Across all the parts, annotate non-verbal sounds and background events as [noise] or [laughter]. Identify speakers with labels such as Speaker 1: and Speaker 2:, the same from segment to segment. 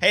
Speaker 1: Hey,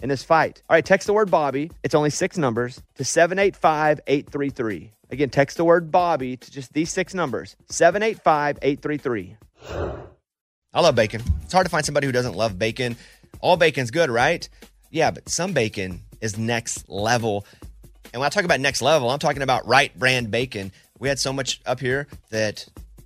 Speaker 1: in this fight. All right, text the word Bobby. It's only six numbers to 785 833. Again, text the word Bobby to just these six numbers 785 833. I love bacon. It's hard to find somebody who doesn't love bacon. All bacon's good, right? Yeah, but some bacon is next level. And when I talk about next level, I'm talking about right brand bacon. We had so much up here that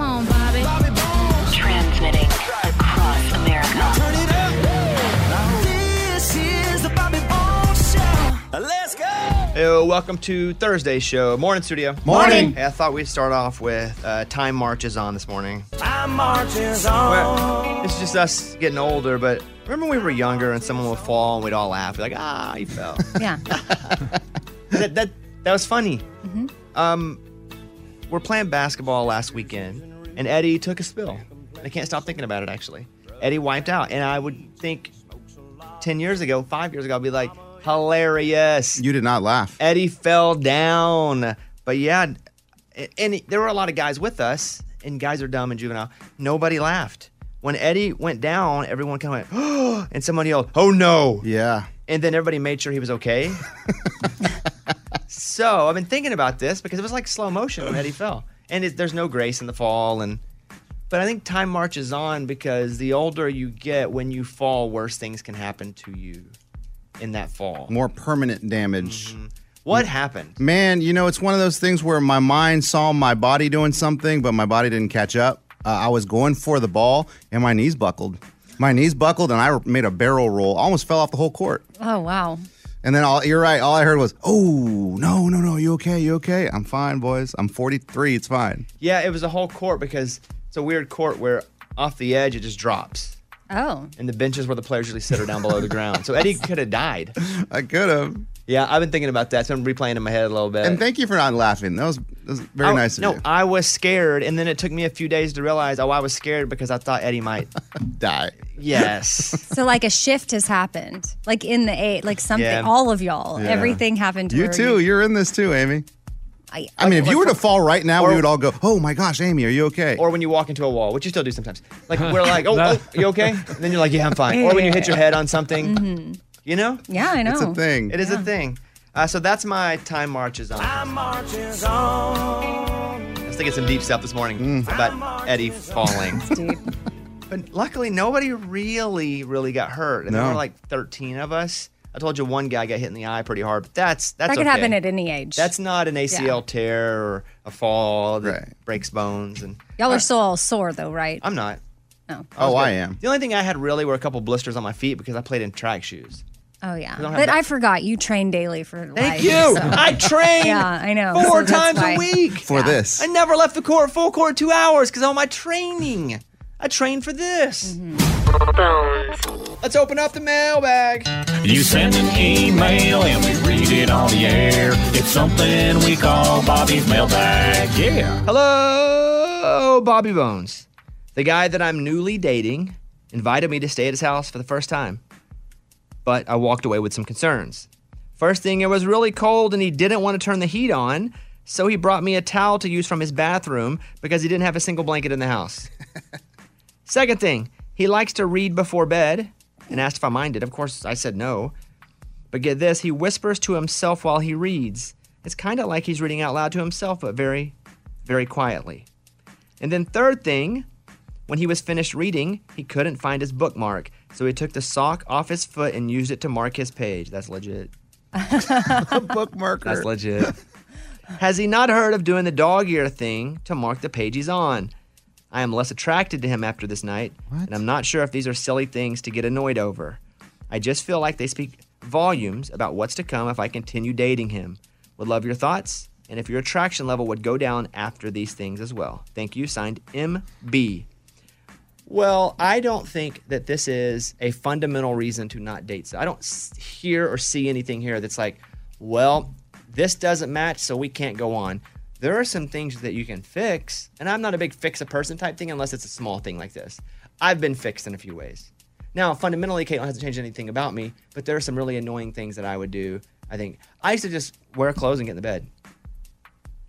Speaker 2: on, Bobby.
Speaker 3: Transmitting across America.
Speaker 4: Turn it up. This is the Bobby Bones Show. Let's go.
Speaker 1: Hey, welcome to Thursday's show. Morning, studio.
Speaker 5: Morning.
Speaker 1: Hey, I thought we'd start off with uh, Time Marches On this morning.
Speaker 4: My march is on.
Speaker 1: It's just us getting older, but remember when we were younger and someone would fall and we'd all laugh, We're like, ah, he fell.
Speaker 5: Yeah.
Speaker 1: [laughs] that, that that was funny. Um, we're playing basketball last weekend, and Eddie took a spill. And I can't stop thinking about it. Actually, Eddie wiped out, and I would think ten years ago, five years ago, I'd be like, hilarious.
Speaker 5: You did not laugh.
Speaker 1: Eddie fell down. But yeah, and- and there were a lot of guys with us, and guys are dumb and juvenile. Nobody laughed. When Eddie went down, everyone kind of went, [gasps] oh, and someone yelled, oh no.
Speaker 5: Yeah.
Speaker 1: And then everybody made sure he was okay. so I've been thinking about this because it was like slow motion when Eddie fell. And it, there's no grace in the fall. And But I think time marches on because the older you get, when you fall, worse things can happen to you in that fall.
Speaker 5: More permanent damage.
Speaker 1: Mm-hmm. What happened?
Speaker 5: Man, you know, it's one of those things where my mind saw my body doing something, but my body didn't catch up. Uh, I was going for the ball, and my knees buckled. My knees buckled, and I made a barrel roll. Almost fell off the whole court.
Speaker 6: Oh wow.
Speaker 5: And then all, you're right. All I heard was, "Oh no, no, no! You okay? You okay? I'm fine, boys. I'm 43. It's fine."
Speaker 1: Yeah, it was a whole court because it's a weird court where off the edge it just drops.
Speaker 6: Oh.
Speaker 1: And the benches where the players usually sit are down below the ground. So Eddie could have died.
Speaker 5: I could have.
Speaker 1: Yeah, I've been thinking about that. It's been replaying in my head a little bit.
Speaker 5: And thank you for not laughing. That was, that was very
Speaker 1: I-
Speaker 5: nice of
Speaker 1: Oh, No,
Speaker 5: you.
Speaker 1: I was scared. And then it took me a few days to realize, oh, I was scared because I thought Eddie
Speaker 5: [laughs]
Speaker 1: might.
Speaker 5: Die.
Speaker 1: yes.
Speaker 6: So like a shift has happened. Like in the eight, like something
Speaker 1: Yeah.
Speaker 6: all of y'all.
Speaker 5: Yeah.
Speaker 6: Everything happened to
Speaker 5: You
Speaker 6: her.
Speaker 5: too. You're in this too, Amy.
Speaker 6: I,
Speaker 5: I mean, if
Speaker 1: like
Speaker 5: you were to
Speaker 1: from-
Speaker 5: fall right now,
Speaker 1: or-
Speaker 5: we would all go, "Oh my gosh, Amy, are you okay?"
Speaker 1: Or when you walk into a wall, which you still do sometimes. Like, we're like, oh, oh you okay? And then you're like, yeah, I'm fine. Or when you hit your head on something, you know?
Speaker 6: yeah, I know.
Speaker 5: it's a thing.
Speaker 1: It is a thing. Uh, so that's my time marches on.
Speaker 4: My march is on.
Speaker 1: Let's get some deep stuff this morning
Speaker 5: Mm.
Speaker 1: about Eddie falling. [laughs]
Speaker 6: Dude.
Speaker 1: But luckily, nobody really, really got hurt. And there
Speaker 5: No.
Speaker 1: were like 13 of us. I told you one guy got hit in the eye pretty hard, but that's that's
Speaker 6: That could
Speaker 1: okay.
Speaker 6: happen at any age.
Speaker 1: That's not an ACL tear or a fall that
Speaker 5: Right.
Speaker 1: breaks bones. And
Speaker 6: y'all are still all sore though, right?
Speaker 1: I'm not.
Speaker 6: No.
Speaker 5: oh, I am.
Speaker 1: The only thing I had really were a couple blisters on my feet because I played in track shoes.
Speaker 6: Oh yeah.
Speaker 1: don't
Speaker 6: But
Speaker 1: have that-
Speaker 6: I forgot you train daily for life.
Speaker 1: Thank you.
Speaker 6: so-
Speaker 1: [laughs] I trained
Speaker 6: [laughs] Yeah, I know.
Speaker 1: four
Speaker 6: So that's
Speaker 1: times
Speaker 6: why.
Speaker 1: a week.
Speaker 5: For this,
Speaker 1: I never left the court full court two hours because all my training. I trained for this.
Speaker 3: Bones.
Speaker 1: Let's open up the mailbag.
Speaker 4: You send an email and we read it on the air. It's something we call Bobby's mailbag. Yeah.
Speaker 1: Hello, Bobby Bones. The guy that I'm newly dating invited me to stay at his house for the first time, but I walked away with some concerns. First thing, it was really cold and he didn't want to turn the heat on, so he brought me a towel to use from his bathroom because he didn't have a single blanket in the house. Second thing, he likes to read before bed and asked if I minded. Of course, I said no. But get this, he whispers to himself while he reads. It's kind of like he's reading out loud to himself, but very, very quietly. And then, third thing, when he was finished reading, he couldn't find his bookmark. So he took the sock off his foot and used it to mark his page. That's legit.
Speaker 5: bookmarker.
Speaker 1: That's legit. [laughs] Has he not heard of doing the dog ear thing to mark the page he's on? I am less attracted to him after this night, and I'm not sure if these are silly things to get annoyed over. I just feel like they speak volumes about what's to come if I continue dating him. Would love your thoughts, and if your attraction level would go down after these things as well. Thank you. Signed MB. Well, I don't think that this is a fundamental reason to not date. So I don't s- hear or see anything here that's like, well, this doesn't match, so we can't go on. There are some things that you can fix, and I'm not a big fix a person type thing unless it's a small thing like this. I've been fixed in a few ways. Now, fundamentally, Caitlin hasn't changed anything about me, but there are some really annoying things that I would do. I think I used to just wear clothes and get in the bed.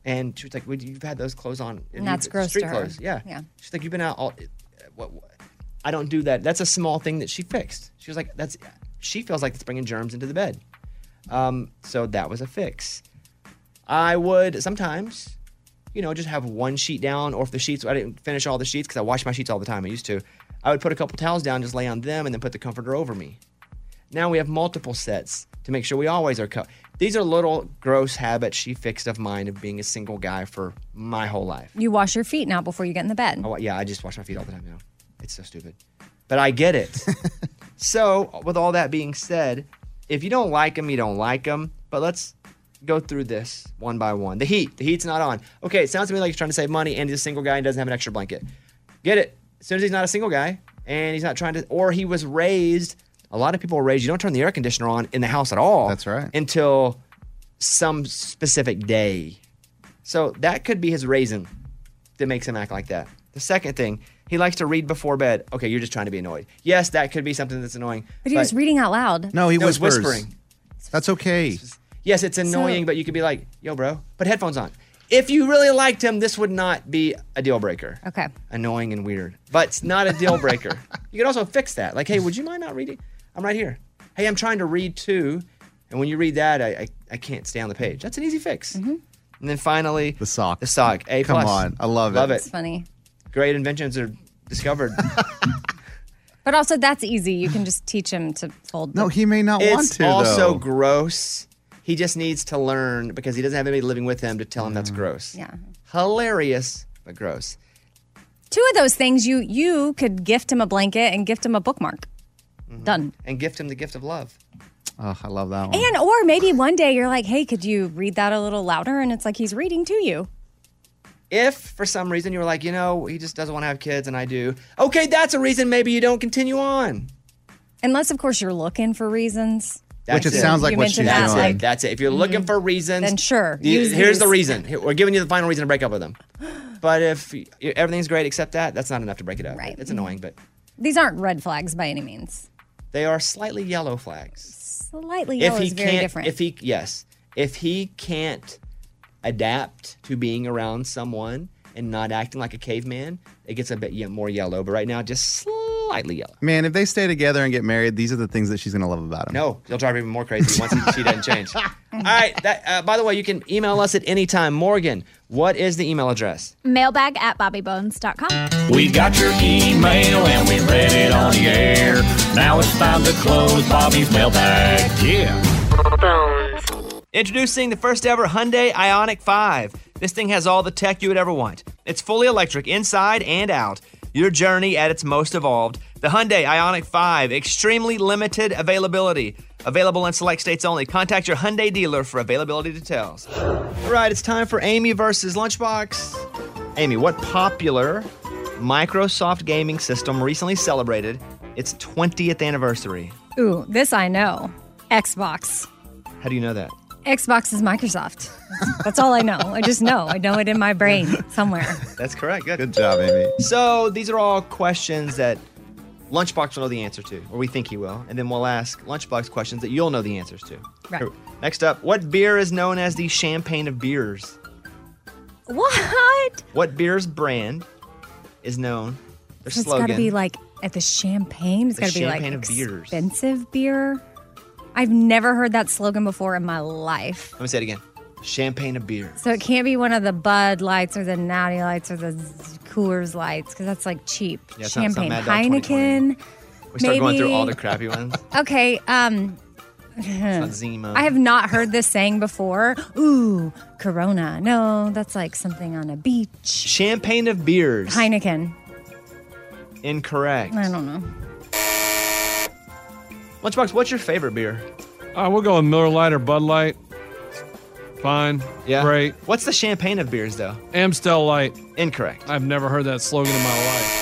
Speaker 1: And she was like, well, You've had those clothes on.
Speaker 6: And that's gross
Speaker 1: Street
Speaker 6: to her.
Speaker 1: clothes. Yeah.
Speaker 6: Yeah.
Speaker 1: She's like, You've been out all. What, what? I don't do that. That's a small thing that she fixed. She was like, That's. She feels like it's bringing germs into the bed. Um, so that was a fix. I would sometimes, you know, just have one sheet down, or if the sheets, I didn't finish all the sheets because I wash my sheets all the time. I used to. I would put a couple towels down, just lay on them, and then put the comforter over me. Now we have multiple sets to make sure we always are cut. These are little gross habits she fixed of mine of being a single guy for my whole life.
Speaker 6: You wash your feet now before you get in the bed.
Speaker 1: I wa- yeah, I just wash my feet all the time now. It's so stupid. But I get
Speaker 5: [laughs]
Speaker 1: it. so, with all that being said, if you don't like them, you don't like them. But let's go through this one by one. The heat. The heat's not on. Okay, it sounds to me like he's trying to save money and he's a single guy and doesn't have an extra blanket. Get it. As soon as he's not a single guy and he's not trying to, or he was raised, a lot of people are raised, you don't turn the air conditioner on in the house at all.
Speaker 5: That's right.
Speaker 1: Until some specific day. So that could be his reason that makes him act like that. The second thing, he likes to read before bed. Okay, you're just trying to be annoyed. Yes, that could be something that's annoying.
Speaker 6: But he was reading out loud.
Speaker 5: No, he
Speaker 1: No, it's
Speaker 5: whispers.
Speaker 1: whispering.
Speaker 5: That's okay.
Speaker 1: Yes, it's annoying,
Speaker 6: So-
Speaker 1: but you could be like, yo, bro, put headphones on. If you really liked him, this would not be a deal breaker.
Speaker 6: Okay.
Speaker 1: Annoying and weird, but it's not a deal breaker. you could also fix that. Like, hey, would you mind not reading? I'm right here. Hey, I'm trying to read too. And when you read that, I, I, I can't stay on the page. That's an easy fix. And then finally,
Speaker 5: The sock.
Speaker 1: The sock. A
Speaker 5: Come
Speaker 1: plus.
Speaker 5: on. I love it.
Speaker 1: Love it.
Speaker 6: It's funny.
Speaker 1: Great inventions are
Speaker 5: [laughs]
Speaker 1: discovered.
Speaker 6: But also, that's easy. You can just teach him to fold.
Speaker 5: No,
Speaker 6: the-
Speaker 5: he may not want
Speaker 1: it's
Speaker 5: to.
Speaker 1: also
Speaker 5: though.
Speaker 1: gross. He just needs to learn because he doesn't have anybody living with him to tell him
Speaker 5: Mm.
Speaker 1: that's gross.
Speaker 6: yeah.
Speaker 1: Hilarious, but gross.
Speaker 6: Two of those things, you you could gift him a blanket and gift him a bookmark.
Speaker 1: Mm-hmm.
Speaker 6: Done.
Speaker 1: And gift him the gift of love.
Speaker 5: Oh, I love that one.
Speaker 6: And or maybe one day you're like, hey, could you read that a little louder? And it's like he's reading to you.
Speaker 1: If for some reason you were like, you know, he just doesn't want to have kids and I do, okay, that's a reason maybe you don't continue on.
Speaker 6: Unless, of course, you're looking for reasons.
Speaker 1: That's
Speaker 5: Which it sounds like
Speaker 6: You
Speaker 5: what she's
Speaker 6: mentioned that,
Speaker 1: that's
Speaker 5: doing.
Speaker 1: it. That's it. If you're looking for reasons,
Speaker 6: Mm-hmm. Then sure,
Speaker 1: you-
Speaker 6: use
Speaker 1: here's the
Speaker 6: these.
Speaker 1: reason. Here- We're giving you the final reason to break up with him. But if y- everything's great except that, that's not enough to break it up.
Speaker 6: Right.
Speaker 1: It's annoying, but
Speaker 6: These aren't red flags by any means.
Speaker 1: they are slightly yellow flags.
Speaker 6: Slightly yellow is very
Speaker 1: can't,
Speaker 6: different.
Speaker 1: if he yes, if he can't adapt to being around someone and not acting like a caveman, it gets a bit ye- more yellow. But right now, just slightly yellow.
Speaker 5: Man, if they stay together and get married, these are the things that she's gonna love about him.
Speaker 1: No, he'll drive her even more crazy once he, she doesn't change. All right. That, uh, by the way, you can email us at any time. Morgan, what is the email address?
Speaker 7: Mailbag at bobbybones.com.
Speaker 4: We got your email and we read it on the air. Now it's time to close Bobby's mailbag. Yeah.
Speaker 8: Bones.
Speaker 1: Introducing the first ever Hyundai Ionic 5. This thing has all the tech you would ever want. It's fully electric inside and out. Your journey at its most evolved. The Hyundai Ionic 5, extremely limited availability. Available in select states only. Contact your Hyundai dealer for availability details. All right, it's time for Amy versus Lunchbox. Amy, what popular Microsoft gaming system recently celebrated Its 20th anniversary.
Speaker 6: Ooh, this I know. Xbox.
Speaker 1: How do you know that?
Speaker 6: Xbox is [laughs] Microsoft. That's all I know. I just know. I know it in my brain somewhere.
Speaker 1: That's correct.
Speaker 5: Good job, Amy.
Speaker 1: So these are all questions that Lunchbox will know the answer to, or we think he will, and then we'll ask Lunchbox questions that you'll know the answers to.
Speaker 6: Right.
Speaker 1: Here- Next up, what beer is known as the champagne of beers?
Speaker 6: [laughs] What?
Speaker 1: What beer's brand is known? Their
Speaker 6: So it's
Speaker 1: slogan.
Speaker 6: got to be like at the champagne. It's
Speaker 1: The
Speaker 6: got to be like
Speaker 1: champagne of beers.
Speaker 6: expensive beer. I've never heard that slogan before in my life.
Speaker 1: Let me say it again. Champagne of beer.
Speaker 6: So it can't be one of the Bud Lights or the Natty Lights or the Z- Coors Lights because that's like cheap.
Speaker 1: Yeah, it's not- it's not
Speaker 6: champagne,
Speaker 1: Mad Dog 2020.
Speaker 6: Heineken.
Speaker 1: We start going through
Speaker 6: maybe-
Speaker 1: all the crappy
Speaker 6: [laughs]
Speaker 1: ones.
Speaker 6: Okay. Um,
Speaker 1: It's not Zima.
Speaker 6: I have not heard this saying before. Ooh, Corona. No, that's like something on a beach.
Speaker 1: Champagne of beers.
Speaker 6: Heineken.
Speaker 1: Incorrect.
Speaker 6: I don't know.
Speaker 1: Lunchbox, what's your favorite beer?
Speaker 9: Uh, we'll go with Miller Lite or Bud Light. Fine.
Speaker 1: Yeah.
Speaker 9: Great.
Speaker 1: What's the champagne of beers though?
Speaker 9: Amstel Light.
Speaker 1: Incorrect.
Speaker 9: I've never heard that slogan in my life.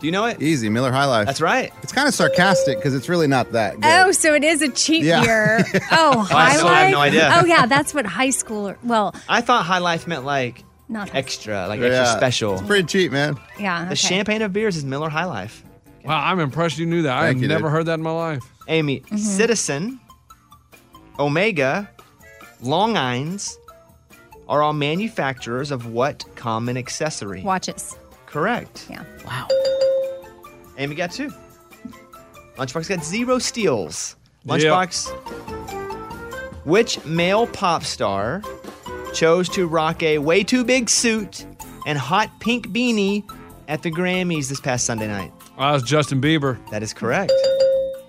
Speaker 1: Do you know it?
Speaker 5: Easy, Miller High Life.
Speaker 1: That's right.
Speaker 5: It's kind of sarcastic because it's really not that good.
Speaker 6: Oh, so it is a cheat
Speaker 5: Yeah.
Speaker 1: [laughs]
Speaker 6: year. Oh,
Speaker 1: I
Speaker 6: high
Speaker 1: still have no
Speaker 6: life?
Speaker 1: idea.
Speaker 6: Oh yeah, that's what high schooler. Well,
Speaker 1: I thought High Life meant like
Speaker 6: Not high-
Speaker 1: extra, like
Speaker 5: Yeah.
Speaker 1: extra special.
Speaker 5: It's pretty cheap, man.
Speaker 6: yeah.
Speaker 1: The
Speaker 6: okay.
Speaker 1: champagne of beers is Miller High Life.
Speaker 9: Wow, I'm impressed you knew that. I
Speaker 5: Thank
Speaker 9: have
Speaker 5: you,
Speaker 9: never
Speaker 5: dude.
Speaker 9: heard that in my life.
Speaker 1: Amy,
Speaker 5: Mm-hmm.
Speaker 1: Citizen, Omega, Long Ines are all manufacturers of what common accessory?
Speaker 6: watches.
Speaker 1: Correct.
Speaker 6: Yeah.
Speaker 1: Amy got two. Lunchbox got zero steals.
Speaker 9: Yeah.
Speaker 1: Lunchbox. Which male pop star chose to rock a way too big suit and hot pink beanie at the Grammys this past Sunday night?
Speaker 9: I was Justin Bieber.
Speaker 1: That is correct.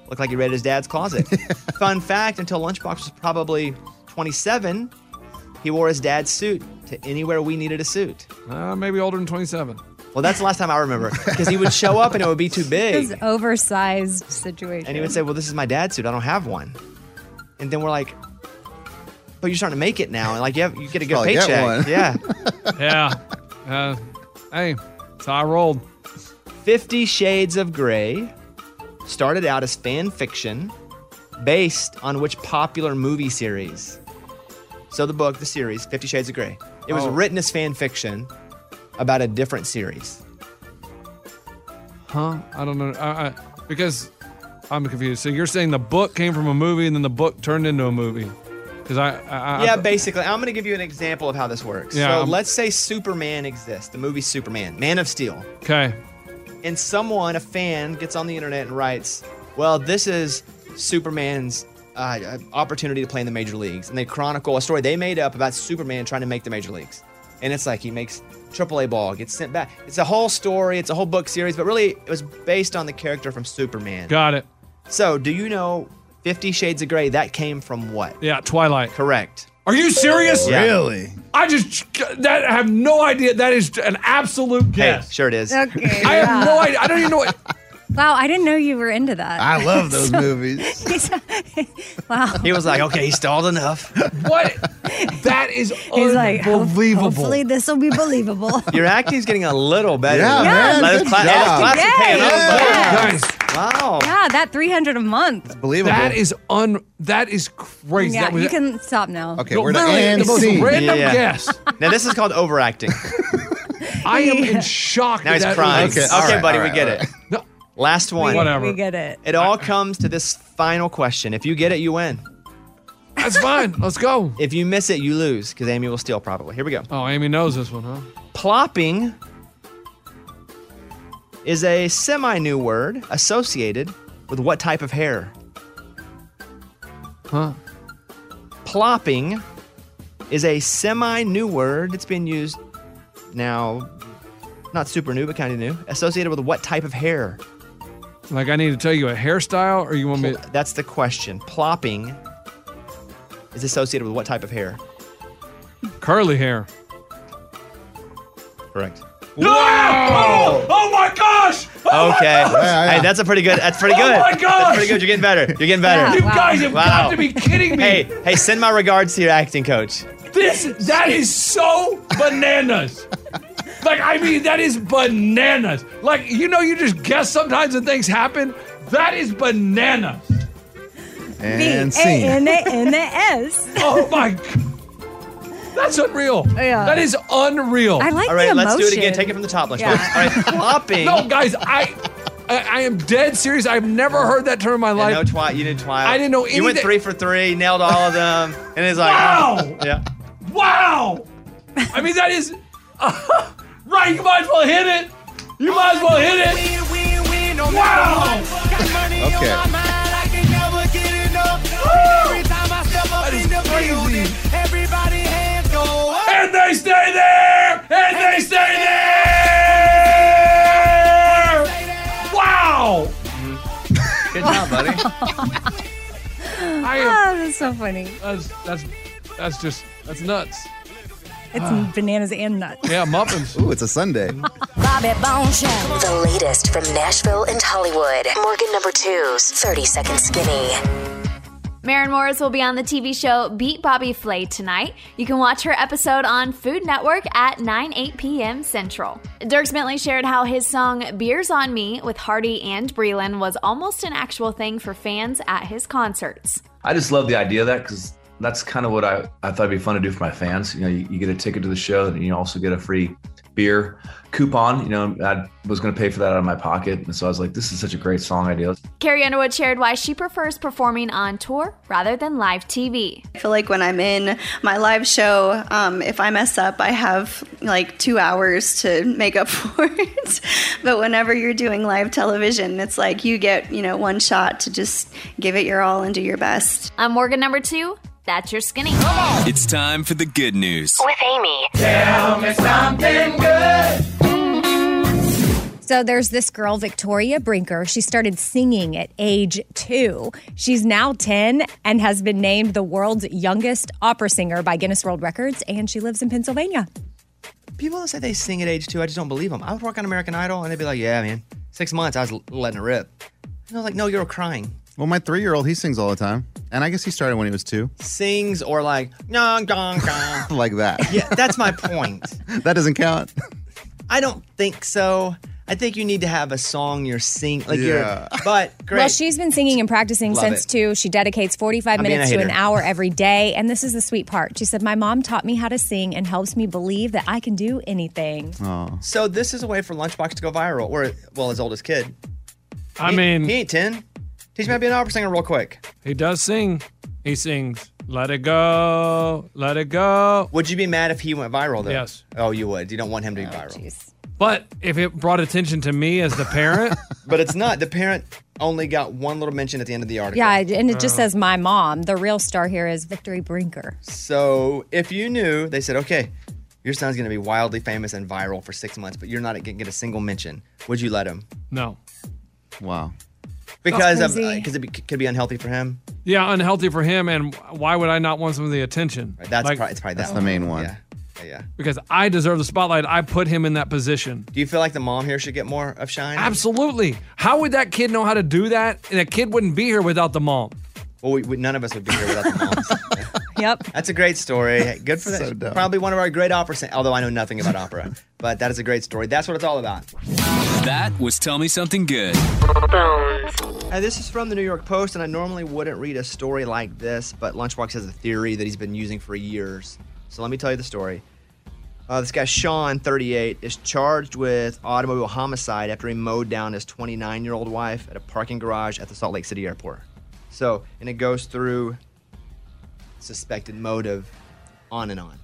Speaker 1: Looked like he read his dad's closet. Fun fact until Lunchbox was probably 27, he wore his dad's suit to anywhere we needed a suit.
Speaker 9: Uh, maybe older than 27.
Speaker 1: Well, that's the last time I remember because he would show up and it would be too
Speaker 6: This
Speaker 1: big.
Speaker 6: is oh. oversized situation.
Speaker 1: And he would say, Well, this is my dad's suit. I don't have one. And then we're like, But you're starting to make it now. And like, you, have, you get a good
Speaker 5: Probably get
Speaker 1: paycheck.
Speaker 5: one.
Speaker 1: Yeah.
Speaker 5: [laughs]
Speaker 9: Yeah. uh, hey, so I rolled.
Speaker 1: Fifty Shades of Grey started out as fan fiction based on which popular movie series? So, the book, the series, Fifty Shades of Grey, it was
Speaker 9: Oh.
Speaker 1: written as fan fiction about a different series.
Speaker 9: Huh? I don't know. I, I, because I'm confused. So you're saying the book came from a movie and then the book turned into a movie? Because I, I, I.
Speaker 1: Yeah,
Speaker 9: I,
Speaker 1: basically. I'm going to give you an example of how this works.
Speaker 9: Yeah,
Speaker 1: so,
Speaker 9: I'm-
Speaker 1: let's say Superman exists, the movie Superman, Man of Steel.
Speaker 9: Okay.
Speaker 1: and someone, a fan, gets on the internet and writes, "Well, this is Superman's uh, uh, opportunity to play in the major leagues," and they chronicle a story they made up about Superman trying to make the major leagues. And it's like he makes AAA ball, gets sent back. It's a whole story, it's a whole book series, but really it was based on the character from Superman.
Speaker 9: Got it.
Speaker 1: So, do you know Fifty Shades of Grey? That came from what?
Speaker 9: Yeah, Twilight.
Speaker 1: Correct.
Speaker 9: Are you serious?
Speaker 1: Yeah.
Speaker 5: Really?
Speaker 9: I just that I have no idea. That is an absolute guess.
Speaker 1: Hey, sure it is.
Speaker 6: okay.
Speaker 1: [laughs]
Speaker 9: I
Speaker 6: yeah.
Speaker 9: have no idea. I don't even know what.
Speaker 6: wow, I didn't know you were into [laughs] that.
Speaker 5: I love those movies.
Speaker 6: wow.
Speaker 1: He was like, "Okay, he stalled enough."
Speaker 9: What? That is
Speaker 6: [laughs] He's like, "Ho-
Speaker 9: unbelievable.
Speaker 6: hopefully this will be believable.
Speaker 1: Your acting's getting a little better.
Speaker 5: Yeah, Yeah, man.
Speaker 1: Let us
Speaker 5: good
Speaker 1: cla- and
Speaker 5: job.
Speaker 1: it's classic
Speaker 6: Yay.
Speaker 1: paying off, buddy.
Speaker 9: Guys,
Speaker 1: Wow.
Speaker 6: yeah, that 300 a month.
Speaker 5: Believable.
Speaker 9: that is un. That is crazy.
Speaker 6: Yeah,
Speaker 9: that was
Speaker 6: you can stop now.
Speaker 5: okay, we're to
Speaker 9: literally
Speaker 5: end
Speaker 9: the most
Speaker 5: scene.
Speaker 9: random
Speaker 1: Yeah.
Speaker 6: [laughs]
Speaker 9: guess.
Speaker 1: Now this is called overacting.
Speaker 9: I am in shock.
Speaker 1: Now
Speaker 5: [laughs]
Speaker 9: that
Speaker 1: he's
Speaker 9: that
Speaker 1: crying.
Speaker 9: was-
Speaker 1: Okay,
Speaker 5: Okay, all right,
Speaker 1: buddy,
Speaker 5: all
Speaker 1: we
Speaker 5: right,
Speaker 1: get
Speaker 5: all
Speaker 1: it.
Speaker 9: No,
Speaker 1: Last one.
Speaker 9: Whatever.
Speaker 6: We get it.
Speaker 1: It all comes to this final question. If you get it, you win.
Speaker 9: that's fine. Let's go.
Speaker 1: If you miss it, you lose because Amy will steal probably. Here we go.
Speaker 9: Oh, Amy knows this one, huh?
Speaker 1: Plopping is a semi new word associated with what type of hair?
Speaker 9: Huh?
Speaker 1: Plopping is a semi new word. It's been used now, not super new, but kind of new, associated with what type of hair?
Speaker 9: Like I need to tell you a hairstyle, or you want me?
Speaker 1: Well, That's the question. Plopping is associated with what type of hair?
Speaker 9: Curly hair.
Speaker 1: Correct.
Speaker 9: Oh, oh my gosh! Oh
Speaker 1: Okay.
Speaker 5: Yeah, yeah.
Speaker 1: Hey, that's a pretty good. That's pretty good.
Speaker 9: my
Speaker 1: That's
Speaker 9: gosh.
Speaker 1: pretty good. You're getting better. You're getting better.
Speaker 9: [laughs] You
Speaker 6: Wow.
Speaker 9: guys have
Speaker 1: Wow.
Speaker 9: got to be kidding me.
Speaker 1: Hey, hey, send my regards to your acting coach.
Speaker 9: This that is so bananas. like I mean, that is bananas. Like you know, you just guess sometimes and things happen. That is bananas.
Speaker 5: And
Speaker 6: B-A-N-A-N-A-S.
Speaker 9: Oh my. g- That's unreal.
Speaker 6: Yeah.
Speaker 9: That is unreal.
Speaker 6: I
Speaker 1: [laughs]
Speaker 6: like
Speaker 1: All right,
Speaker 6: the
Speaker 1: let's
Speaker 6: emotion.
Speaker 1: do it again. Take it from the top. Let's do it. All right,
Speaker 9: [laughs]
Speaker 1: flopping.
Speaker 9: No, guys, I, I I am dead serious. I've never heard that term in my
Speaker 1: Yeah,
Speaker 9: life.
Speaker 1: no twat. You didn't twat.
Speaker 9: I didn't know
Speaker 1: You went
Speaker 9: anything-
Speaker 1: three for three, nailed all of them, and it's like,
Speaker 9: Wow!
Speaker 1: [laughs] yeah.
Speaker 9: Wow! I mean, that is. [laughs] right, you might as well hit it. You might as well hit it.
Speaker 4: Win, win, win, no
Speaker 9: Wow.
Speaker 4: matter what. Got money on
Speaker 5: Okay.
Speaker 4: my mind, I can never get enough. Every time I step up
Speaker 9: That is
Speaker 4: in the
Speaker 9: crazy.
Speaker 4: building, everybody hands go up.
Speaker 9: And they stay there! And they stay there! Wow!
Speaker 1: Good job, buddy.
Speaker 9: I am,
Speaker 6: Oh, that's so funny.
Speaker 9: that's, that's, that's just, that's nuts.
Speaker 6: It's bananas and nuts.
Speaker 9: Yeah, muffins.
Speaker 5: Ooh, it's a Sunday.
Speaker 10: Bobby Bone Show.
Speaker 3: The latest from Nashville and Hollywood. Morgan number two's 30 Second Skinny.
Speaker 7: Maren Morris will be on the TV show Beat Bobby Flay tonight. You can watch her episode on Food Network at 9, 8 p.m. Central. Dirk Bentley shared how his song Beers on Me with Hardy and Breland was almost an actual thing for fans at his concerts.
Speaker 11: I just love the idea of that because that's kind of what I, I thought it'd be fun to do for my fans. You know, you, you get a ticket to the show and you also get a free beer coupon. You know, I was going to pay for that out of my pocket. And so I was like, this is such a great song idea.
Speaker 7: Carrie Underwood shared why she prefers performing on tour rather than live TV.
Speaker 12: I feel like when I'm in my live show, um, if I mess up, I have like two hours to make up for it. [laughs] but whenever you're doing live television, it's like you get, you know, one shot to just give it your all and do your best.
Speaker 7: I'm Morgan number two. That's your skinny.
Speaker 4: It's time for the good news.
Speaker 3: With Amy.
Speaker 6: So there's this girl, Victoria Brinker. She started singing at age two. She's now 10 and has been named the world's youngest opera singer by Guinness World Records, and she lives in Pennsylvania.
Speaker 1: People that say they sing at age two, I just don't believe them. I would work on American Idol, and they'd be like, "Yeah, man, six months, I was l- letting it rip." And I was like, "No, you're crying."
Speaker 5: well, my three year old, he sings all the time. And I guess he started when he was two. [laughs]
Speaker 1: Sings or like, "Nong gong gong." [laughs]
Speaker 5: Like that.
Speaker 1: Yeah, that's my point.
Speaker 5: [laughs] That doesn't count. [laughs]
Speaker 1: I don't think so. I think you need to have a song you're singing. Like
Speaker 5: Yeah.
Speaker 1: you're, but great.
Speaker 6: Well, she's been singing and practicing
Speaker 1: Love
Speaker 6: since
Speaker 1: it.
Speaker 6: two. She dedicates 45
Speaker 1: I'm being
Speaker 6: minutes
Speaker 1: a
Speaker 6: to an
Speaker 1: hater.
Speaker 6: hour every day. And this is the sweet part. She said, My mom taught me how to sing and helps me believe that I can do anything.
Speaker 1: so this is a way for Lunchbox to go viral. Or well, his oldest kid.
Speaker 9: I
Speaker 1: He-
Speaker 9: mean,
Speaker 1: he ain't ten. Teach me how to be an opera singer real quick.
Speaker 9: he does sing. He sings, let it go, let it go.
Speaker 1: Would you be mad if he went viral though?
Speaker 9: Yes.
Speaker 1: Oh, you would. You don't want him to be viral.
Speaker 6: Jeez.
Speaker 9: But if it brought attention to me as the
Speaker 1: [laughs]
Speaker 9: parent,
Speaker 1: But it's not. The parent only got one little mention at the end of the article.
Speaker 6: Yeah, and it
Speaker 9: uh,
Speaker 6: just says, My mom. The real star here is Victory Brinker. [laughs]
Speaker 1: So if you knew, they said, okay, your son's going to be wildly famous and viral for six months, but you're not going to get a single mention. Would you let him?
Speaker 9: no.
Speaker 5: Wow.
Speaker 1: Because of
Speaker 6: crazy.
Speaker 1: because it be, could be unhealthy for him.
Speaker 9: Yeah, unhealthy for him. And why would I not want some of the attention?
Speaker 1: Right, That's
Speaker 9: Like,
Speaker 1: probably, it's probably
Speaker 5: That's
Speaker 1: that
Speaker 5: the
Speaker 1: one.
Speaker 5: main one.
Speaker 1: Yeah. yeah, yeah.
Speaker 9: because I deserve the spotlight. I put him in that position.
Speaker 1: Do you feel like the mom here should get more of shine?
Speaker 9: Absolutely. How would that kid know how to do that? And that kid wouldn't be here without the mom.
Speaker 1: Well, we, we, none of us would be here without the moms. Yeah.
Speaker 6: Yep.
Speaker 1: That's a great
Speaker 5: [laughs]
Speaker 1: story. Good for
Speaker 5: So
Speaker 1: that.
Speaker 5: dumb.
Speaker 1: Probably one of our great opera. sing- Although I know nothing about opera, but that is a great story. That's what it's all about.
Speaker 4: That was Tell Me Something Good.
Speaker 3: Bones.
Speaker 1: Hey, Uh, this is from the New York Post, and I normally wouldn't read a story like this, but Lunchbox has a theory that he's been using for years. So let me tell you the story. Uh, this guy, Sean, 38, is charged with automobile homicide after he mowed down his 29 year old wife at a parking garage at the Salt Lake City airport. So, and it goes through suspected motive on and on.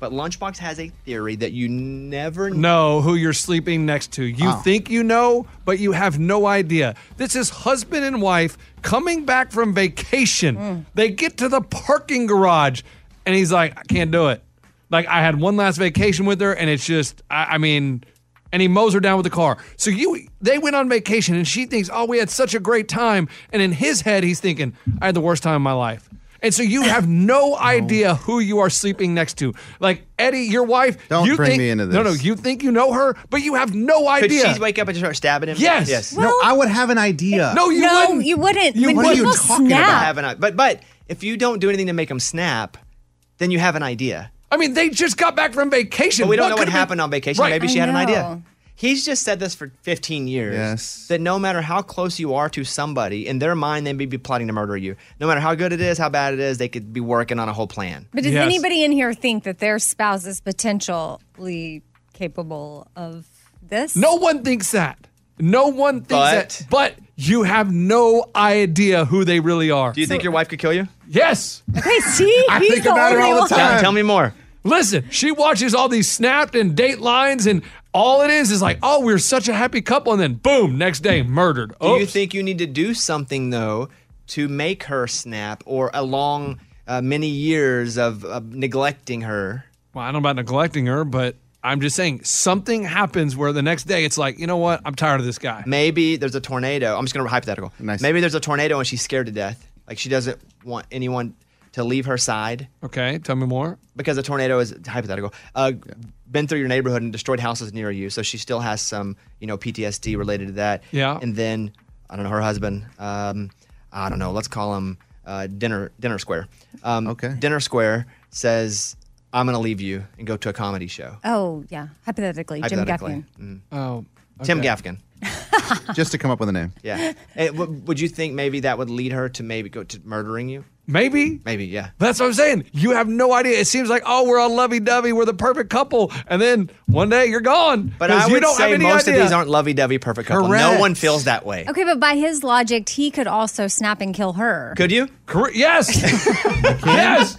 Speaker 1: But Lunchbox has a theory that you never
Speaker 9: Know who you're sleeping next to. You
Speaker 5: Oh.
Speaker 9: think you know, but you have no idea. This is husband and wife coming back from vacation.
Speaker 5: Hmm.
Speaker 9: They get to the parking garage, and he's like, I can't do it. Like, I had one last vacation with her, and it's just, I, I mean, and he mows her down with the car. So you, they went on vacation, and she thinks, "Oh, we had such a great time." And in his head, he's thinking, "I had the worst time of my life." And so you
Speaker 5: [laughs]
Speaker 9: have no idea who you are sleeping next to. Like Eddie, your wife.
Speaker 5: Don't
Speaker 9: you
Speaker 5: bring
Speaker 9: think-
Speaker 5: me into
Speaker 9: No, no,
Speaker 5: this.
Speaker 9: you think you know her, but you have no
Speaker 1: Could
Speaker 9: idea.
Speaker 1: she wake up and just start stabbing him?
Speaker 9: Yes.
Speaker 1: Yes.
Speaker 5: no, I would have an idea.
Speaker 9: no, you
Speaker 6: no,
Speaker 9: wouldn't.
Speaker 6: you wouldn't.
Speaker 9: You
Speaker 6: when
Speaker 9: wouldn't.
Speaker 6: people
Speaker 5: What are you talking
Speaker 6: snap,
Speaker 5: about?
Speaker 1: have an i- but but if you don't do anything to make them snap, then you have an idea.
Speaker 9: I mean, they just got back from vacation.
Speaker 1: But we don't know
Speaker 9: could
Speaker 1: what
Speaker 9: have been-
Speaker 1: happened on vacation.
Speaker 9: Right.
Speaker 1: Maybe she
Speaker 6: I
Speaker 1: had an idea.
Speaker 6: know.
Speaker 1: He's just said this for 15 years. Yes. That no matter how close you are to somebody, in their mind, they may be plotting to murder you. No matter how good it is, how bad it is, they could be working on a whole plan.
Speaker 6: But does anybody in here think that their spouse is potentially capable of this?
Speaker 9: No one thinks that. No one thinks that. But you have no idea who they really are. Do
Speaker 1: you think your wife could kill you?
Speaker 9: Yes.
Speaker 6: Okay, see?
Speaker 9: [laughs] I
Speaker 6: He's
Speaker 9: think
Speaker 6: the
Speaker 9: about her
Speaker 6: only
Speaker 9: all the
Speaker 6: one.
Speaker 9: time.
Speaker 1: Tell me more.
Speaker 9: Listen, she watches all these snapped and date lines, and all it is is like, oh, we're such a happy couple. And then, boom, next day, murdered.
Speaker 1: Do
Speaker 9: Oh,
Speaker 1: you think you need to do something though to make her snap, or along uh, many years of uh, neglecting her?
Speaker 9: well, I don't know about neglecting her, but I'm just saying something happens where the next day it's like, you know what? I'm tired of this guy.
Speaker 1: Maybe there's a tornado. I'm just gonna hypothetical. Maybe there's a tornado and she's scared to death. Like she doesn't want anyone to leave her side.
Speaker 9: Okay, tell me more.
Speaker 1: Because a tornado is hypothetical. Uh, Been through your neighborhood and destroyed houses near you, so she still has some, you know, PTSD related to that.
Speaker 9: Yeah.
Speaker 1: And then I don't know her husband. Um, I don't know. Let's call him uh, dinner dinner square. Um, okay. Dinner square says, "I'm gonna leave you and go to a comedy show."
Speaker 6: Oh, yeah. Hypothetically, Jim Gaffigan.
Speaker 1: Hypothetically. Mm.
Speaker 9: Oh,
Speaker 1: Tim
Speaker 9: okay.
Speaker 1: Gaffigan.
Speaker 5: Just to come up with a name.
Speaker 1: Yeah. Eh, w- would you think maybe that would lead her to maybe go to murdering you?
Speaker 9: Maybe.
Speaker 1: Maybe, yeah.
Speaker 9: That's what I'm saying. You have no idea. It seems like, oh, we're all lovey dovey. We're the perfect couple. And then one day you're gone.
Speaker 1: But
Speaker 9: 'Cause
Speaker 1: I
Speaker 9: you
Speaker 1: would
Speaker 9: don't
Speaker 1: say
Speaker 9: have any
Speaker 1: most
Speaker 9: idea.
Speaker 1: of these aren't lovey-dovey perfect couple. No
Speaker 9: Correct.
Speaker 1: one feels that way.
Speaker 6: Okay, but by his logic, he could also snap and kill her.
Speaker 1: Could you? [laughs]
Speaker 9: yes. yes.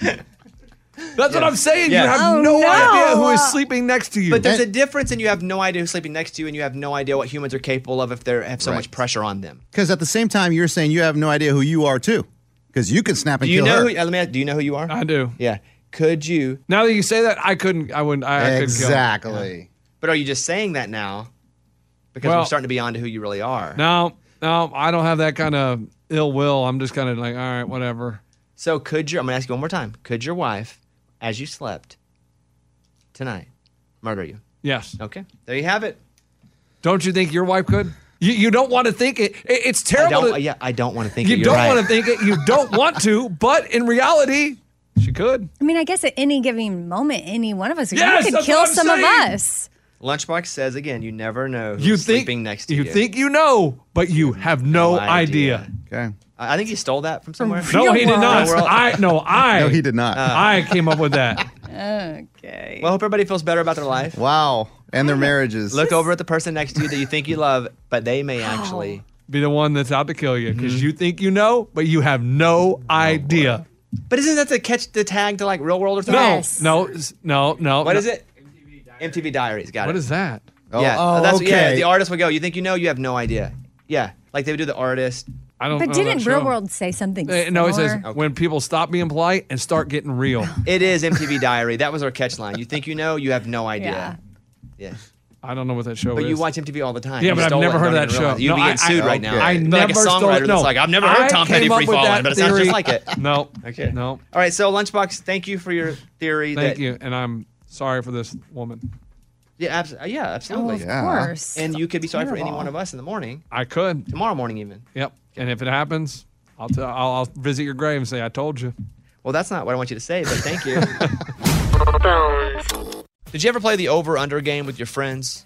Speaker 9: That's what I'm saying. You have no, idea who is sleeping next to you.
Speaker 1: But there's a difference, and you have no idea who's sleeping next to you, and you have no idea what humans are capable of if they have so much pressure on them.
Speaker 5: Because at the same time, you're saying you have no idea who you are too, because you can snap and
Speaker 1: Do you
Speaker 5: kill
Speaker 1: know?
Speaker 5: her.
Speaker 1: Who, uh, let me ask, do you know who you are?
Speaker 9: I do.
Speaker 1: Yeah. Could you?
Speaker 9: Now that you say that, I couldn't. I wouldn't. I, I couldn't kill.
Speaker 5: Exactly.
Speaker 1: But are you just saying that now? Because
Speaker 9: Well-
Speaker 1: we're starting to be onto who you really are.
Speaker 9: No, no, I don't have that kind of ill will. I'm just kind of like, all right, whatever.
Speaker 1: So could your? I'm gonna ask you one more time. Could your wife, as you slept tonight, murder you?
Speaker 9: Yes.
Speaker 1: Okay. There you have it.
Speaker 9: Don't you think your wife could? You, you don't want to think it. it- it's
Speaker 1: I
Speaker 9: terrible.
Speaker 1: don't. uh,
Speaker 9: to-
Speaker 1: yeah, I don't want to think.
Speaker 9: you
Speaker 1: it, you're
Speaker 9: don't
Speaker 1: right.
Speaker 9: want to think it. You don't
Speaker 1: [laughs]
Speaker 9: want to. But in reality, she could.
Speaker 6: I mean, I guess at any given moment, any one of us
Speaker 9: Yes,
Speaker 6: you could
Speaker 9: that's
Speaker 6: kill
Speaker 9: what I'm
Speaker 6: some
Speaker 9: saying.
Speaker 6: of us.
Speaker 1: Lunchbox says again. You never know. Who's
Speaker 9: You think-
Speaker 1: sleeping next to you?
Speaker 9: You think you know, but you have no idea.
Speaker 5: Okay.
Speaker 1: I I think he stole that from [laughs] somewhere.
Speaker 9: No, he did not.
Speaker 1: Real world.
Speaker 9: I
Speaker 6: [laughs]
Speaker 9: no, I
Speaker 5: No, he did not.
Speaker 9: I came up with that.
Speaker 6: Okay.
Speaker 1: [laughs] Well, I hope everybody feels better about their life.
Speaker 5: Wow. And their marriages.
Speaker 1: Look over at the person next to you that you think you love, but they may actually.
Speaker 9: Be the one that's out to kill you
Speaker 1: Mm-hmm.
Speaker 9: because you think you know, but you have no idea.
Speaker 1: [gasps] But isn't that the catch the tag to like real world or
Speaker 9: No,
Speaker 1: something?
Speaker 9: no, s- no, no.
Speaker 1: What
Speaker 9: no.
Speaker 1: is it? MTV Diaries. Got it. Oh,
Speaker 9: What is that?
Speaker 1: yeah, that's yeah. The artist would go. You think you know? You have no idea. Yeah, like they would do the artist.
Speaker 9: I don't.
Speaker 6: But
Speaker 9: know
Speaker 6: didn't
Speaker 9: that
Speaker 6: Real
Speaker 9: show.
Speaker 6: World say something?
Speaker 9: Uh, no, it says
Speaker 6: similar?
Speaker 9: when people stop being polite and start getting
Speaker 6: [laughs]
Speaker 9: real.
Speaker 1: It is MTV Diary. That was our catch line. You think you know? You have no idea. Yeah.
Speaker 9: I don't know what that show
Speaker 1: But
Speaker 9: is.
Speaker 1: you watch MTV all the time.
Speaker 9: Yeah,
Speaker 1: You
Speaker 9: but I've
Speaker 1: stole it
Speaker 9: never
Speaker 1: and
Speaker 9: heard of
Speaker 1: don't even
Speaker 9: that
Speaker 1: realize it.
Speaker 9: show.
Speaker 1: You'd
Speaker 9: No,
Speaker 1: be
Speaker 9: I-
Speaker 1: getting sued
Speaker 9: I-
Speaker 1: right now.
Speaker 9: I
Speaker 1: You'd be
Speaker 9: never
Speaker 1: like a
Speaker 9: stole it.
Speaker 1: songwriter
Speaker 9: No.
Speaker 1: that's like, I've never heard
Speaker 9: I
Speaker 1: Tom Petty
Speaker 9: came up
Speaker 1: free
Speaker 9: with
Speaker 1: falling,
Speaker 9: that
Speaker 1: but it sounds just
Speaker 9: theory. [laughs]
Speaker 1: like it.
Speaker 9: No.
Speaker 1: [laughs] Okay.
Speaker 9: No.
Speaker 1: All right, so Lunchbox, thank you for your theory.
Speaker 9: Thank
Speaker 1: that,
Speaker 9: you, and I'm sorry for this woman.
Speaker 1: Yeah, abs- uh, Oh, yeah absolutely.
Speaker 9: of
Speaker 6: Oh,
Speaker 9: Yeah. course.
Speaker 1: And you could be sorry for any
Speaker 9: Terrible.
Speaker 1: one of us in the morning,
Speaker 9: I could.
Speaker 1: tomorrow morning even.
Speaker 9: Yep. And if it happens, I'll tell. I'll, I'll visit your grave and say I told you.
Speaker 1: Well, that's not what I want you to say, but thank you. Did you ever play the over under game with your friends?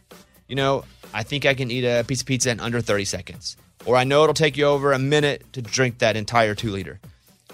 Speaker 1: You know, I think I can eat a piece of pizza in under 30 seconds. Or I know it'll take you over a minute to drink that entire two liter.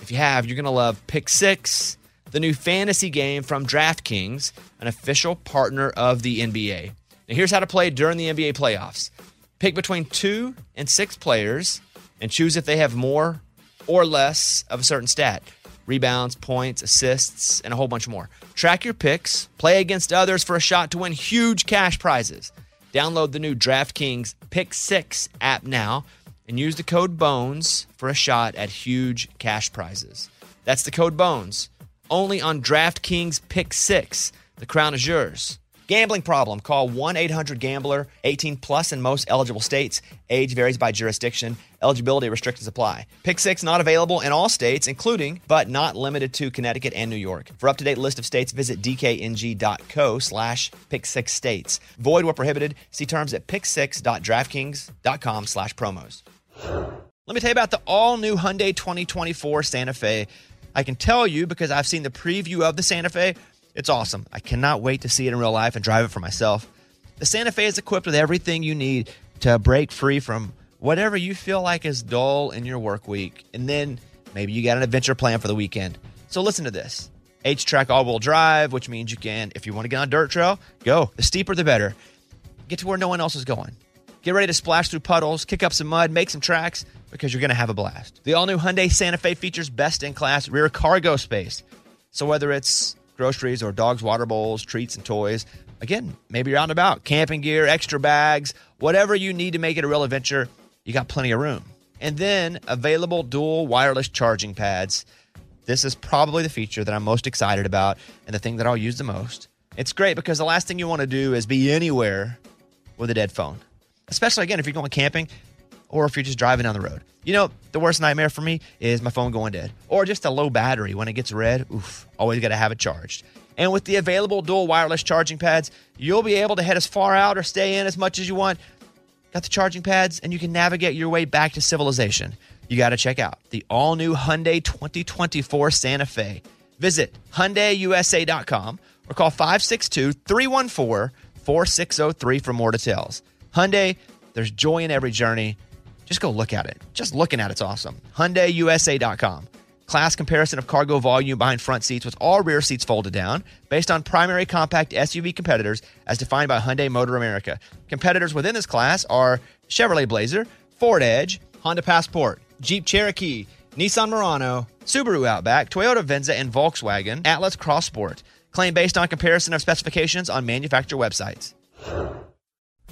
Speaker 1: If you have, you're going to love Pick Six, the new fantasy game from DraftKings, an official partner of the NBA. Now, here's how to play during the NBA playoffs pick between two and six players and choose if they have more or less of a certain stat rebounds, points, assists, and a whole bunch more. Track your picks, play against others for a shot to win huge cash prizes. Download the new DraftKings Pick Six app now and use the code BONES for a shot at huge cash prizes. That's the code BONES. Only on DraftKings Pick Six. The crown is yours. Gambling problem? Call 1 800 Gambler, 18 plus in most eligible states. Age varies by jurisdiction. Eligibility restrictions apply. Pick six not available in all states, including but not limited to Connecticut and New York. For up to date list of states, visit dkng.co slash pick six states. Void where prohibited. See terms at picksix.draftkings.com slash promos. Let me tell you about the all new Hyundai 2024 Santa Fe. I can tell you because I've seen the preview of the Santa Fe. It's awesome. I cannot wait to see it in real life and drive it for myself. The Santa Fe is equipped with everything you need to break free from whatever you feel like is dull in your work week. And then maybe you got an adventure plan for the weekend. So listen to this. H track all wheel drive, which means you can, if you want to get on a dirt trail, go. The steeper, the better. Get to where no one else is going. Get ready to splash through puddles, kick up some mud, make some tracks, because you're going to have a blast. The all new Hyundai Santa Fe features best in class rear cargo space. So whether it's groceries or dogs' water bowls, treats, and toys, again, maybe you're out and about, camping gear, extra bags, whatever you need to make it a real adventure, you got plenty of room. And then available dual wireless charging pads. This is probably the feature that I'm most excited about and the thing that I'll use the most. It's great because the last thing you want to do is be anywhere with a dead phone, especially again if you're going camping or if you're just driving down the road. You know, the worst nightmare for me is my phone going dead or just a low battery when it gets red. Oof, always got to have it charged. And with the available dual wireless charging pads, you'll be able to head as far out or stay in as much as you want. Got the charging pads, and you can navigate your way back to civilization. You got to check out the all new Hyundai 2024 Santa Fe. Visit HyundaiUSA.com or call 562 314 4603 for more details. Hyundai, there's joy in every journey. Just go look at it. Just looking at it's awesome. HyundaiUSA.com. Class comparison of cargo volume behind front seats with all rear seats folded down based on primary compact SUV competitors as defined by Hyundai Motor America. Competitors within this class are Chevrolet Blazer, Ford Edge, Honda Passport, Jeep Cherokee, Nissan Murano, Subaru Outback, Toyota Venza, and Volkswagen Atlas Cross Sport. Claim based on comparison of specifications on manufacturer websites.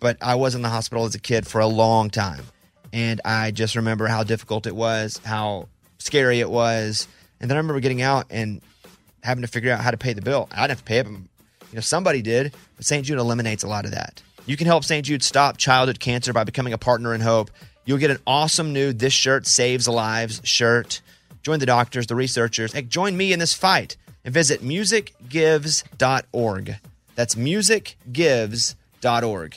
Speaker 1: but I was in the hospital as a kid for a long time. And I just remember how difficult it was, how scary it was. And then I remember getting out and having to figure out how to pay the bill. I didn't have to pay it, but you know, somebody did. But St. Jude eliminates a lot of that. You can help St. Jude stop childhood cancer by becoming a partner in hope. You'll get an awesome new This Shirt Saves Lives shirt. Join the doctors, the researchers, and join me in this fight and visit musicgives.org. That's musicgives.org.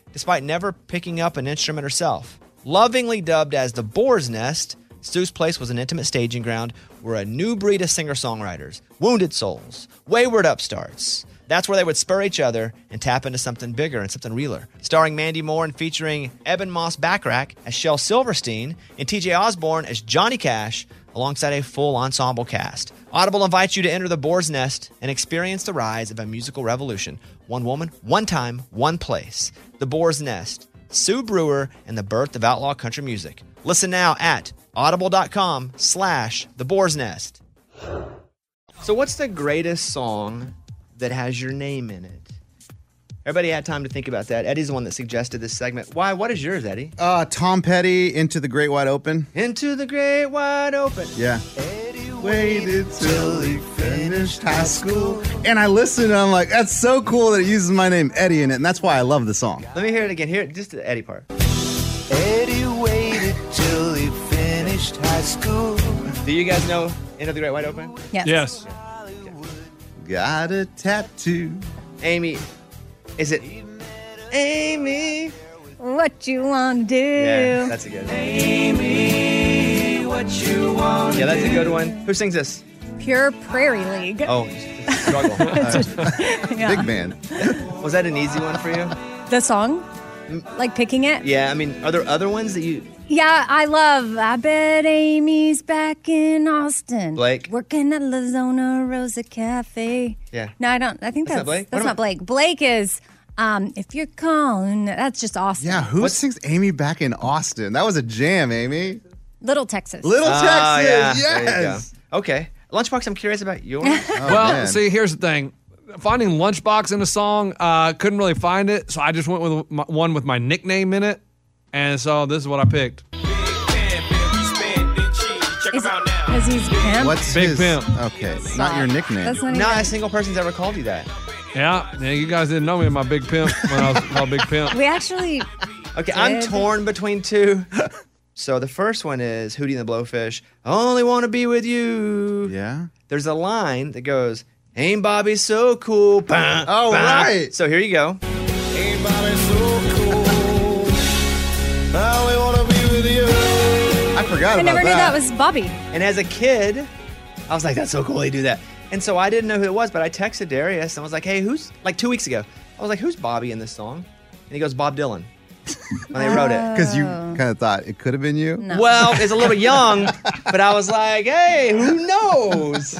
Speaker 1: despite never picking up an instrument herself. Lovingly dubbed as the Boar's Nest, Stu's Place was an intimate staging ground where a new breed of singer songwriters, wounded souls, wayward upstarts, that's where they would spur each other and tap into something bigger and something realer. Starring Mandy Moore and featuring Eben Moss Backrack as Shel Silverstein and TJ Osborne as Johnny Cash, alongside a full ensemble cast. Audible invites you to enter the boar's nest and experience the rise of a musical revolution. One woman, one time, one place. The boar's nest, Sue Brewer, and the birth of outlaw country music. Listen now at audible.com slash the boar's nest. So what's the greatest song that has your name in it? Everybody had time to think about that. Eddie's the one that suggested this segment. Why? What is yours, Eddie?
Speaker 5: Uh, Tom Petty, Into the Great Wide Open.
Speaker 1: Into the great wide open.
Speaker 5: Yeah.
Speaker 4: Waited till he finished high school.
Speaker 5: And I listened and I'm like, that's so cool that it uses my name, Eddie, in it. And that's why I love the song.
Speaker 1: Let me hear it again. Hear it, just the Eddie part.
Speaker 4: Eddie waited till he finished high school.
Speaker 1: Do you guys know Into the Great Wide Open?
Speaker 6: Yes.
Speaker 9: Yes.
Speaker 5: Got a tattoo.
Speaker 1: Amy, is it? Amy.
Speaker 6: What you want to do?
Speaker 1: Yeah, that's a good one.
Speaker 4: Amy, what you want?
Speaker 1: Yeah, that's a good one. Who sings this?
Speaker 6: Pure Prairie League.
Speaker 1: Oh, struggle.
Speaker 4: [laughs]
Speaker 6: Yeah.
Speaker 5: Big
Speaker 6: [laughs]
Speaker 5: man.
Speaker 1: Was that an easy one for you?
Speaker 6: The song? Like picking it?
Speaker 1: Mm. Yeah, I mean, are there other ones that you
Speaker 6: Yeah, I love. I bet Amy's back in Austin.
Speaker 1: Blake?
Speaker 6: Working at La Zona Rosa Cafe.
Speaker 1: Yeah.
Speaker 6: No, I don't. I think
Speaker 1: That's
Speaker 6: that's,
Speaker 1: not Blake? What
Speaker 6: That's
Speaker 1: am I-
Speaker 6: not Blake. Blake is Um, if you're calling, that's just awesome.
Speaker 5: Yeah, who sings Amy back in Austin? That was a jam, Amy.
Speaker 6: Little Texas.
Speaker 5: Little
Speaker 6: Ah,
Speaker 5: Texas,
Speaker 6: yeah. There you
Speaker 5: yes. Oh,
Speaker 1: Okay. Lunchbox, I'm curious about yours.
Speaker 4: [laughs]
Speaker 9: well, see, here's the thing. Finding Lunchbox in a song, uh, couldn't really find it, so I just went with my, one with my nickname in it. And so this is what I picked.
Speaker 6: Because he's pimp.
Speaker 5: What's
Speaker 9: Big
Speaker 5: his-
Speaker 9: Pimp.
Speaker 5: Okay, not your nickname.
Speaker 1: Not a single person's ever called you that.
Speaker 9: Yeah, yeah, you guys didn't know me in my Big Pimp when I was called Big Pimp.
Speaker 1: [laughs]
Speaker 6: We actually.
Speaker 1: Okay, I'm
Speaker 6: did-
Speaker 1: torn between two. [laughs] so the first one is Hootie and the Blowfish. I only want to be with you.
Speaker 5: Yeah.
Speaker 1: There's a line that goes, "Ain't Bobby so cool?" Bah,
Speaker 4: Oh,
Speaker 1: bah."
Speaker 4: right.
Speaker 1: So here you go.
Speaker 4: Ain't Bobby so cool? I only wanna be with you.
Speaker 5: I forgot
Speaker 6: I never knew that was Bobby.
Speaker 1: And as a kid, I was like, "That's so cool they do that." And so I didn't know who it was, but I texted Darius and was like, "Hey, who's like two weeks ago?" I was like, "Who's Bobby in this song?" And he goes, "Bob Dylan." When they wrote it,
Speaker 5: Because you
Speaker 4: Oh.
Speaker 5: kind of thought it could have been you.
Speaker 1: Well, it's a little bit young, but I was like, hey, who knows?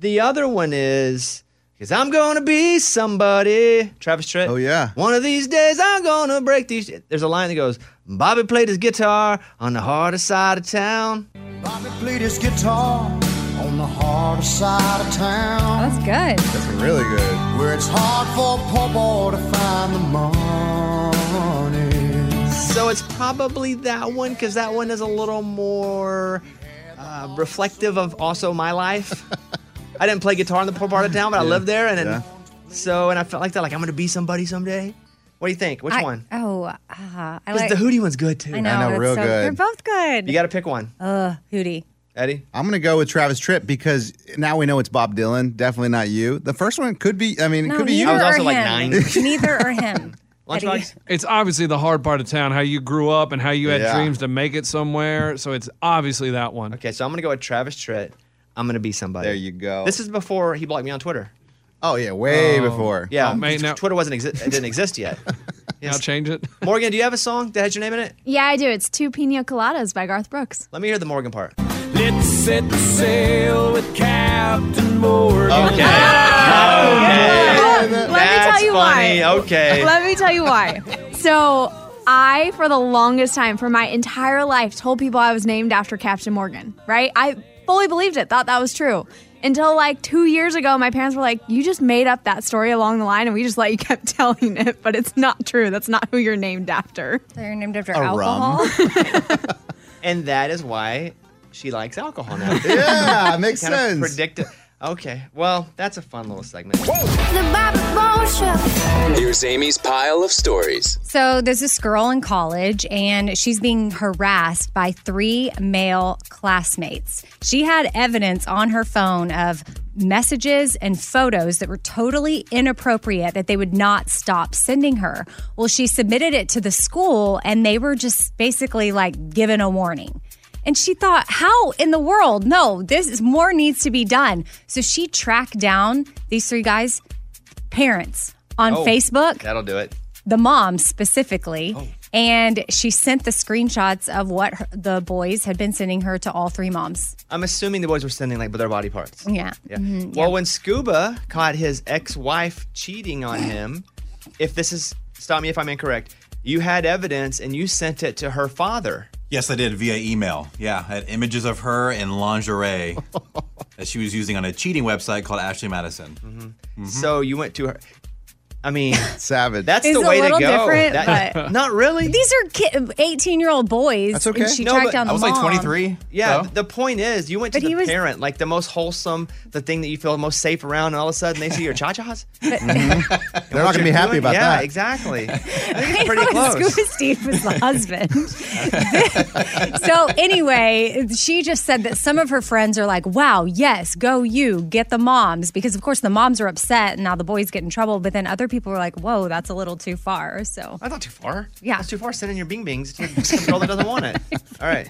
Speaker 1: The other one is because I'm going to be somebody. Travis Tritt. Oh,
Speaker 5: yeah.
Speaker 1: One of these days, I'm going to break these. There's a line that goes, Bobby played his guitar on the hardest side of town.
Speaker 4: Bobby played his guitar on the harder side of town.
Speaker 6: That's good.
Speaker 5: That's really good.
Speaker 4: Where it's hard for a poor boy to find the money.
Speaker 1: So it's probably that one because that one is a little more uh, reflective of also my life. I didn't play guitar in the poor part of town, but I
Speaker 4: Yeah,
Speaker 1: lived there, and then,
Speaker 4: yeah.
Speaker 1: so and I felt like that, like I'm gonna be somebody someday. What do you think? Which
Speaker 6: I-
Speaker 1: one?
Speaker 6: Oh, uh, I
Speaker 1: Because
Speaker 6: like
Speaker 1: the Hootie one's good too.
Speaker 6: I know. that's so, They're both good.
Speaker 1: You got to pick one.
Speaker 6: Uh, Hootie.
Speaker 1: Eddie?
Speaker 5: I'm going to go with Travis Tripp because now we know it's Bob Dylan. Definitely not you. The first one could be, I mean, it
Speaker 6: No,
Speaker 5: could be you.
Speaker 6: neither or him.
Speaker 7: [laughs]
Speaker 6: neither or him. Eddie.
Speaker 9: It's obviously the hard part of town, how you grew up and how you had
Speaker 1: Yeah.
Speaker 9: dreams to make it somewhere. So it's obviously that one.
Speaker 1: Okay, so I'm gonna go with Travis Tritt. I'm gonna be somebody.
Speaker 9: There
Speaker 5: you go.
Speaker 1: This is before he blocked me on Twitter.
Speaker 5: Oh yeah, way before.
Speaker 1: Yeah,
Speaker 9: Oh, mate, now-
Speaker 1: Twitter wasn't exi- it didn't exist yet.
Speaker 9: Now change it.
Speaker 1: Morgan, do you have a song that has your name in it?
Speaker 7: Yeah, I do. It's Two Pina Coladas by Garth Brooks.
Speaker 1: Let me hear the Morgan
Speaker 6: [laughs]
Speaker 1: part.
Speaker 4: Let's set sail with Captain Morgan.
Speaker 1: Okay.
Speaker 7: Let me tell you
Speaker 1: funny.
Speaker 7: why.
Speaker 6: [laughs]
Speaker 1: Okay.
Speaker 7: Let me tell you why. So, I, for the longest time, for my entire life, told people I was named after Captain Morgan, right? I fully believed it, thought that was true. Until like two years ago, my parents were like, You just made up that story along the line, and we just let you kept [laughs] telling it, but it's not true. That's not who you're named after.
Speaker 6: They're named after
Speaker 7: alcohol.
Speaker 1: and that is why she likes alcohol
Speaker 6: [laughs]
Speaker 1: now. [laughs]
Speaker 5: Yeah, makes
Speaker 1: Kind of
Speaker 5: sense.
Speaker 1: predictive. Okay, well, that's a fun little segment.
Speaker 13: Here's Amy's pile of stories.
Speaker 6: So there's this girl in college, and she's being harassed by three male classmates. She had evidence on her phone of messages and photos that were totally inappropriate that they would not stop sending her. Well, she submitted it to the school, and they were just basically like given a warning. And she thought, how in the world? No, this is more needs to be done. So she tracked down these three guys' parents on
Speaker 1: Oh,
Speaker 6: Facebook
Speaker 1: That'll do it.
Speaker 6: the mom specifically.
Speaker 1: Oh.
Speaker 6: And she sent the screenshots of what her, the boys had been sending her to all three moms.
Speaker 1: I'm assuming the boys were sending like their body parts.
Speaker 6: Mm-hmm, Yeah.
Speaker 1: Yeah. Well, when Scuba caught his ex-wife cheating
Speaker 6: [gasps]
Speaker 1: on him, if this is stop me if I'm incorrect, you had evidence and you sent it to her father.
Speaker 14: Yes, I did via email. Yeah, I had images of her in
Speaker 15: [laughs]
Speaker 14: lingerie that she was using on a cheating website called Ashley Madison.
Speaker 6: Mm-hmm.
Speaker 1: So you went to her. I
Speaker 6: [laughs]
Speaker 1: mean,
Speaker 5: savage.
Speaker 1: That's
Speaker 6: It's
Speaker 1: the
Speaker 6: a
Speaker 1: way
Speaker 6: little
Speaker 1: to go.
Speaker 6: different,
Speaker 1: That-
Speaker 6: but
Speaker 1: not really.
Speaker 6: These are ki- 18 year old boys. And she tracked down the mom. [laughs]
Speaker 1: Yeah. The point is, you went to
Speaker 6: But he
Speaker 1: the
Speaker 6: was-
Speaker 1: parent, like the most wholesome, the thing that you feel most safe around, and all of a sudden they see your cha-chas.
Speaker 5: They're not going to [laughs] be happy about
Speaker 1: yeah,
Speaker 5: that.
Speaker 1: exactly. I think
Speaker 6: [laughs] I
Speaker 1: it's pretty
Speaker 6: know, and
Speaker 1: close.
Speaker 6: Scuba Steve was
Speaker 1: [laughs]
Speaker 6: the husband. so anyway, she just said that some of her friends are like, "Wow, yes, go you, get the moms," because of course the moms are upset, and now the boys get in trouble. But then other people were like, "Whoa, that's a little too far." So
Speaker 1: I thought too far.
Speaker 6: Yeah, [laughs]
Speaker 1: it's too far sending your bing bings to the girl that doesn't want it. All right.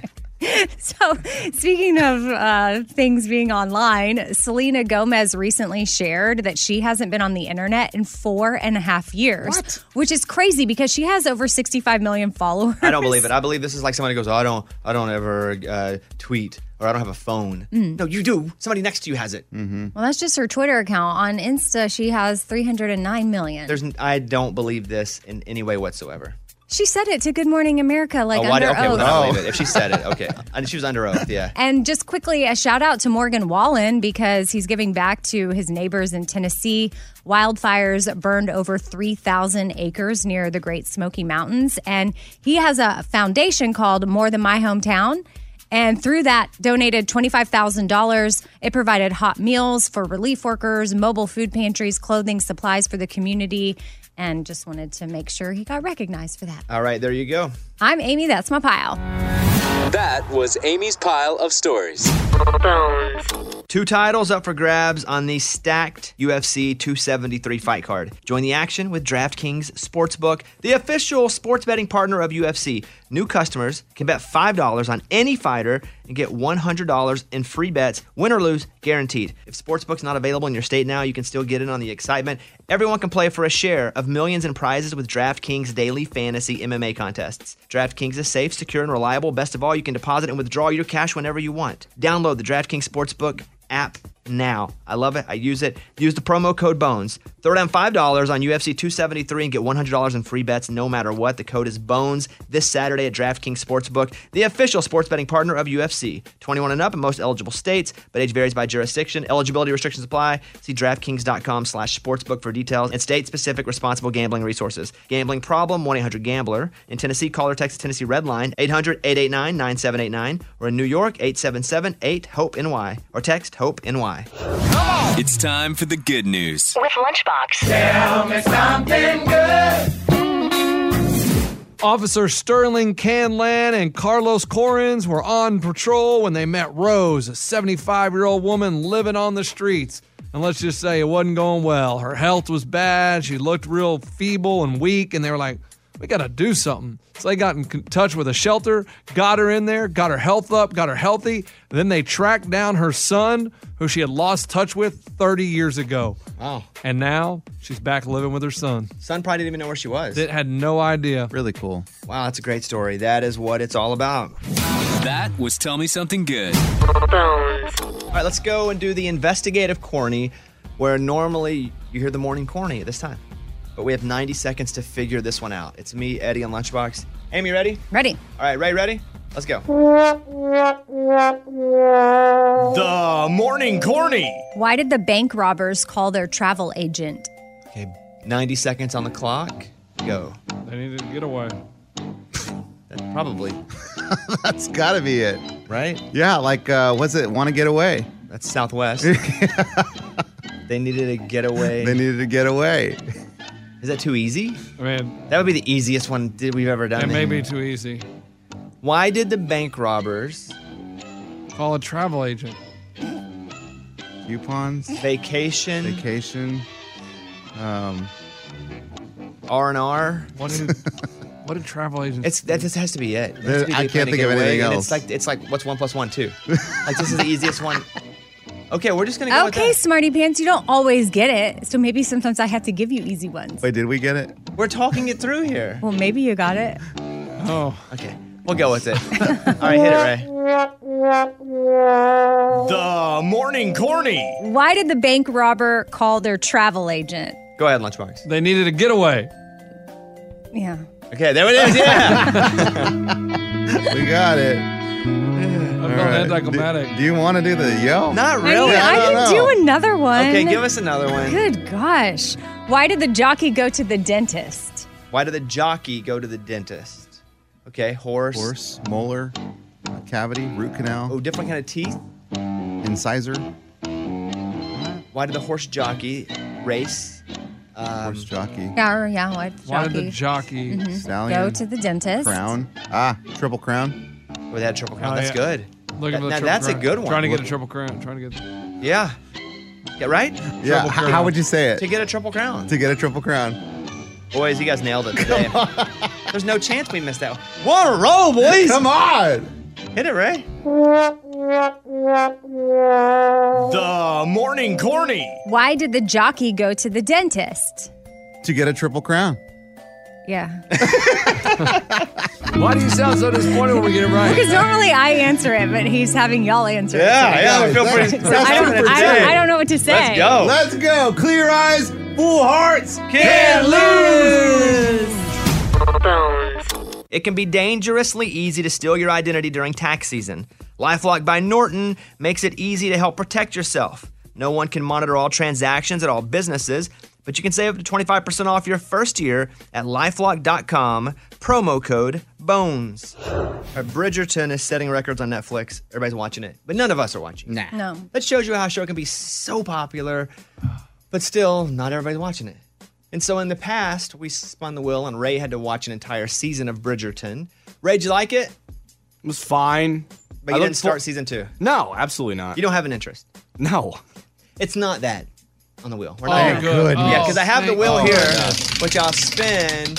Speaker 6: So, Oh, speaking of uh, things being online, Selena Gomez recently shared that she hasn't been on the internet in four and a half years, which is crazy because she has over 65
Speaker 1: [laughs]
Speaker 6: million followers.
Speaker 1: I don't believe it. I believe this is like somebody goes, oh, I don't, I don't ever uh, tweet or I don't have a phone.
Speaker 6: Mm.
Speaker 1: No, you do. Somebody next to you has it.
Speaker 5: Mm.
Speaker 1: Mm-hmm.
Speaker 6: Well, that's just her Twitter account. On Insta, she has 309 million.
Speaker 1: There's, n- I don't believe this in any way whatsoever.
Speaker 6: she said it to Good Morning America, like
Speaker 1: oh, why,
Speaker 6: under
Speaker 1: did- okay, well,
Speaker 6: oath.
Speaker 1: then I believe it. If she said it,
Speaker 5: [laughs]
Speaker 1: okay, and she was under oath. Yeah.
Speaker 6: And just quickly, a shout out to Morgan Wallen because he's giving back to his neighbors in Tennessee. Wildfires burned over 3,000 acres near the Great Smoky Mountains. And he has a foundation called More Than My Hometown. And through that, donated $25,000. It provided hot meals for relief workers, mobile food pantries, clothing, supplies for the community. And just wanted to make sure he got recognized for that.
Speaker 1: All right, there you go.
Speaker 6: I'm Amy. That's my pile.
Speaker 13: That was Amy's pile of stories.
Speaker 1: Two titles up for grabs on the stacked UFC 273 fight card. Join the action with DraftKings Sportsbook, the official sports betting partner of UFC. New customers can bet $5 on any fighter and get $100 in free bets, win or lose, guaranteed. If Sportsbook's not available in your state now, you can still get in on the excitement. Everyone can play for a share of millions in prizes with DraftKings daily fantasy MMA contests. DraftKings is safe, secure, and reliable. Best of all, you can deposit and withdraw your cash whenever you want. Download the DraftKings Sportsbook app now. I love it. I use it. Use the promo code BONES. Throw down $5 on UFC 273 and get $100 in free bets no matter what. The code is BONES this Saturday at DraftKings Sportsbook, the official sports betting partner of UFC. 21 and up in most eligible states, but age varies by jurisdiction. Eligibility restrictions apply. See DraftKings.com slash sportsbook for details and state-specific responsible gambling resources. Gambling problem, 1-800-GAMBLER. In Tennessee, call or text Tennessee Red Line, 800-889-9789 or in New York, 877-8-HOPE-NY or text HOPE-NY.
Speaker 13: It's time for the good news.
Speaker 3: With Lunchbox.
Speaker 13: Tell me something good.
Speaker 9: Officer Sterling Canlan and Carlos Corins were on patrol when they met Rose, a 75 year old woman living on the streets. And let's just say it wasn't going well. Her health was bad. She looked real feeble and weak. And they were like, we got to do something. So they got in c- touch with a shelter, got her in there, got her health up, got her healthy. Then they tracked down her son, who she had lost touch with 30 years ago.
Speaker 1: Wow.
Speaker 9: And now she's back living with her son.
Speaker 1: Son probably didn't even know where she was.
Speaker 9: It had no idea.
Speaker 5: Really cool.
Speaker 1: Wow, that's a great story. That is what it's all about.
Speaker 13: That was Tell Me Something Good.
Speaker 1: All right, let's go and do the investigative corny, where normally you hear the morning corny at this time. But we have 90 seconds to figure this one out. It's me, Eddie, and Lunchbox. Amy, ready?
Speaker 6: Ready.
Speaker 1: All right, Ray, ready? Let's go.
Speaker 6: The
Speaker 1: morning corny.
Speaker 6: Why did the bank robbers call their travel agent?
Speaker 1: 90 seconds on the clock. Go.
Speaker 9: They needed to get away.
Speaker 1: Probably.
Speaker 5: [laughs] That's got to be it.
Speaker 1: Right?
Speaker 5: Yeah, like, uh, what's it? Want to get away?
Speaker 1: That's Southwest. they needed a getaway.
Speaker 5: They needed to get away. [laughs]
Speaker 1: Is that too easy?
Speaker 9: I mean,
Speaker 1: that would be the easiest one that we've ever done.
Speaker 9: It may be too easy.
Speaker 1: Why did the bank robbers
Speaker 9: call a travel agent?
Speaker 5: Coupons.
Speaker 1: Vacation.
Speaker 5: Vacation. Um.
Speaker 1: R and R.
Speaker 9: What [laughs] did what did travel agents?
Speaker 1: It's that just has to be it. It has to be
Speaker 5: I
Speaker 1: they
Speaker 5: can't
Speaker 1: plan to
Speaker 5: think
Speaker 1: get
Speaker 5: of anything
Speaker 1: away, and
Speaker 5: else.
Speaker 1: It's like it's like what's one plus one two. like this is the easiest
Speaker 5: [laughs]
Speaker 1: one. Okay, we're just gonna go
Speaker 6: okay, smarty pants, you don't always get it. So maybe sometimes I have to give you easy ones.
Speaker 5: Wait, did we get it?
Speaker 1: We're talking it through here.
Speaker 6: Well, maybe you got it.
Speaker 9: Oh,
Speaker 1: okay. We'll go
Speaker 6: [laughs]
Speaker 1: with it. [laughs] All right, hit it, Ray. The morning corny.
Speaker 6: Why did the bank robber call their travel agent?
Speaker 1: Go ahead, lunchbox.
Speaker 9: They needed a getaway.
Speaker 6: Yeah.
Speaker 1: Okay, there it is.
Speaker 6: [laughs]
Speaker 5: Yeah. we got it.
Speaker 9: I'm
Speaker 5: All right.
Speaker 9: anticlimactic.
Speaker 5: Do, do you want to do the yo?
Speaker 1: Not
Speaker 6: I, mean, I can do another one.
Speaker 1: Okay, give us another one.
Speaker 6: Good gosh. Why did the jockey go to the dentist?
Speaker 1: Why did the jockey go to the dentist? Okay, horse.
Speaker 5: Horse, molar, uh, cavity, root canal.
Speaker 1: Oh, different kind of teeth.
Speaker 6: Oh.
Speaker 5: Incisor.
Speaker 1: Why did the horse jockey race? Um,
Speaker 5: horse jockey.
Speaker 6: Yeah, yeah. Why,
Speaker 9: Why did the jockey
Speaker 6: Mhm.
Speaker 5: Stallion.
Speaker 6: go to the dentist?
Speaker 5: Crown. Ah, triple crown.
Speaker 1: Oh, that triple
Speaker 9: Oh, yeah. Looking for the
Speaker 1: now
Speaker 9: triple
Speaker 1: that's a
Speaker 9: crown.
Speaker 1: good one.
Speaker 9: Trying to get a triple crown. Trying to get.
Speaker 1: Yeah. Yeah, right?
Speaker 5: Yeah.
Speaker 1: Triple
Speaker 5: h-
Speaker 1: crown.
Speaker 5: how would you say it?
Speaker 1: To get a triple crown.
Speaker 5: To get a triple crown.
Speaker 1: Boys, you guys nailed it today. There's no chance we missed that one. What a roll, boys!
Speaker 5: Come on.
Speaker 1: Hit it, Ray.
Speaker 6: The
Speaker 15: morning corny.
Speaker 6: Why did the jockey go to the dentist?
Speaker 5: to get a triple crown.
Speaker 6: Yeah.
Speaker 9: [laughs] Why do you sound so disappointed when we get it right?
Speaker 6: [laughs] Because normally I answer it, but he's having y'all answer it. today.
Speaker 9: yeah, we feel
Speaker 6: pretty- So I don't- I don't- I don't know what to say. Let's go.
Speaker 5: Let's go. Clear eyes, full hearts,
Speaker 6: Oh. Can't
Speaker 15: lose.
Speaker 16: It can be dangerously easy to steal your identity during tax season. Lifelock by Norton makes it easy to help protect yourself. No one can monitor all transactions at all businesses, but you can save up to 25% off your first year at lifelock.com, promo code BONES.
Speaker 1: Bridgerton is setting records on Netflix. Everybody's watching it, but none of us are watching. Nah.
Speaker 6: No.
Speaker 1: That shows you how a show can be so popular, but still not everybody's watching it. And so in the past, we spun the wheel and Ray had to watch an entire season of Bridgerton. Ray, did you like it? It
Speaker 15: was fine.
Speaker 1: But
Speaker 15: I
Speaker 1: you
Speaker 15: looked
Speaker 1: didn't start
Speaker 15: for-
Speaker 1: season two.
Speaker 15: No, absolutely not.
Speaker 1: You don't have an interest.
Speaker 15: No.
Speaker 1: It's not that on the wheel. We're
Speaker 15: Oh,
Speaker 1: not
Speaker 15: thank goodness.
Speaker 1: Yeah, because I have the
Speaker 15: Thank
Speaker 1: wheel
Speaker 15: goodness.
Speaker 1: here, which I'll spin,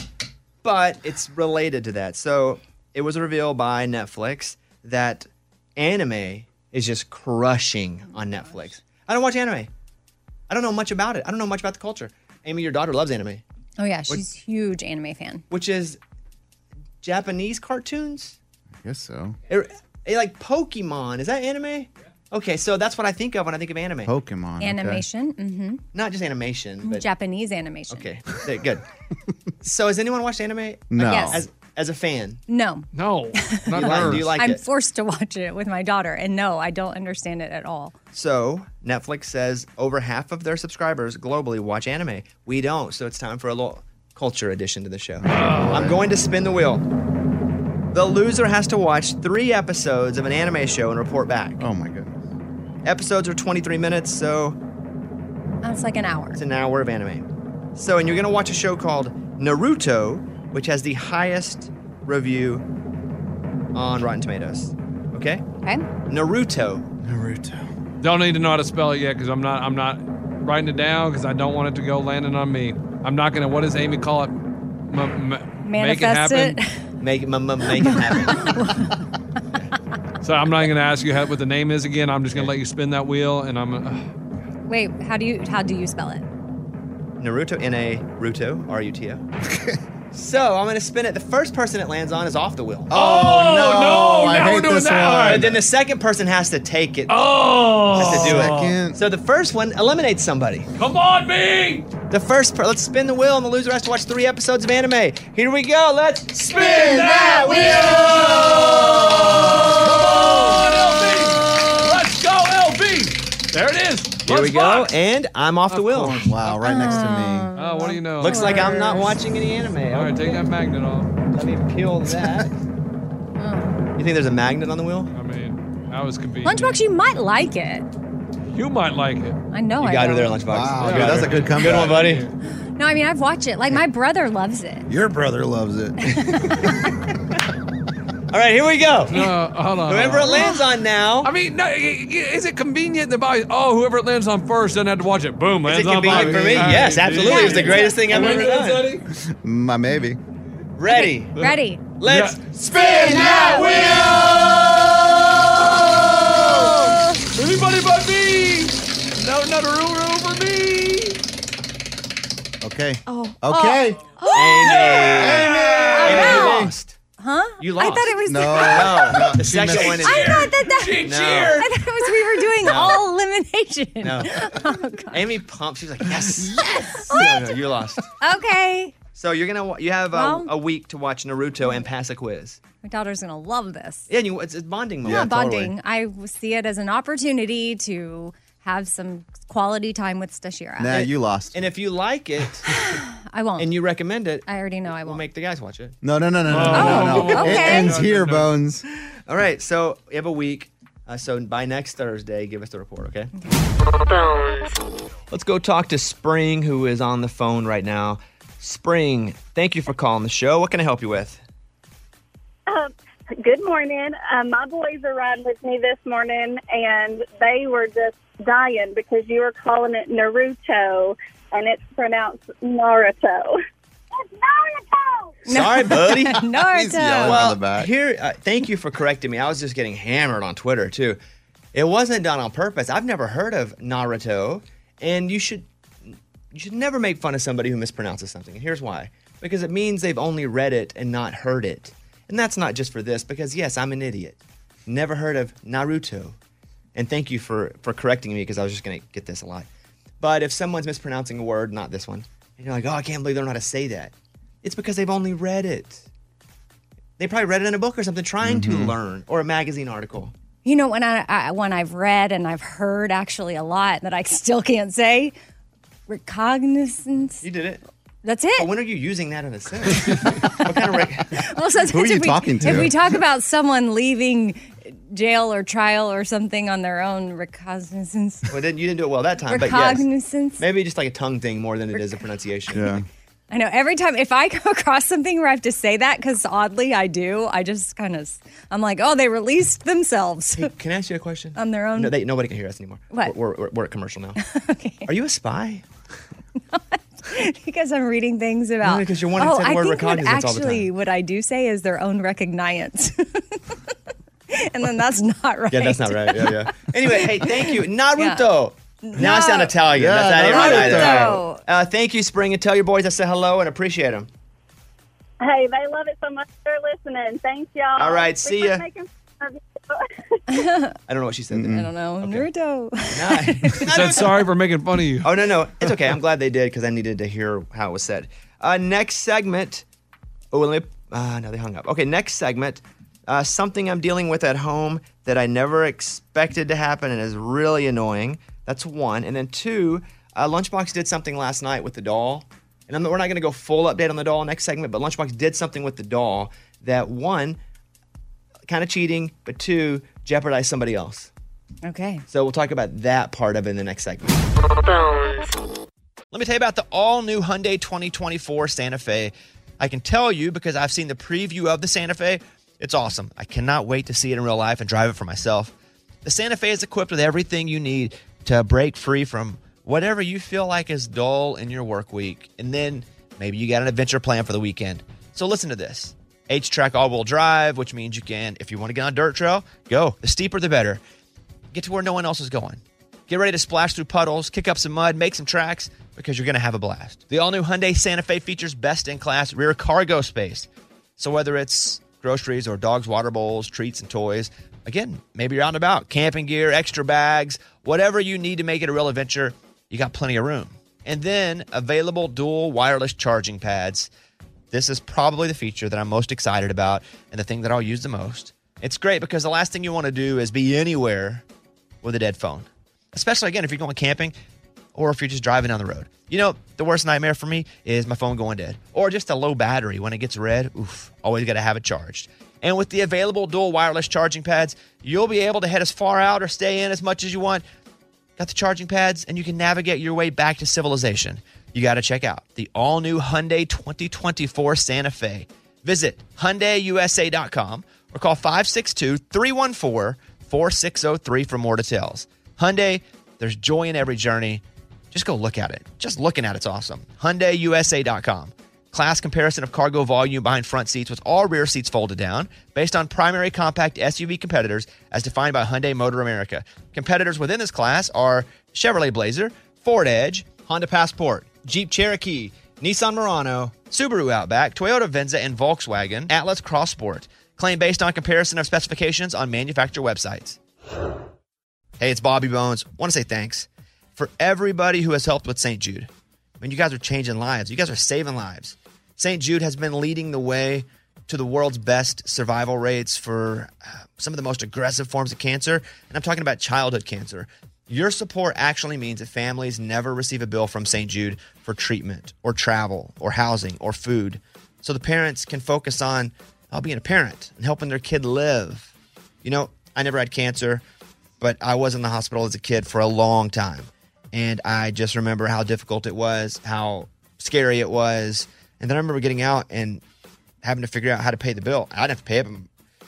Speaker 1: but it's related to that. So it was revealed by Netflix that anime is just crushing
Speaker 15: Oh
Speaker 1: on Netflix. I don't watch anime. I don't know much about it. I don't know much about the culture. Amy, your daughter loves anime,
Speaker 6: Oh yeah,
Speaker 1: What-
Speaker 6: she's huge anime fan.
Speaker 1: which is Japanese cartoons.
Speaker 5: I guess so.
Speaker 1: It- it Er, eh, like Pokemon. Is that anime? Okay, so that's what I think of when I think of anime.
Speaker 5: Pokemon.
Speaker 1: okay.
Speaker 6: Animation. Mm-hmm.
Speaker 1: Not just animation, but
Speaker 6: Japanese animation.
Speaker 1: Okay, th-
Speaker 5: [laughs]
Speaker 1: good. so, has anyone watched anime?
Speaker 5: No.
Speaker 6: Yes.
Speaker 1: As, as a fan,
Speaker 6: No.
Speaker 9: [laughs] No.
Speaker 1: not you like, do you like
Speaker 6: I'm
Speaker 1: it?
Speaker 6: forced to watch it with my daughter, and no, I don't understand it at all.
Speaker 1: so, Netflix says over half of their subscribers globally watch anime. We don't, so it's time for a little culture addition to the
Speaker 5: Oh.
Speaker 1: show. I'm going to spin the wheel. The loser has to watch three episodes of an anime show and report back.
Speaker 5: Oh my goodness.
Speaker 1: Episodes are 23 minutes, so
Speaker 6: That's like an hour.
Speaker 1: It's an hour of anime. So, and you're going to watch a show called Naruto, which has the highest review on Rotten Tomatoes. Okay?
Speaker 6: Okay.
Speaker 1: Naruto.
Speaker 5: Naruto.
Speaker 9: Don't need to know how to spell it yet because I'm not. I'm not writing it down because I don't want it to go landing on me. I'm not gonna. What does Amy call it? M- m- make it
Speaker 6: Manifest
Speaker 9: happen.
Speaker 6: [laughs]
Speaker 1: Make, m- m- make it happen.
Speaker 9: So I'm not gonna ask you how, what the name is again. I'm just gonna let you spin that wheel, and I'm. Uh,
Speaker 6: Wait, how do you how do you spell it?
Speaker 1: Naruto, N A Ruto, R U T O. So I'm gonna spin it. The first person it lands on is off the wheel.
Speaker 5: Oh, no, no, I now hate we're doing this that. one.
Speaker 1: And then the second person has to take it.
Speaker 9: Oh,
Speaker 1: has to do
Speaker 5: Second.
Speaker 1: it. So the first one eliminates somebody.
Speaker 9: Come on, me.
Speaker 1: The first. Per- let's spin the wheel, and the loser has to watch three episodes of anime. Here we go. Let's spin
Speaker 4: that
Speaker 9: wheel. Let's go, LB. There it is.
Speaker 1: Here we go, and I'm off the wheel.
Speaker 5: Wow, right next to me.
Speaker 9: Oh, what do you know?
Speaker 1: Looks like I'm not watching any anime.
Speaker 9: All right, take that magnet off.
Speaker 1: Let me peel that. You think there's a magnet on the wheel?
Speaker 9: I mean, I was confused.
Speaker 6: Lunchbox, you might like it.
Speaker 9: You might like it.
Speaker 6: I know
Speaker 1: You
Speaker 6: I
Speaker 1: got her
Speaker 6: don't.
Speaker 1: there, Lunchbox.
Speaker 5: Wow,
Speaker 1: You
Speaker 5: dude,
Speaker 1: got
Speaker 5: that's
Speaker 1: her.
Speaker 5: a good comeback.
Speaker 1: Good one, buddy.
Speaker 6: No, I mean I've watched it. Like my brother loves it.
Speaker 5: Your brother loves it.
Speaker 1: All right, here we go.
Speaker 9: No, hold on.
Speaker 1: Whoever it lands on now.
Speaker 9: I mean, no, i- i- is it convenient that Bobby? Oh, whoever it lands on first doesn't have to watch it. Boom,
Speaker 1: Is
Speaker 9: lands
Speaker 1: it
Speaker 9: on
Speaker 1: convenient
Speaker 9: Bobby.
Speaker 1: for me?
Speaker 9: All
Speaker 1: Yes,
Speaker 9: right.
Speaker 1: absolutely. It was the greatest thing I've ever done.
Speaker 5: My maybe.
Speaker 1: Ready.
Speaker 6: Ready.
Speaker 1: Let's
Speaker 9: spin that
Speaker 4: wheel!
Speaker 9: Anybody but me! No, not a ruler over me!
Speaker 5: Okay.
Speaker 6: Oh.
Speaker 5: Okay.
Speaker 1: Amy. Amy, you
Speaker 6: Wow.
Speaker 1: lost.
Speaker 6: Huh?
Speaker 1: You
Speaker 6: I
Speaker 1: lost.
Speaker 6: thought it was
Speaker 5: No.
Speaker 1: No, the
Speaker 5: She
Speaker 1: second
Speaker 5: missed.
Speaker 1: one is.
Speaker 6: I thought that that
Speaker 1: She No. cheered.
Speaker 6: I thought it was we were doing
Speaker 1: No.
Speaker 6: all elimination. [laughs] Oh,
Speaker 1: No. Amy pumped. She was like, yes. yes. No, no, you lost.
Speaker 6: Okay.
Speaker 1: So you're gonna wa- you have a,
Speaker 6: Well-
Speaker 1: a week to watch Naruto and pass a quiz.
Speaker 6: My daughter's gonna love this.
Speaker 1: Yeah, and you, it's a bonding
Speaker 6: Yeah,
Speaker 1: moment.
Speaker 6: bonding. I w- see it as an opportunity to have some quality time with Stashira.
Speaker 5: lost.
Speaker 1: And if you like [laughs] it
Speaker 6: I won't.
Speaker 1: and you recommend it,
Speaker 6: I already know I won't.
Speaker 1: we'll make the guys watch it.
Speaker 5: No, no, no, no, no,
Speaker 1: Oh,
Speaker 5: no, no, no. It
Speaker 1: okay.
Speaker 5: ends
Speaker 1: No, no,
Speaker 5: here,
Speaker 1: no.
Speaker 5: Bones.
Speaker 1: All right, so you have a week. Uh, so by next Thursday, give us the report, okay? Let's go talk to Spring, who is on the phone right now. Spring, thank you for calling the show. What can I help you with?
Speaker 17: Um, good morning. Um, my boys are riding with me this morning, and they were just dying
Speaker 6: [laughs]
Speaker 17: because you were calling it Naruto, and it's pronounced Naruto.
Speaker 1: Sorry, buddy. Well,
Speaker 16: Well,
Speaker 1: here, uh, thank you for correcting me. I was just getting hammered on Twitter too. It wasn't done on purpose. I've never heard of Naruto, and you should you should never make fun of somebody who mispronounces something. And here's why: because it means they've only read it and not heard it. And that's not just for this. Because yes, I'm an idiot. Never heard of Naruto. And thank you for for correcting me because I was just gonna get this a lot. But if someone's mispronouncing a word, not this one, and you're like, oh, I can't believe they don't know how to say that. It's because they've only read it. They probably read it in a book or something, trying
Speaker 6: Mm-hmm.
Speaker 1: to learn, or a magazine article.
Speaker 6: You know, when I, I one I've read and I've heard actually a lot that I [laughs] still can't say. Recognizance.
Speaker 1: You did it.
Speaker 6: That's it.
Speaker 1: But Oh,
Speaker 6: [laughs]
Speaker 1: when are you using that in a sentence?
Speaker 6: Well, so
Speaker 1: Who are
Speaker 6: if
Speaker 1: you
Speaker 6: we-
Speaker 1: talking to?
Speaker 6: If we
Speaker 1: [laughs]
Speaker 6: talk about someone leaving jail or trial or something on their own recognizance,
Speaker 1: well, then you didn't do it well that time. But yes,
Speaker 6: recognizance.
Speaker 1: maybe just like a tongue thing more than it is a pronunciation. Yeah.
Speaker 6: I know every time if I [laughs] come across something where I have to say that, because oddly I do, I just kind of, I'm like, oh, they released themselves [laughs]
Speaker 1: Can I ask you a question?
Speaker 6: on their own.
Speaker 1: No, they, nobody can hear us anymore.
Speaker 6: What?
Speaker 1: We're, we're, we're at commercial
Speaker 6: [laughs]
Speaker 1: now. Are you a spy?
Speaker 6: because I'm reading things about.
Speaker 1: because you're wanting to
Speaker 6: oh,
Speaker 1: say the
Speaker 6: I
Speaker 1: word
Speaker 6: think what
Speaker 1: recognizance all the time.
Speaker 6: actually, what I do say is their own recognizance. [laughs] and then that's not right.
Speaker 1: Yeah, that's not right.
Speaker 6: [laughs]
Speaker 1: Yeah, yeah. Anyway, hey, thank you. Naruto. Now I sound
Speaker 6: No.
Speaker 1: Italian.
Speaker 6: Yeah,
Speaker 1: That's, I didn't
Speaker 6: Naruto.
Speaker 1: do that. Uh, thank you, Spring, and tell your boys I said hello and appreciate them.
Speaker 17: Hey, they love it so much. They're listening. Thanks, y'all.
Speaker 1: All right,
Speaker 17: We
Speaker 1: see
Speaker 17: quit
Speaker 1: ya.
Speaker 17: making fun
Speaker 6: of you.
Speaker 1: I don't know what she said. there.
Speaker 6: I don't know. Naruto. [laughs]
Speaker 1: said sorry for making fun of you. Oh no no, it's okay. I'm glad they did because I needed to hear how it was said. Uh, next segment. Oh, let me. Uh, no, they hung up. Okay, next segment. Uh, something I'm dealing with at home that I never expected to happen and is really annoying. That's one. And then two, uh, Lunchbox did something last night with the doll. And I'm, we're not going to go full update on the doll next segment, but Lunchbox did something with the doll that one, kind of cheating, but two, jeopardized somebody else.
Speaker 6: Okay.
Speaker 1: So we'll talk about that part of it in the next segment. Let me tell you about the all new Hyundai 2024 Santa Fe. I can tell you because I've seen the preview of the Santa Fe. It's awesome. I cannot wait to see it in real life and drive it for myself. The Santa Fe is equipped with everything you need to break free from whatever you feel like is dull in your work week. And then maybe you got an adventure plan for the weekend. So listen to this. H track all wheel drive, which means you can, if you want to get on a dirt trail, go. The steeper, the better get to where no one else is going. Get ready to splash through puddles, kick up some mud, make some tracks because you're going to have a blast. The all new Hyundai Santa Fe features best in class rear cargo space. So whether it's groceries or dogs' water bowls, treats, and toys, again, maybe you're out and about, camping gear, extra bags, whatever you need to make it a real adventure, you got plenty of room. And then available dual wireless charging pads. This is probably the feature that I'm most excited about and the thing that I'll use the most. It's great because the last thing you want to do is be anywhere with a dead phone, especially again if you're going camping or if you're just driving down the road. You know, the worst nightmare for me is my phone going dead or just a low battery when it gets red. Oof, always got to have it charged. And with the available dual wireless charging pads, you'll be able to head as far out or stay in as much as you want. Got the charging pads, and you can navigate your way back to civilization. You got to check out the all new Hyundai 2024 Santa Fe. Visit HyundaiUSA.com or call 562 314 4603 for more details. Hyundai, there's joy in every journey. Just go look at it. Just looking at it's awesome. HyundaiUSA.com. Class comparison of cargo volume behind front seats with all rear seats folded down, based on primary compact SUV competitors as defined by Hyundai Motor America. Competitors within this class are Chevrolet Blazer, Ford Edge, Honda Passport, Jeep Cherokee, Nissan Murano, Subaru Outback, Toyota Venza, and Volkswagen Atlas Crossport. Claim based on comparison of specifications on manufacturer websites. Hey, it's Bobby Bones. Want to say thanks for everybody who has helped with St. Jude. I mean, you guys are changing lives. You guys are saving lives. St. Jude has been leading the way to the world's best survival rates for uh, some of the most aggressive forms of cancer, and I'm talking about childhood cancer. Your support actually means that families never receive a bill from St. Jude for treatment or travel or housing or food. So the parents can focus on uh, being a parent and helping their kid live. You know, I never had cancer but I was in the hospital as a kid for a long time. And I just remember how difficult it was, how scary it was. And then I remember getting out and having to figure out how to pay the bill. I didn't have to pay it, but you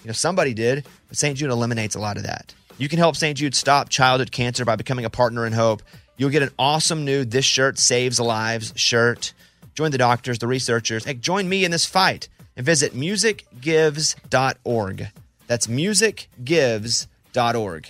Speaker 1: know, somebody did. But St. Jude eliminates a lot of that. You can help St. Jude stop childhood cancer by becoming a partner in hope. You'll get an awesome new This Shirt Saves Lives shirt. Join the doctors, the researchers. Heck, join me in this fight and visit musicgives.org. That's musicgives.org.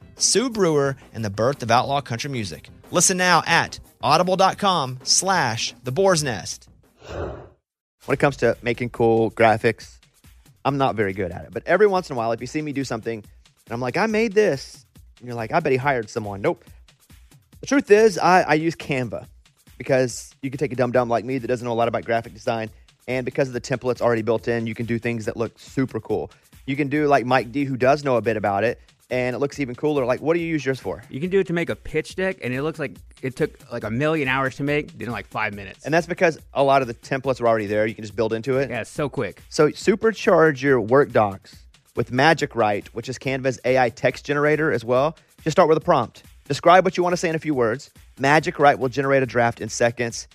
Speaker 1: Sue Brewer and the birth of outlaw country music. Listen now at audible.com slash the boar's nest.
Speaker 18: When it comes to making cool graphics, I'm not very good at it. But every once in a while, if you see me do something and I'm like, I made this, and you're like, I bet he hired someone. Nope. The truth is, I, I use Canva because you can take a dumb dumb like me that doesn't know a lot about graphic design. And because of the templates already built in, you can do things that look super cool. You can do like Mike D, who does know a bit about it, and it looks even cooler. Like, what do you use yours for?
Speaker 19: You can do it to make a pitch deck, and it looks like it took like a million hours to make, did in like five minutes.
Speaker 18: And that's because a lot of the templates are already there. You can just build into it.
Speaker 19: Yeah, it's so quick.
Speaker 18: So supercharge your work docs with Magic Write, which is Canva's AI text generator as well. Just start with a prompt. Describe what you want to say in a few words. Magic Write will generate a draft in seconds.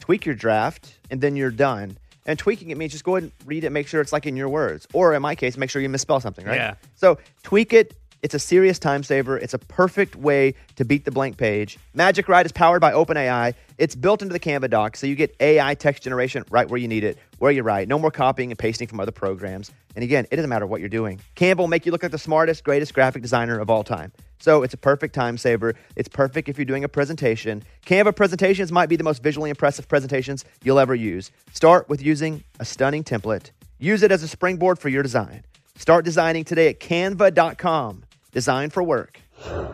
Speaker 18: Tweak your draft, and then you're done. And tweaking it means just go ahead and read it, make sure it's like in your words. Or in my case, make sure you misspell something, right?
Speaker 19: Yeah.
Speaker 18: So tweak it. It's a serious time saver. It's a perfect way to beat the blank page. Magic Write is powered by OpenAI. It's built into the Canva doc, so you get AI text generation right where you need it, where you write. No more copying and pasting from other programs. And again, it doesn't matter what you're doing. Canva will make you look like the smartest, greatest graphic designer of all time. So it's a perfect time saver. It's perfect if you're doing a presentation. Canva presentations might be the most visually impressive presentations you'll ever use. Start with using a stunning template. Use it as a springboard for your design. Start designing today at canva.com. Design for work.
Speaker 1: I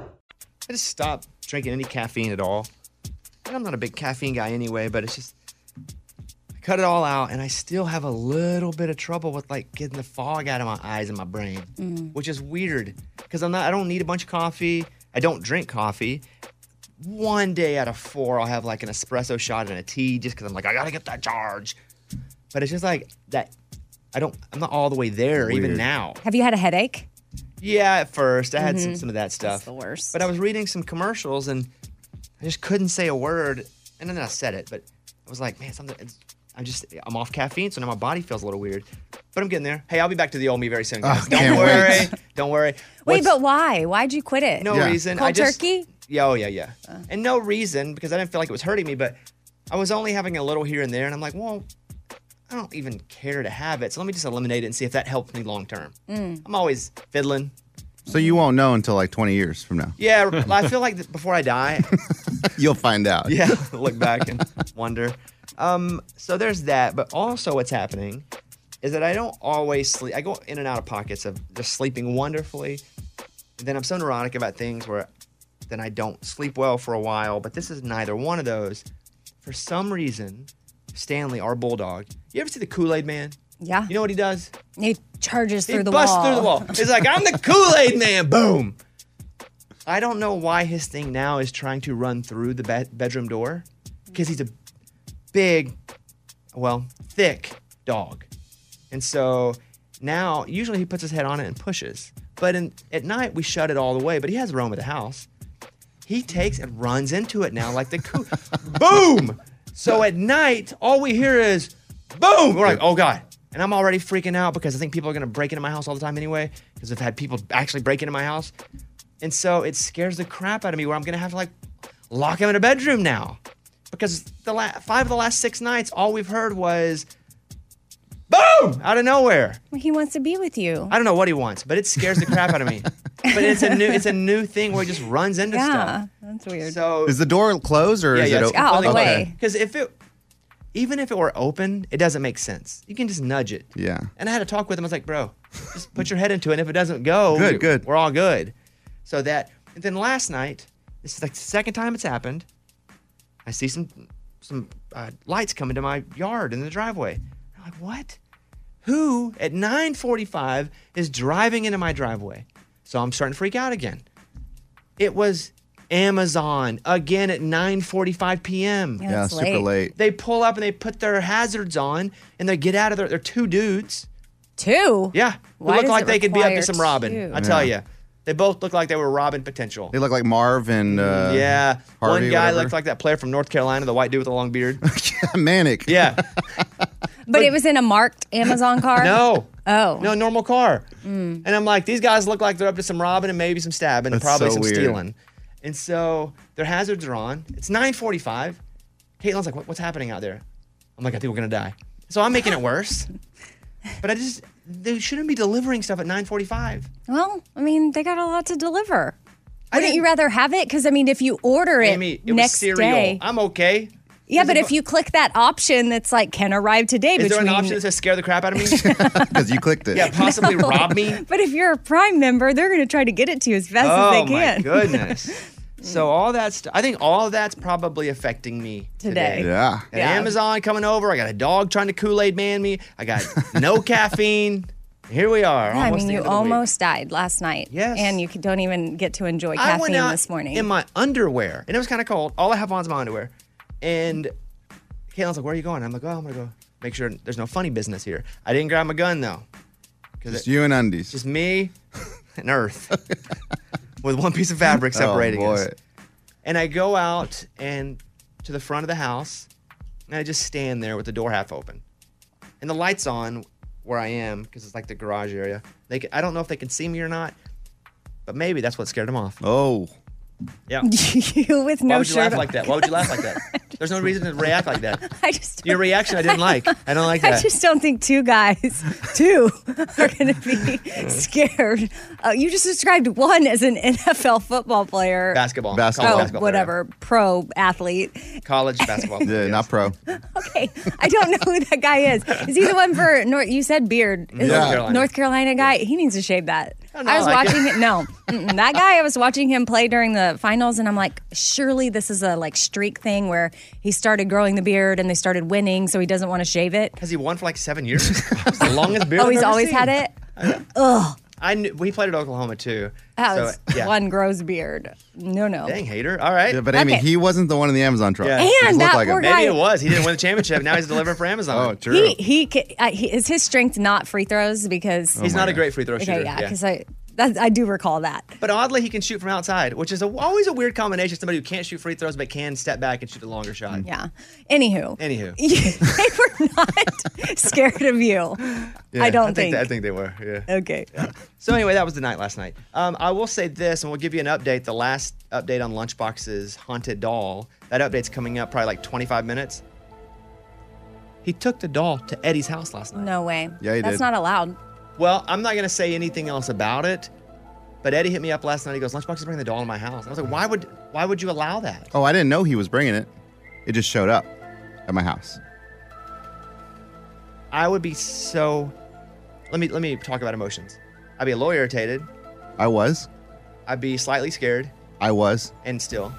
Speaker 1: just stopped drinking any caffeine at all. And I'm not a big caffeine guy anyway, but it's just I cut it all out and I still have a little bit of trouble with like getting the fog out of my eyes and my brain, which is weird because I'm not I don't need a bunch of coffee. I don't drink coffee. One day out of 4 I'll have like an espresso shot and a tea just cuz I'm like I got to get that charge. But it's just like that I don't I'm not all the way there even
Speaker 6: Weird.
Speaker 1: now.
Speaker 6: Have you had a headache?
Speaker 1: Yeah, at first I had some,
Speaker 6: Mhm.
Speaker 1: some of that stuff. the worst. But I was reading some commercials and I just couldn't say a word, and then I said it. But I was like, man, something. It's, I'm just I'm off caffeine, so now my body feels a little weird. But I'm getting there. Hey, I'll be back to the old me very soon. guys. don't
Speaker 6: Oh, can't
Speaker 1: worry.
Speaker 6: wait.
Speaker 1: Don't worry.
Speaker 6: Wait,
Speaker 1: What's-
Speaker 6: but why? Why'd you quit it?
Speaker 1: no reason.
Speaker 6: Cold
Speaker 1: I just,
Speaker 6: turkey?
Speaker 1: Yeah, oh yeah, yeah. and no reason because I didn't feel like it was hurting me, but I was only having a little here and there, and I'm like, well, I don't even care to have it, so let me just eliminate it and see if that helps me long term. I'm always fiddling.
Speaker 5: So you won't know until like 20 years from now.
Speaker 1: Yeah, [laughs] I feel like that before I die,
Speaker 5: You'll find [laughs] out.
Speaker 1: Yeah, [laughs] look back and wonder. Um, so there's that, but also what's happening is that I don't always sleep. I go in and out of pockets of just sleeping wonderfully. And then I'm so neurotic about things where then I don't sleep well for a while. But this is neither one of those. For some reason, Stanley, our bulldog, you ever see the Kool Aid Man?
Speaker 6: Yeah. You
Speaker 1: know what he does?
Speaker 6: He charges
Speaker 1: He
Speaker 6: through the
Speaker 1: busts
Speaker 6: wall.
Speaker 1: through the wall. It's like I'm the Kool Aid Man. Boom. I don't know why his thing now is trying to run through the bed bedroom door because he's a big, well, thick dog, and so now usually he puts his head on it and pushes. But in, at night we shut it all the way. But he has room at the house. He takes and runs into it now like the Kool. [laughs] boom. So at night all we hear is boom. We're like, oh god. And I'm already freaking out because I think people are going to break into my house all the time anyway, because I've had people actually break into my house. And so it scares the crap out of me where I'm going to have to like lock him in a bedroom now. Because the la- five of the last six nights, all we've heard was boom out of nowhere.
Speaker 6: He wants to be with you.
Speaker 1: I don't know what he wants, but it scares the crap out of me. But it's a new it's a new thing where he just runs into
Speaker 6: yeah,
Speaker 1: stuff.
Speaker 6: that's weird.
Speaker 1: So
Speaker 5: Is the door closed or is it open?
Speaker 6: Yeah, all the way.
Speaker 1: Because if it, even if it were open, it doesn't make sense. You can just nudge it.
Speaker 5: Yeah.
Speaker 1: And I had a talk with him. I was like, bro, just put your head into it. And if it doesn't go,
Speaker 5: Good,
Speaker 1: we-
Speaker 5: good.
Speaker 1: we're all good. So that, and then last night, this is like the second time it's happened. I see some some uh, lights coming to my yard in the driveway. I'm like, what? Who at 9:45 is driving into my driveway? So I'm starting to freak out again. It was Amazon again at 9:45 p.m.
Speaker 5: Yeah, Yeah, it's super late. late.
Speaker 1: They pull up and they put their hazards on and they get out of there. They're two dudes.
Speaker 6: Two?
Speaker 1: Yeah. Who
Speaker 6: Why
Speaker 1: look
Speaker 6: does
Speaker 1: like
Speaker 6: it
Speaker 1: they could be up to
Speaker 6: require
Speaker 1: some robbing.
Speaker 6: two?
Speaker 1: I tell
Speaker 5: Yeah.
Speaker 1: you. They both look like they were robbing potential.
Speaker 5: They look like Marv and uh,
Speaker 1: yeah.
Speaker 5: Harvey,
Speaker 1: One guy
Speaker 5: whatever.
Speaker 1: looked like that player from North Carolina, the white dude with the long beard.
Speaker 5: [laughs] manic.
Speaker 1: Yeah.
Speaker 6: But, it was in a marked
Speaker 1: [laughs]
Speaker 6: Amazon car?
Speaker 1: No.
Speaker 6: Oh.
Speaker 1: No, normal car.
Speaker 6: Mm.
Speaker 1: And I'm like, these guys look like they're up to some robbing and maybe some stabbing and
Speaker 5: That's
Speaker 1: probably
Speaker 5: so
Speaker 1: some
Speaker 5: weird.
Speaker 1: stealing. And so their hazards are on. It's 9:45. Caitlin's like, what, "What's happening out there?" I'm like, "I think we're gonna die." So I'm making it
Speaker 6: [laughs]
Speaker 1: worse. but I just they shouldn't be delivering stuff at 9:45.
Speaker 6: Well, I mean, they got a lot to deliver. Wouldn't you rather have it? Because I mean, if you order it,
Speaker 1: Amy, it
Speaker 6: next
Speaker 1: was cereal.
Speaker 6: day,
Speaker 1: I'm okay.
Speaker 6: yeah. But if you click that option that's like can arrive today,
Speaker 1: Is there
Speaker 6: between
Speaker 1: an option that says scare the crap out of me?
Speaker 5: Because you clicked it.
Speaker 1: Yeah, possibly rob me.
Speaker 6: [laughs] But if you're a Prime member, they're going to try to get it to you as fast
Speaker 1: oh,
Speaker 6: as they
Speaker 1: [laughs]
Speaker 6: can.
Speaker 1: my goodness. so all that stuff, I think all that's probably affecting me today.
Speaker 6: Today. Yeah.
Speaker 1: Got
Speaker 6: Yeah.
Speaker 1: Amazon coming over. I got a dog trying to Kool Aid man me. I got no caffeine. Here we are.
Speaker 6: Yeah, [laughs] I
Speaker 1: almost
Speaker 6: mean,
Speaker 1: the
Speaker 6: you
Speaker 1: end of the week.
Speaker 6: almost died last night. Yes. And you c- don't even get to enjoy
Speaker 1: I went
Speaker 6: caffeine
Speaker 1: out
Speaker 6: this morning.
Speaker 1: in my underwear, and it was kind of cold. All I have on is my underwear, and Caitlin's like, "Where are you going?" I'm like, "Oh, I'm gonna go make sure there's no funny business here." I didn't grab my gun though.
Speaker 5: Just you and undies.
Speaker 1: Just me and Earth with one piece of fabric
Speaker 5: Oh,
Speaker 1: separating
Speaker 5: boy.
Speaker 1: us. And I go out and to the front of the house, and I just stand there with the door half open, and the lights on where I am because it's like the garage area. They, ca- I don't know if they can see me or not, but maybe that's what scared them off.
Speaker 5: Oh,
Speaker 6: [laughs]
Speaker 1: yeah.
Speaker 6: [laughs] you with no
Speaker 1: Why would you
Speaker 6: shirt
Speaker 1: laugh like that? Why would you laugh like that? There's no reason to react like that.
Speaker 6: [laughs] I just
Speaker 1: Your reaction, I didn't like. I don't like
Speaker 6: [laughs] I
Speaker 1: that.
Speaker 6: just don't think two guys, [laughs] two, are going to
Speaker 1: [laughs]
Speaker 6: be scared. Uh, you just described one as an NFL football player,
Speaker 1: Basketball.
Speaker 6: oh,
Speaker 1: Basketball. Basketball player.
Speaker 6: whatever, pro athlete.
Speaker 1: College basketball.
Speaker 5: [laughs] yeah, not pro.
Speaker 6: I don't know who that guy is. Is he the one for North? You said beard. Is
Speaker 5: North
Speaker 6: it
Speaker 5: Carolina.
Speaker 6: North Carolina guy. He needs to shave that. I,
Speaker 1: I
Speaker 6: was
Speaker 1: like it.
Speaker 6: watching it. No, Mm-mm. that guy. I was watching him play during the finals, and I'm like, surely this is a like streak thing where he started growing the beard and they started winning, so he doesn't want to shave it.
Speaker 1: Has he won for like seven
Speaker 6: [laughs]
Speaker 1: years? It's the longest beard.
Speaker 6: oh,
Speaker 1: I've
Speaker 6: he's
Speaker 1: ever
Speaker 6: always
Speaker 1: seen.
Speaker 6: had it. Ugh,
Speaker 1: I knew we played at Oklahoma too.
Speaker 6: that
Speaker 1: so,
Speaker 6: was
Speaker 1: yeah.
Speaker 6: one gross beard. No, no.
Speaker 1: Dang hater. All right.
Speaker 5: Yeah, but Amy,
Speaker 6: Okay.
Speaker 5: he wasn't the one in the Amazon truck.
Speaker 6: And
Speaker 5: He just looked
Speaker 6: that
Speaker 5: like him.
Speaker 6: poor guy-
Speaker 1: Maybe it was. He didn't win the championship. Now he's delivering for Amazon. Oh,
Speaker 6: He he, ca- uh, he is his strength not free throws because
Speaker 1: He's not a great free throw shooter.
Speaker 6: Okay, yeah, because I that's, I do recall that.
Speaker 1: But oddly, he can shoot from outside, which is a, always a weird combination. Somebody who can't shoot free throws but can step back and shoot a longer shot.
Speaker 6: Mm. Yeah. Anywho, [laughs]
Speaker 1: Anywho. [laughs]
Speaker 6: scared of you.
Speaker 1: Yeah,
Speaker 6: I don't
Speaker 1: I think,
Speaker 6: think.
Speaker 1: that- I think they were. Yeah.
Speaker 6: Okay.
Speaker 1: So anyway, that was the night last night. Um, I will say this, and we'll give you an update. The last update on Lunchbox's haunted doll. That update's coming up probably like 25 minutes. He took the doll to Eddie's house last night.
Speaker 6: No way.
Speaker 1: Yeah, he
Speaker 6: That's
Speaker 1: did.
Speaker 6: not allowed.
Speaker 1: Well, I'm not gonna say anything else about it. But Eddie hit me up last night. He goes, "Lunchbox is bringing the doll to my house." I was like, "Why would? Why would you allow that?"
Speaker 5: Oh, I didn't know he was bringing it. It just showed up at my house.
Speaker 1: I would be so. Let me let me talk about emotions. I'd be a little irritated.
Speaker 5: I was.
Speaker 1: I'd be slightly scared,
Speaker 5: I was.
Speaker 1: and still,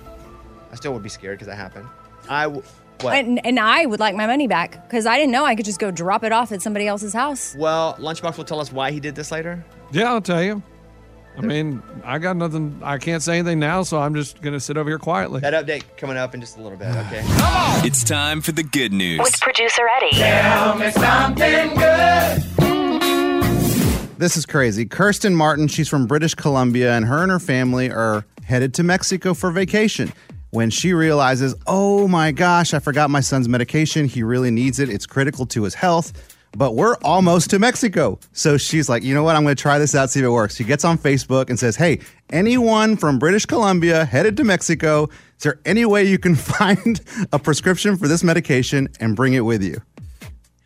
Speaker 1: I still would be scared because that happened. I w- what?
Speaker 6: And, and I would like my money back because I didn't know I could just go drop it off at somebody else's house.
Speaker 1: Well, Lunchbox will tell us why he did this later.
Speaker 9: Yeah, I'll tell you. I mean, I got nothing. I can't say anything now, so I'm just gonna sit over here quietly.
Speaker 1: That update coming up in just a little bit. Okay.
Speaker 20: It's time for the good news.
Speaker 3: With producer Eddie.
Speaker 20: Tell me something
Speaker 3: good.
Speaker 5: This is crazy. Kirsten Martin, she's from British Columbia, and her and her family are headed to Mexico for vacation. When she realizes, oh my gosh, I forgot my son's medication. He really needs it, it's critical to his health. But we're almost to Mexico. So she's like, you know what? I'm going to try this out, see if it works. She gets on Facebook and says, hey, anyone from British Columbia headed to Mexico, is there any way you can [laughs] find a prescription for this medication and bring it with you?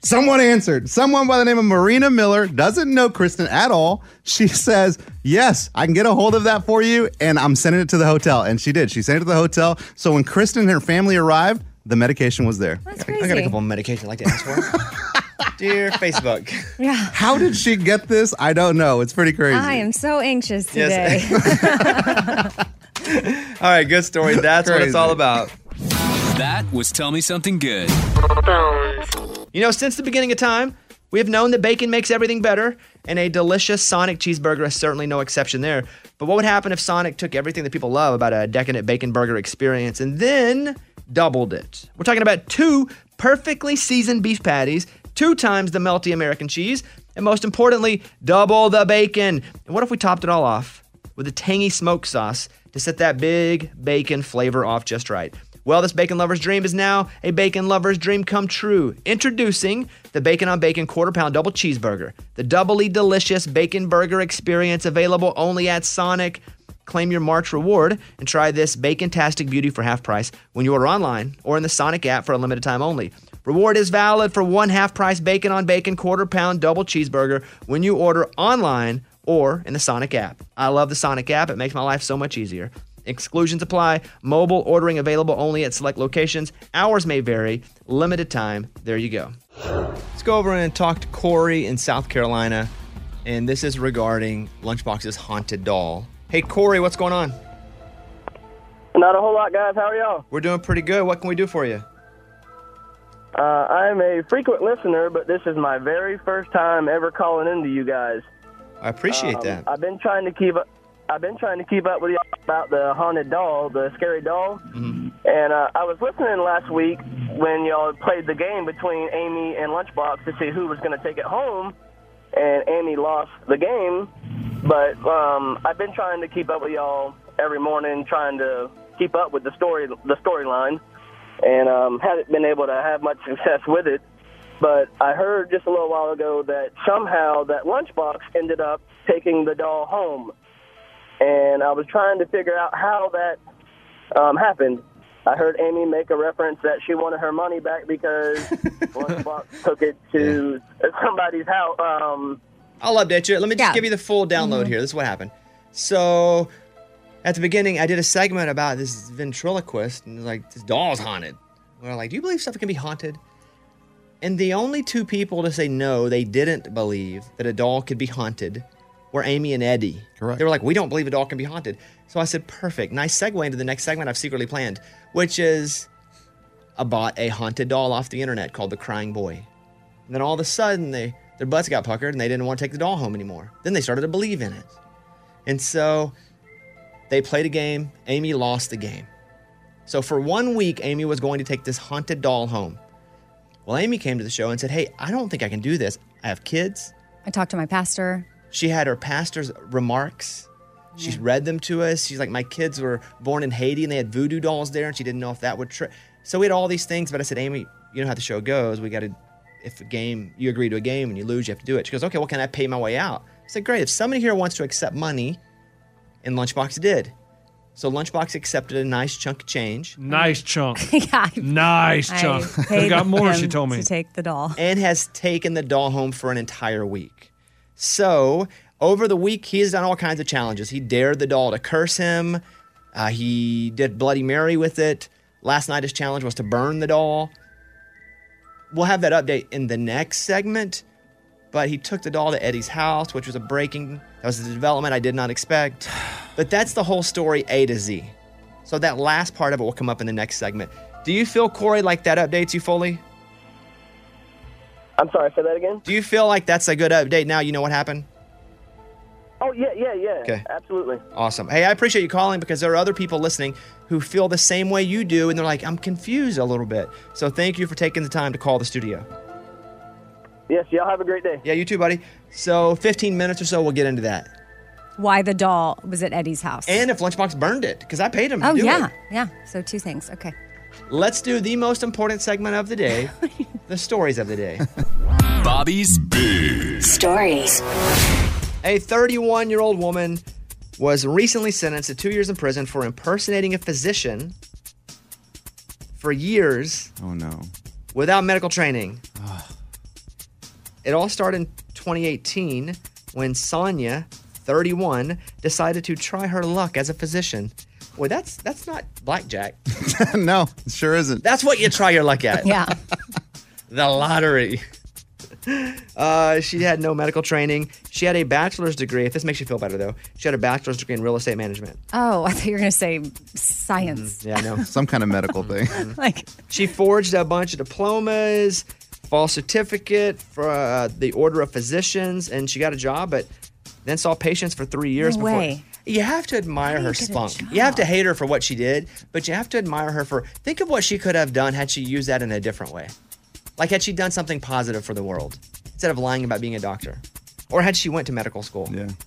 Speaker 5: Someone answered. Someone by the name of Marina Miller doesn't know Kristen at all. She [laughs] says, Yes, I can get a hold of that for you, and I'm sending it to the hotel. And she did. She sent it to the hotel. So when Kristen and her family arrived, The medication was there.
Speaker 6: That's
Speaker 21: I got a couple
Speaker 5: of
Speaker 21: medication like that. Dear Facebook.
Speaker 6: Yeah.
Speaker 5: How did she get this? I don't know. It's pretty crazy.
Speaker 6: I am so anxious today.
Speaker 5: Yes.
Speaker 1: [laughs]
Speaker 22: All right, good story. That's what it's
Speaker 23: Crazy.
Speaker 22: all about.
Speaker 23: That was Tell Me Something Good.
Speaker 22: You know, since the beginning of time,
Speaker 1: We have known that bacon makes everything better, and a delicious Sonic cheeseburger is certainly no exception there. But what would happen if Sonic took everything that people love about a decadent bacon burger experience and then doubled it? We're talking about two perfectly seasoned beef patties, two times the melty American cheese, and most importantly, double the bacon. And what if we topped it all off with a tangy smoke sauce to set that big bacon flavor off just right? Well, this bacon lover's dream is now a bacon lover's dream come true. Introducing the Bacon on Bacon Quarter Pound Double Cheeseburger, the doubly delicious bacon burger experience available only at Sonic. Claim your March reward and try this bacon-tastic beauty for half price when you order online or in the Sonic app for a limited time only. Reward is valid for one half price bacon on bacon quarter pound double cheeseburger when you order online or in the Sonic app. I love the Sonic app, it makes my life so much easier. Exclusions apply. Mobile ordering available only at select locations. Hours may vary. Limited time. There you go. Let's go over and talk to Corey in South Carolina. And this is regarding Lunchbox's haunted doll. Hey, Corey, what's going on?
Speaker 9: Not a whole lot, guys. How are y'all?
Speaker 1: We're doing pretty good. What can we do for you?
Speaker 9: Uh, I'm a frequent listener, but this is my very first time ever calling into you guys.
Speaker 1: I appreciate
Speaker 9: Um,
Speaker 1: that.
Speaker 9: I've been trying to keep up. I've been trying to keep up with you about the haunted doll, the scary doll, and uh, I was listening last week when y'all played the game between Amy and Lunchbox to see who was going to take it home, and Amy lost the game. But um, I've been trying to keep up with y'all every morning, trying to keep up with the story, the storyline, and um, haven't been able to have much success with it. But I heard just a little while ago that somehow that lunchbox ended up taking the doll home, and I was trying to figure out how that um, happened. I heard Amy make a reference that she wanted her money back because lunchbox took it to somebody's house. Um,
Speaker 1: I'll update you. Let me just give you the full download here. This is what happened. So, at the beginning, I did a segment about this ventriloquist, and it was like, this doll's haunted. We we're like, do you believe stuff can be haunted? And the only two people to say no, they didn't believe that a doll could be haunted were Amy and Eddie. Correct. They were like, we don't believe a doll can be haunted. So I said, perfect. Nice segue into the next segment I've secretly planned, which is I bought a haunted doll off the internet called the Crying Boy. And then all of a sudden, they their butts got puckered and they didn't want to take the doll home anymore. Then they started to believe in it. And so they played a game. Amy lost the game. So for one week, Amy was going to take this haunted doll home. Well, Amy came to the show and said, Hey, I don't think I can do this. I have kids.
Speaker 6: I talked to my pastor.
Speaker 1: She had her pastor's remarks. She read them to us. She's like, My kids were born in Haiti and they had voodoo dolls there, and she didn't know if that would. Tri-. So we had all these things, but I said, Amy, you know how the show goes. We got to, if a game, you agree to a game and you lose, you have to do it. She goes, Okay, well, can I pay my way out? I said, Great. If somebody here wants to accept money, and Lunchbox did. So Lunchbox accepted a nice chunk of change.
Speaker 24: Nice chunk.
Speaker 6: [laughs] yeah.
Speaker 24: Nice
Speaker 6: I
Speaker 24: chunk.
Speaker 6: paid
Speaker 24: We got more, she
Speaker 6: him
Speaker 24: told me.
Speaker 6: To take the doll.
Speaker 1: and has taken the doll home for an entire week. So over the week, he has done all kinds of challenges. He dared the doll to curse him. Uh, he did Bloody Mary with it. Last night, his challenge was to burn the doll. We'll have that update in the next segment. But he took the doll to Eddie's house, which was a breaking. That was a development I did not expect. [sighs] But that's the whole story, A to Z. So that last part of it will come up in the next segment. Do you feel Corey like that updates you fully?
Speaker 9: I'm sorry, say that again.
Speaker 1: Do you feel like that's a good update now? You know what happened?
Speaker 9: oh yeah, yeah, yeah.
Speaker 1: Okay.
Speaker 9: Absolutely.
Speaker 1: Awesome. Hey, I appreciate you calling because there are other people listening who feel the same way you do and they're like, I'm confused a little bit. So thank you for taking the time to call the studio.
Speaker 9: Yes, y'all have a great day.
Speaker 1: Yeah, you too, buddy. So 15 minutes or so, we'll get into that.
Speaker 6: Why the doll was at Eddie's house.
Speaker 1: And if Lunchbox burned it, because I paid him to
Speaker 6: oh,
Speaker 1: do
Speaker 6: yeah.
Speaker 1: it.
Speaker 6: Yeah. So two things. Okay.
Speaker 1: Let's do the most important segment of the
Speaker 6: [laughs]
Speaker 1: day the stories of the day.
Speaker 23: Bobby's Big
Speaker 3: Stories.
Speaker 1: A 31 year old woman was recently sentenced to two years in prison for impersonating a physician for years
Speaker 5: Oh no. [laughs]
Speaker 1: without medical training. it all started in 2018 when Sonia, 31, decided to try her luck as a physician.
Speaker 25: Boy, that's that's not blackjack.
Speaker 5: no, it sure isn't.
Speaker 25: That's what you try your luck at.
Speaker 6: yeah.
Speaker 25: The lottery.
Speaker 1: [laughs] Uh, she had no medical training. She had a bachelor's degree. If this makes you feel better, though, she had a bachelor's degree in real estate management.
Speaker 6: [laughs] Oh, I thought you were going to say science.
Speaker 1: Yeah, I know.
Speaker 5: Some kind of medical thing. [laughs]
Speaker 1: Mm-hmm.
Speaker 6: [laughs] like
Speaker 1: she forged a bunch of diplomas, false certificate for uh, the Order of Physicians, and she got a job, but then saw patients for three years
Speaker 25: No
Speaker 1: before.
Speaker 25: way.
Speaker 1: You have to admire her spunk. You have to hate her for what she did, but you have to admire her for think of what she could have done had she used that in a different way. Like had she done something positive for the world instead of lying about being a doctor, or had she went to medical school.
Speaker 5: Yeah. [laughs]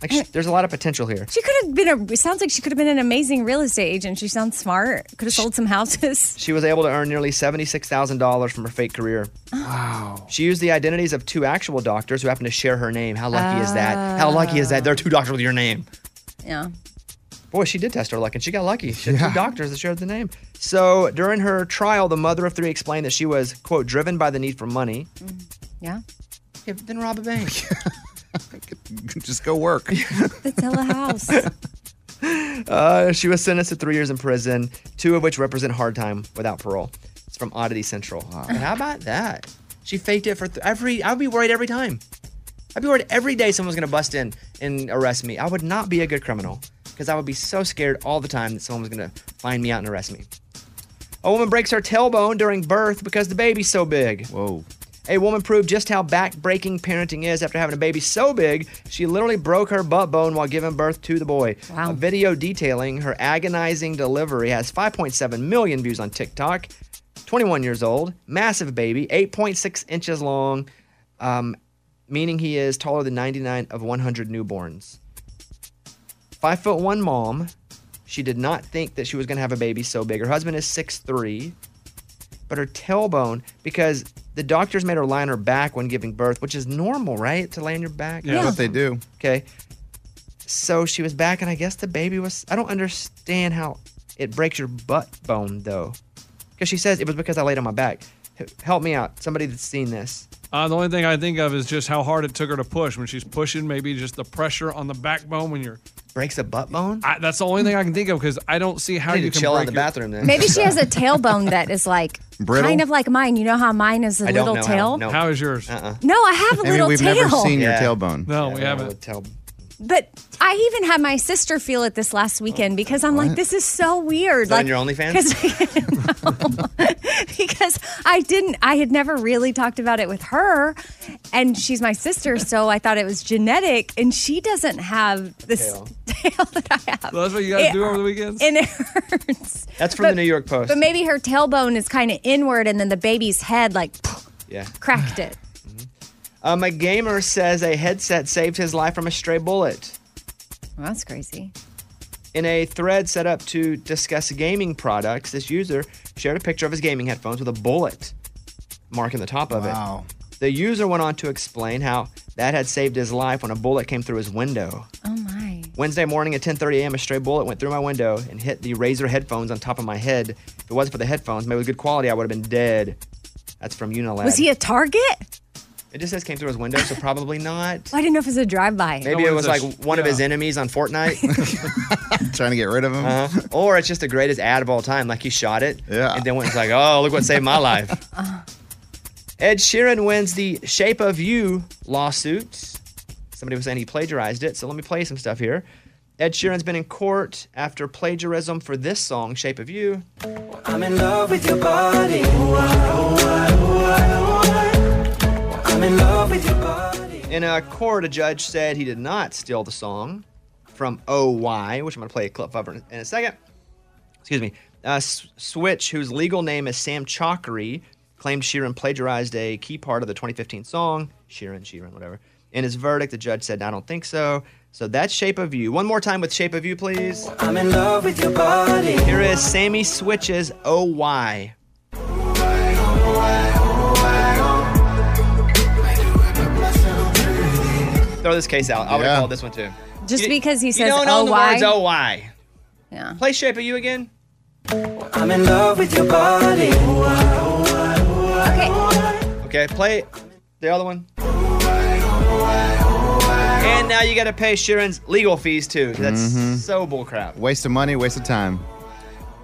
Speaker 1: Like she, there's a lot of potential here.
Speaker 6: She could have been a. It sounds like she could have been an amazing real estate agent. She sounds smart. Could have sold some houses. [laughs]
Speaker 1: She was able to earn nearly $76,000 from her fake career. Wow. She used the identities of two actual doctors who happened to share her name. How lucky is that? How lucky is that? There are two doctors with your name.
Speaker 6: Yeah.
Speaker 1: Boy, she did test her luck and she got lucky. She had two doctors that shared the name. So during her trial, the mother of three explained that she was, quote, driven by the need for money.
Speaker 6: Yeah.
Speaker 1: Yeah, then rob a bank.
Speaker 5: Just go
Speaker 6: [laughs]
Speaker 5: work.
Speaker 6: Sell a
Speaker 1: [laughs]
Speaker 6: house.
Speaker 1: Uh, she was sentenced to three years in prison, two of which represent hard time without parole. It's from Oddity Central. And How about that? She faked it for th- every. I'd be worried every time. I'd be worried every day someone's gonna bust in and arrest me. I would not be a good criminal because I would be so scared all the time that someone was gonna find me out and arrest me. A woman breaks her tailbone during birth because the baby's so big.
Speaker 5: Whoa.
Speaker 1: A woman proved just how back-breaking parenting is after having a baby so big, she literally broke her butt bone while giving birth to the boy. Wow. A video detailing her agonizing delivery has 5.7 million views on TikTok. 21 years old, massive baby, 8.6 inches long, um, meaning he is taller than 99 of 100 newborns. Five foot one mom. She did not think that she was going to have a baby so big. Her husband is 6'3, but her tailbone, because the doctors made her lie on her back when giving birth, which is normal, right? To lay on your back.
Speaker 5: That's what they do.
Speaker 1: Okay. So she was back, and I guess the baby was. I don't understand how it breaks your butt bone, though. Because she says it was because I laid on my back. H- Help me out. Somebody that's seen this.
Speaker 9: Uh, the only thing I think of is just how hard it took her to push. When she's pushing, maybe just the pressure on the backbone when you're
Speaker 1: breaks a butt bone.
Speaker 9: I, that's the only thing I can think of because I don't see how
Speaker 1: need
Speaker 9: you
Speaker 1: to
Speaker 9: can
Speaker 1: chill out
Speaker 9: break
Speaker 1: in the
Speaker 9: your-
Speaker 1: bathroom then.
Speaker 6: Maybe she has a tailbone that is like
Speaker 9: Brittle?
Speaker 6: kind of like mine. You know how mine is
Speaker 1: [laughs]
Speaker 6: a
Speaker 1: I don't
Speaker 6: little
Speaker 1: know
Speaker 6: tail.
Speaker 1: How, no.
Speaker 9: how is yours?
Speaker 1: Uh-uh.
Speaker 6: No, I have a
Speaker 5: Amy,
Speaker 6: little
Speaker 5: we've
Speaker 6: tail.
Speaker 5: never seen your tailbone.
Speaker 9: No,
Speaker 1: we haven't. Tail-
Speaker 6: But I even had my sister feel it this last weekend because I'm like,
Speaker 1: Oh, What?
Speaker 6: this is so weird.
Speaker 1: Is that
Speaker 6: like
Speaker 1: on your OnlyFans?
Speaker 6: 'cause- [laughs] no. because I didn't, I had never really talked about it with her, and she's my sister, so I thought it was genetic, and she doesn't have this [laughs] tail, that I have.
Speaker 9: Well, that's what you guys
Speaker 6: It-
Speaker 9: do over the weekends.
Speaker 6: And it hurts.
Speaker 1: That's from
Speaker 6: But-
Speaker 1: the New York Post.
Speaker 6: But maybe her tailbone is kind of inward, and then the baby's head like
Speaker 1: yeah. [sighs]
Speaker 6: cracked it.
Speaker 1: Um, a gamer says a headset saved his life from a stray bullet.
Speaker 6: Well, that's crazy.
Speaker 1: In a thread set up to discuss gaming products, this user shared a picture of his gaming headphones with a bullet marking the top of
Speaker 5: Wow.
Speaker 1: it. The user went on to explain how that had saved his life when a bullet came through his window.
Speaker 6: Oh my.
Speaker 1: Wednesday morning at 10:30 a.m., a stray bullet went through my window and hit the Razer headphones on top of my head. If it wasn't for the headphones, maybe with good quality, I would have been dead. That's from Unilad.
Speaker 6: Was he a target?
Speaker 1: It just says came through his window, so probably
Speaker 6: [laughs]
Speaker 1: not.
Speaker 6: Well, I didn't know if it was a drive-by.
Speaker 1: Maybe it was like one of his enemies on Fortnite.
Speaker 5: Trying to get rid of him.
Speaker 1: Uh-huh. Or it's just the greatest ad of all time. Like he shot it. Yeah. And then went and was like, oh, look what saved my life. Ed Sheeran wins the Shape of You lawsuit. Somebody was saying he plagiarized it, so let me play some stuff here. Ed Sheeran's been in court after plagiarism for this song, Shape of You.
Speaker 26: I'm in love with your body. Ooh, ah, ooh, ah, ooh, ah, ooh, ah. I'm in love with your body.
Speaker 1: In a court, a judge said he did not steal the song from OY, which I'm going to play a clip of in in a second. Excuse me. Uh, S- Switch, whose legal name is Sam Chockery, claimed Sheeran plagiarized a key part of the 2015 song, Sheeran, Sheeran, whatever. In his verdict, the judge said, I don't think so. So that's Shape of You. One more time with Shape of You, please.
Speaker 26: I'm in love with your body.
Speaker 1: Here is Sammy Switch's OY. Throw this case out. I would have
Speaker 6: Yeah.
Speaker 1: called this one too.
Speaker 6: Just because he
Speaker 1: you
Speaker 6: says,
Speaker 1: don't know
Speaker 6: "Oh,
Speaker 1: the
Speaker 6: why?"
Speaker 1: words "Oh why."
Speaker 6: Yeah.
Speaker 1: Play "Shape of You" again.
Speaker 26: I'm in love with your body. Ooh, ah, ooh, ah, ooh, ah.
Speaker 1: Okay, play the other one. And now you got to pay Sharon's legal fees too. 'cause That's
Speaker 6: Mm-hmm.
Speaker 5: Mhm.
Speaker 1: so bullcrap.
Speaker 5: Waste of money, waste of time.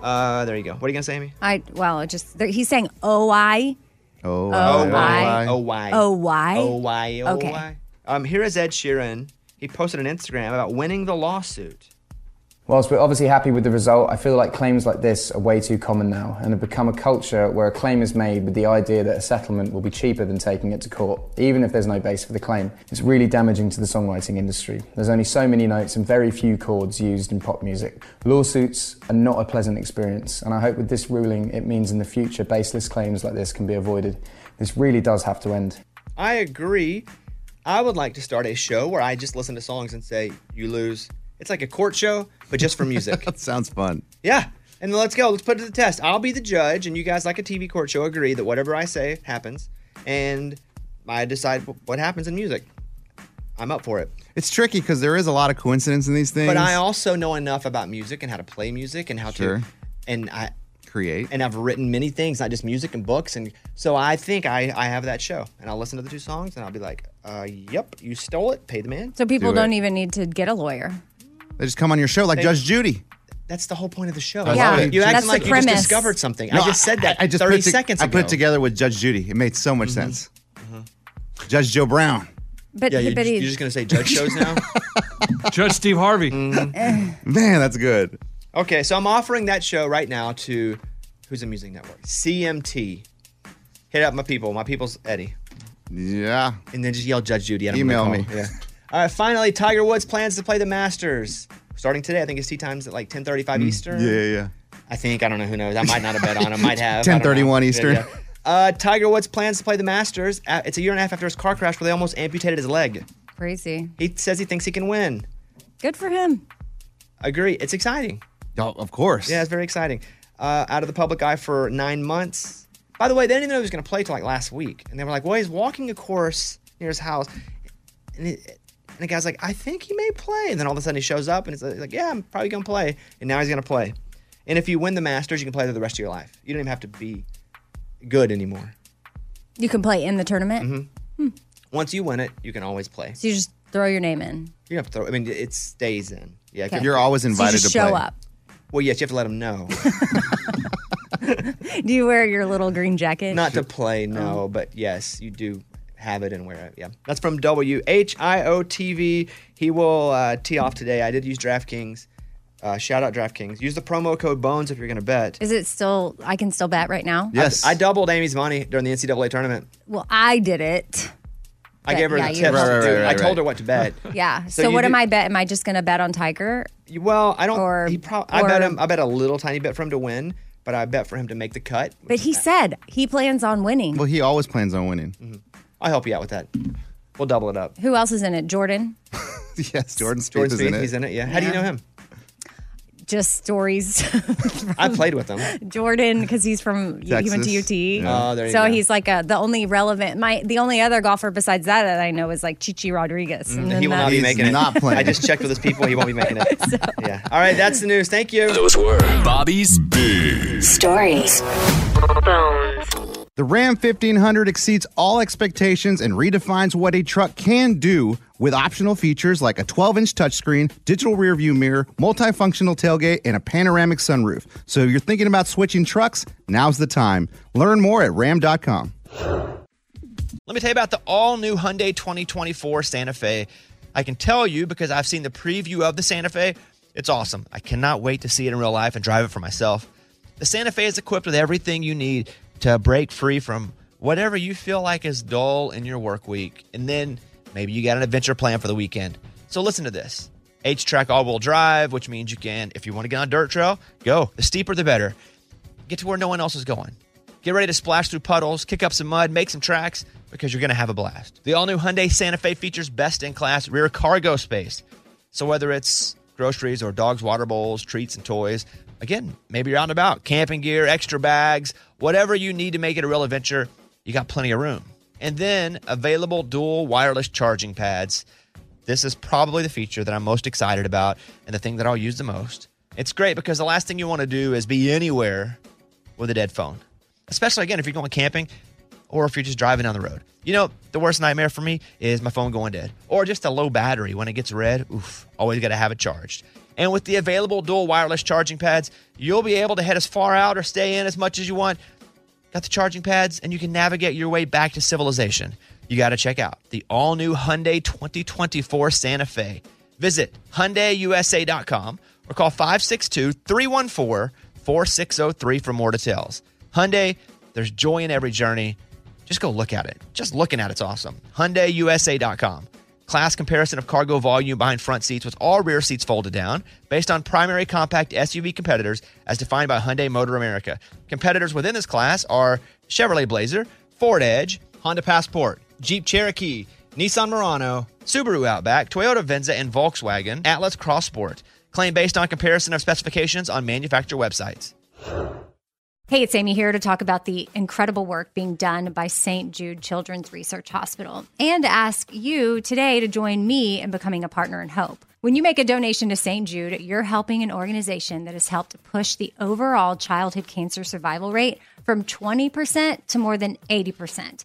Speaker 1: Uh, there you go. What are you gonna say, Amy?
Speaker 6: I well, it just there, he's saying oh I
Speaker 5: Oh,
Speaker 6: Oh, why?
Speaker 1: Oh, why?
Speaker 6: Oh, why?
Speaker 1: Oh, why? Oh,
Speaker 6: Okay.
Speaker 1: why? Um, here is Ed Sheeran. He posted on Instagram about winning the lawsuit.
Speaker 9: Whilst we're obviously happy with the result, I feel like claims like this are way too common now and have become a culture where a claim is made with the idea that a settlement will be cheaper than taking it to court, even if there's no base for the claim. It's really damaging to the songwriting industry. There's only so many notes and very few chords used in pop music. Lawsuits are not a pleasant experience, and I hope with this ruling it means in the future baseless claims like this can be avoided. This really does have to end.
Speaker 1: I agree. I would like to start a show where I just listen to songs and say, you lose. It's like a court show, but just for music.
Speaker 5: that sounds fun.
Speaker 1: Yeah. And then let's go. Let's put it to the test. I'll be the judge, and you guys, like a TV court show, agree that whatever I say happens, and I decide wh- what happens in music. I'm up for it.
Speaker 5: It's tricky because there is a lot of coincidence in these things.
Speaker 1: But I also know enough about music and how to play music and how
Speaker 5: Sure.
Speaker 1: to and I
Speaker 5: create.
Speaker 1: And I've written many things, not just music and books. And so I think I I have that show. And I'll listen to the two songs and I'll be like, uh, yep, you stole it, pay the man.
Speaker 6: So people
Speaker 5: Do
Speaker 6: Do
Speaker 5: it.
Speaker 6: not even need to get a lawyer.
Speaker 5: They just come on your show like
Speaker 1: They-
Speaker 5: Judge Judy.
Speaker 1: That's the whole point of the show.
Speaker 5: I love Yeah, it.
Speaker 1: you
Speaker 5: that's
Speaker 1: acting
Speaker 5: the
Speaker 1: like you
Speaker 5: premise.
Speaker 1: just discovered something.
Speaker 5: No,
Speaker 1: I just said that
Speaker 5: I just
Speaker 1: 30
Speaker 5: put it to-
Speaker 1: seconds
Speaker 5: I
Speaker 1: ago. Mm-hmm.
Speaker 5: put it together with Judge Judy. It made so much sense. Judge Joe Brown.
Speaker 6: But,
Speaker 5: Yeah, you-
Speaker 6: but he,
Speaker 5: you
Speaker 1: just gonna say judge shows now?
Speaker 27: Judge Steve Harvey.
Speaker 1: Mm.
Speaker 5: Man, that's good.
Speaker 1: [laughs] Okay, so I'm offering that show right now to who's a music network? CMT. Hit up my people. My people's Eddie.
Speaker 5: Yeah.
Speaker 1: And then just yell Judge Judy at him.
Speaker 5: Email
Speaker 1: when I
Speaker 5: me.
Speaker 1: call. Yeah. All right, finally, Tiger Woods plans to play the Masters. Starting today, I think it's tea times at like 10:35 Eastern.
Speaker 5: Mm, Yeah, yeah.
Speaker 1: I think I don't know who knows. I might not have bet on. I might have. I don't know.
Speaker 5: 10:31
Speaker 1: Yeah,
Speaker 5: Eastern.
Speaker 1: yeah. Uh, Tiger Woods plans to play the Masters. Uh, It's a year and a half after his car crash where they almost amputated his leg.
Speaker 6: crazy.
Speaker 1: He says he thinks he can win.
Speaker 6: Good for him.
Speaker 1: Agree. It's exciting.
Speaker 5: Oh, of course.
Speaker 1: Yeah, it's very exciting. Uh, out of the public eye for nine months. By the way, they didn't even know he was going to play till like last week, and they were like, "Well, he's walking a course near his house," and, it, and the guy's like, "I think he may play," and then all of a sudden he shows up, and it's uh, like, "Yeah, I'm probably going to play," and now he's going to play. And if you win the Masters, you can play there the rest of your life. You don't even have to be good anymore.
Speaker 6: You can play in the tournament.
Speaker 1: Mhm. Once you win it, you can always play.
Speaker 6: So you just throw your name in.
Speaker 1: You have to throw. I mean, it stays in. Yeah,
Speaker 6: Okay.
Speaker 5: You're always
Speaker 6: So you
Speaker 5: invited
Speaker 6: just
Speaker 5: to
Speaker 6: show
Speaker 5: play.
Speaker 6: up.
Speaker 1: Well, yes, you have to let them know.
Speaker 6: Do you wear your little green jacket?
Speaker 1: Not to play, no, but yes, you do have it and wear it. Yeah. That's from WHIO TV. He will uh, tee off today. I did use DraftKings. Uh, shout out DraftKings. Use the promo code BONES if you're going to bet.
Speaker 6: Is it still? I can still bet right now.
Speaker 1: I, I doubled Amy's money during the NCAA tournament.
Speaker 6: Well, I did it.
Speaker 1: I
Speaker 6: But
Speaker 1: gave her
Speaker 6: yeah,
Speaker 1: the
Speaker 6: you
Speaker 1: tips.
Speaker 6: Right, right,
Speaker 1: Dude,
Speaker 6: right,
Speaker 1: I
Speaker 6: right,
Speaker 1: told
Speaker 6: right.
Speaker 1: her what to [laughs] bet.
Speaker 6: Yeah.
Speaker 1: So
Speaker 6: So,
Speaker 1: you
Speaker 6: what am
Speaker 1: did-
Speaker 6: I bet? Am I just going to bet on Tiger?
Speaker 1: Well, I don't.
Speaker 6: Or
Speaker 1: he prob- I bet
Speaker 6: or-
Speaker 1: him. I bet a little tiny bit for him to win, but I bet for him to make the cut.
Speaker 6: But he said he plans on winning.
Speaker 5: Well, he always plans on winning.
Speaker 1: Mm-hmm. I'll help you out with that. We'll double it up.
Speaker 6: Who else is in it? Jordan.
Speaker 5: [laughs] yes, Jordan Spieth
Speaker 1: Jordan
Speaker 5: is
Speaker 1: Spieth,
Speaker 5: in it.
Speaker 1: he's in it. Yeah. How do you
Speaker 6: Yeah.
Speaker 1: know him?
Speaker 6: Just stories. [laughs]
Speaker 1: I played with him.
Speaker 6: Jordan, because he's from he went
Speaker 1: Texas?
Speaker 6: to UT.
Speaker 1: Yeah. Oh, there you
Speaker 6: so
Speaker 1: go.
Speaker 6: he's like a, the only relevant. My the only other golfer besides that that I know is like Chichi Rodriguez. And then
Speaker 1: Mm.
Speaker 6: um,
Speaker 1: he will not
Speaker 6: that's-
Speaker 1: be making it. I just checked with his people. He won't be making it. Yeah. All right. That's the news. Thank you. Those were
Speaker 28: Bobby's Big
Speaker 3: Stories.
Speaker 5: The Ram 1500 exceeds all expectations and redefines what a truck can do with optional features like a 12 inch touchscreen, digital rearview mirror, multifunctional tailgate, and a panoramic sunroof. So if you're thinking about switching trucks, now's the time. Learn more at ram.com.
Speaker 1: Let me tell you about the all new Hyundai 2024 Santa Fe. I can tell you because I've seen the preview of the Santa Fe. It's awesome. I cannot wait to see it in real life and drive it for myself. The Santa Fe is equipped with everything you need to break free from whatever you feel like is dull in your work week. And then maybe you got an adventure plan for the weekend. So listen to this H track all wheel drive, which means you can, if you want to get on a dirt trail, go. The steeper, the better. Get to where no one else is going. Get ready to splash through puddles, kick up some mud, make some tracks, because you're going to have a blast. The all new Hyundai Santa Fe features best in class rear cargo space. So whether it's groceries or dogs' water bowls, treats, and toys, again, maybe you're out and about, camping gear, extra bags, whatever you need to make it a real adventure, you got plenty of room. And then available dual wireless charging pads. This is probably the feature that I'm most excited about and the thing that I'll use the most. It's great because the last thing you want to do is be anywhere with a dead phone. Especially again, if you're going camping, or if you're just driving down the road. You know, the worst nightmare for me is my phone going dead or just a low battery when it gets red. Oof, always got to have it charged. And with the available dual wireless charging pads, you'll be able to head as far out or stay in as much as you want. Got the charging pads, and you can navigate your way back to civilization. You got to check out the all new Hyundai 2024 Santa Fe. Visit HyundaiUSA.com or call 562 314 4603 for more details. Hyundai, there's joy in every journey. Just go look at it. Just looking at it's awesome. HyundaiUSA.com. Class comparison of cargo volume behind front seats with all rear seats folded down based on primary compact SUV competitors as defined by Hyundai Motor America. Competitors within this class are Chevrolet Blazer, Ford Edge, Honda Passport, Jeep Cherokee, Nissan Murano, Subaru Outback, Toyota Venza, and Volkswagen Atlas Cross Sport. Claim based on comparison of specifications on manufacturer websites.
Speaker 6: Hey, it's Amy here to talk about the incredible work being done by St. Jude Children's Research Hospital and ask you today to join me in becoming a partner in hope. When you make a donation to St. Jude, you're helping an organization that has helped push the overall childhood cancer survival rate from 20% to more than 80%.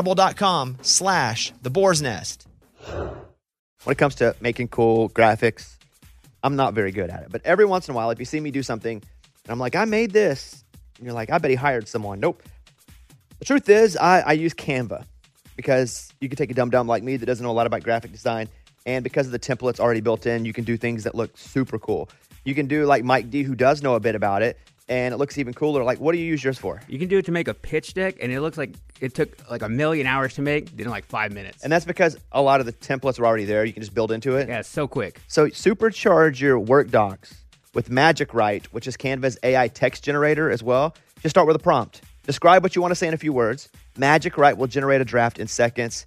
Speaker 1: audible.com slash the boar's nest.
Speaker 18: When it comes to making cool graphics, I'm not very good at it. But every once in a while, if you see me do something and I'm like, I made this, and you're like, I bet he hired someone. Nope. The truth is, I, I use Canva because you can take a dumb dumb like me that doesn't know a lot about graphic design. And because of the templates already built in, you can do things that look super cool. You can do like Mike D, who does know a bit about it, and it looks even cooler. Like, what do you use yours for?
Speaker 19: You can do it to make a pitch deck, and it looks like it took like a million hours to make. Did in like five minutes.
Speaker 18: And that's because a lot of the templates are already there. You can just build into it.
Speaker 19: Yeah, it's so quick.
Speaker 18: So supercharge your work docs with Magic Write, which is Canva's AI text generator as well. Just start with a prompt. Describe what you want to say in a few words. Magic Write will generate a draft in seconds.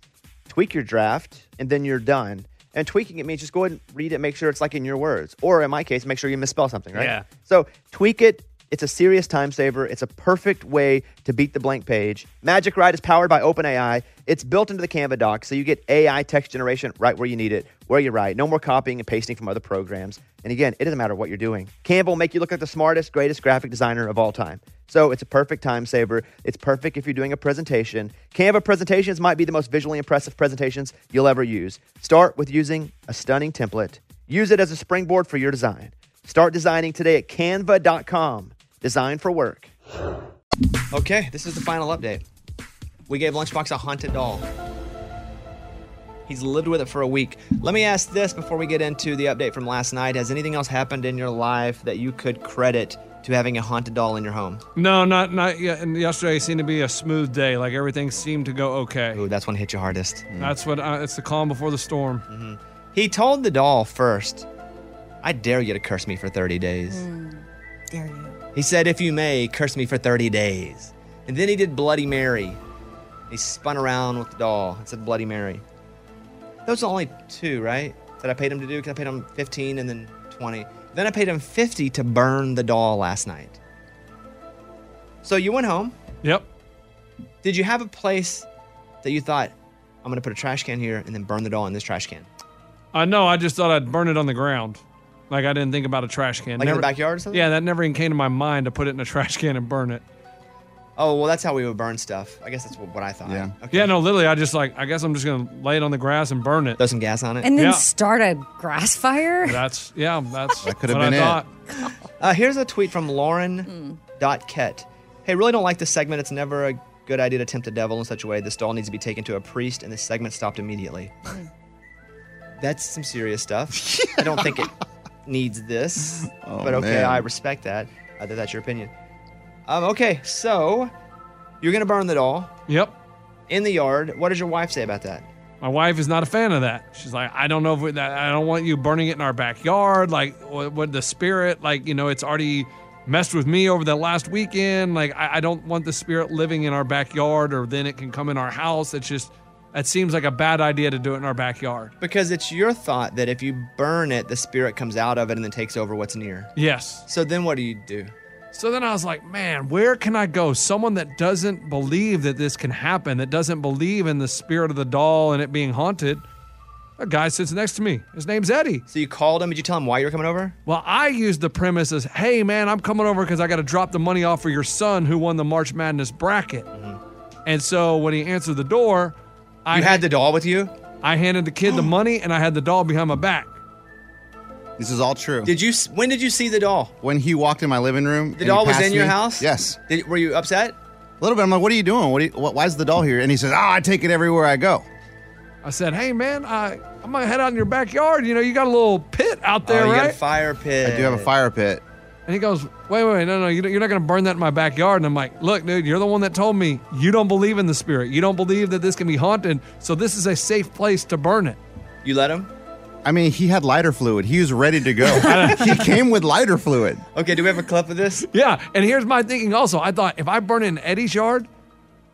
Speaker 18: Tweak your draft, and then you're done. And tweaking it means just go ahead and read it, make sure it's like in your words. Or in my case, make sure you misspell something, right?
Speaker 29: Yeah.
Speaker 18: So tweak it. It's a serious time saver. It's a perfect way to beat the blank page. Magic Write is powered by OpenAI. It's built into the Canva doc, so you get AI text generation right where you need it, where you write. No more copying and pasting from other programs. And again, it doesn't matter what you're doing. Canva will make you look like the smartest, greatest graphic designer of all time. So it's a perfect time saver. It's perfect if you're doing a presentation. Canva presentations might be the most visually impressive presentations you'll ever use. Start with using a stunning template. Use it as a springboard for your design. Start designing today at canva.com. Design for work.
Speaker 1: Okay, this is the final update. We gave Lunchbox a haunted doll. He's lived with it for a week. Let me ask this before we get into the update from last night. Has anything else happened in your life that you could credit to having a haunted doll in your home?
Speaker 9: No, not not yet. And yesterday seemed to be a smooth day. Like everything seemed to go okay.
Speaker 1: Ooh, that's when it hit you hardest.
Speaker 9: That's what. I, it's the calm before the storm.
Speaker 1: Mm. He told the doll first, I dare you to curse me for 30 days.
Speaker 6: Hmm. dare you.
Speaker 1: He said, If you may, curse me for 30 days. And then he did Bloody Mary. He spun around with the doll and said, Bloody Mary. Those are only two, right? That I paid him to do. Because I paid him 15 and then 20. Then I paid him 50 to burn the doll last night. So you went home.
Speaker 9: Yep.
Speaker 1: Did you have a place that you thought I'm going to put a trash can here and then burn the doll in this trash can?
Speaker 9: I know. I just thought I'd burn it on the ground. Like I didn't think about a trash can.
Speaker 1: Like in the backyard or something?
Speaker 9: Yeah, that never even came to my mind to put it in a [laughs] trash can and burn it.
Speaker 1: Oh well, that's how we would burn stuff. I guess that's what, what I thought. Yeah.
Speaker 9: Yeah, no, literally, I just like I guess I'm just gonna lay it on the grass and burn it.
Speaker 1: Throw some gas on it.
Speaker 6: And then
Speaker 9: yeah,
Speaker 6: start a grass fire?
Speaker 9: that's yeah, that's that
Speaker 1: could have been it. Uh, here's a tweet from Lauren dot Ket. Hey, really don't like this segment. It's never a good idea to tempt the devil in such a way. This doll needs to be taken to a priest, and this segment stopped immediately. That's some serious stuff. I don't think it needs this, but okay,
Speaker 5: man.
Speaker 1: I respect that. Uh, that that's your opinion. Um, okay, so you're gonna burn the doll.
Speaker 9: Yep.
Speaker 1: In the yard. What does your wife say about that?
Speaker 9: My wife is not a fan of that. She's like, I don't know if we, that, I don't want you burning it in our backyard. Like, what, what the spirit? Like, you know, it's already messed with me over the last weekend. Like, I, I don't want the spirit living in our backyard, or then it can come in our house. It's just, it seems like a bad idea to do it in our backyard.
Speaker 1: Because it's your thought that if you burn it, the spirit comes out of it and then takes over what's near.
Speaker 9: Yes.
Speaker 1: So then what do you do?
Speaker 9: So then I was like, man, where can I go? Someone that doesn't believe that this can happen, that doesn't believe in the spirit of the doll and it being haunted. A guy sits next to me. His name's Eddie.
Speaker 1: So you called him? Did you tell him why you were coming over?
Speaker 9: Well, I used the premise as, hey, man, I'm coming over because I got to drop the money off for your son who won the March Madness bracket. And so when he answered the door, I
Speaker 1: You had the doll with you?
Speaker 9: I handed the kid the [gasps] money and I had the doll behind my back.
Speaker 5: This is all true.
Speaker 1: Did you? s- When did you see the doll?
Speaker 5: When he walked in my living room.
Speaker 1: The doll was in your house?
Speaker 5: Yes.
Speaker 1: Did, were you upset?
Speaker 5: A little bit. I'm like, what are you doing? What? Are you, what why is the doll here? And he says, Ah, I take it everywhere I go.
Speaker 9: I said, hey, man, I, I'm going to head out in your backyard. You know, you got a little pit out there,
Speaker 1: oh, you
Speaker 9: right?
Speaker 1: got a fire pit.
Speaker 5: I do have a fire pit.
Speaker 9: And he goes, wait, wait, wait, no, no, you- you're not going to burn that in my backyard. And I'm like, look, dude, you're the one that told me you don't believe in the spirit. You don't believe that this can be haunted. So this is a safe place to burn it.
Speaker 1: You let him?
Speaker 5: I mean, he had lighter fluid. He was ready to go. he came with lighter fluid.
Speaker 1: Okay, do we have a clip of
Speaker 9: [laughs]
Speaker 1: this?
Speaker 9: Yeah. And here's my thinking also. I thought if I burn it in Eddie's yard,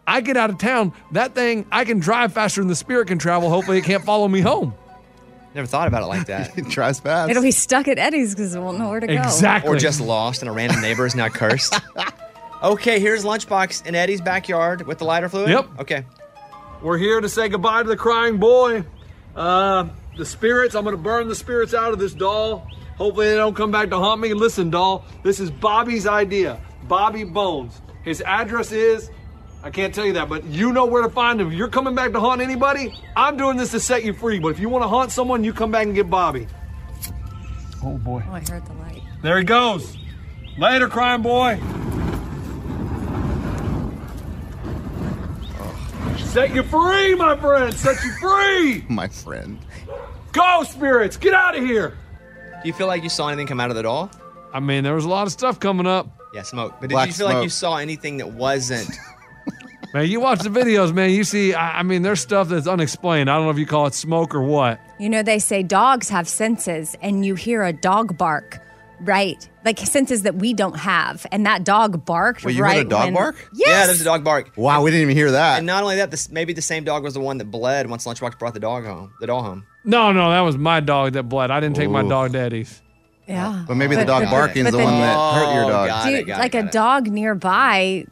Speaker 9: I get out of town. That thing, I can drive faster than the spirit can travel. Hopefully it can't follow me home.
Speaker 1: Never thought about it like
Speaker 9: [laughs]
Speaker 1: that.
Speaker 5: it tries fast.
Speaker 6: It'll be stuck at Eddie's because it won't know where to go.
Speaker 1: Or just lost and a random neighbor is now cursed.
Speaker 9: [laughs]
Speaker 1: okay, here's Lunchbox in Eddie's backyard with the lighter fluid.
Speaker 9: Yep.
Speaker 1: Okay.
Speaker 9: We're here to say goodbye to the crying boy. Uh, the spirits, I'm going to burn the spirits out of this doll. Hopefully, they don't come back to haunt me. Listen, doll, this is Bobby's idea. Bobby Bones. His address is, I can't tell you that, but you know where to find him. If you're coming back to haunt anybody, I'm doing this to set you free. But if you want to haunt someone, you come back and get Bobby. Oh, boy.
Speaker 6: Oh, I heard the light.
Speaker 9: There he goes. Later, crime boy. Set you free, my friend. Set you free.
Speaker 5: my friend.
Speaker 9: Go, spirits. Get out of here.
Speaker 1: Do you feel like you saw anything come out of the doll?
Speaker 9: I mean, there was a lot of stuff coming up.
Speaker 1: Yeah, smoke. But did
Speaker 9: Black
Speaker 1: you feel like you
Speaker 9: smoke.
Speaker 1: saw anything that
Speaker 9: [laughs]
Speaker 1: wasn't?
Speaker 9: Man, you watch the videos, man. You see, I, I mean, there's stuff that's unexplained. I don't know if you call it smoke or what.
Speaker 6: You know, they say dogs have senses, and you hear a dog bark, right? Like senses that we don't have. And that dog barked
Speaker 5: Wait, you
Speaker 6: right
Speaker 5: heard a dog
Speaker 6: when-
Speaker 5: bark?
Speaker 6: Yes.
Speaker 1: Yeah, there's a dog bark.
Speaker 5: Wow, we didn't even hear that.
Speaker 1: And not only that, this, maybe the same dog was the one that bled once Lunchbox brought the dog home, the doll home.
Speaker 9: No, no, that was my dog that bled. I didn't take my
Speaker 1: Ooh.
Speaker 9: dog to Eddie's.
Speaker 6: Yeah.
Speaker 5: But maybe the dog barking is the one that hurt your dog.
Speaker 6: Dude, like a dog nearby.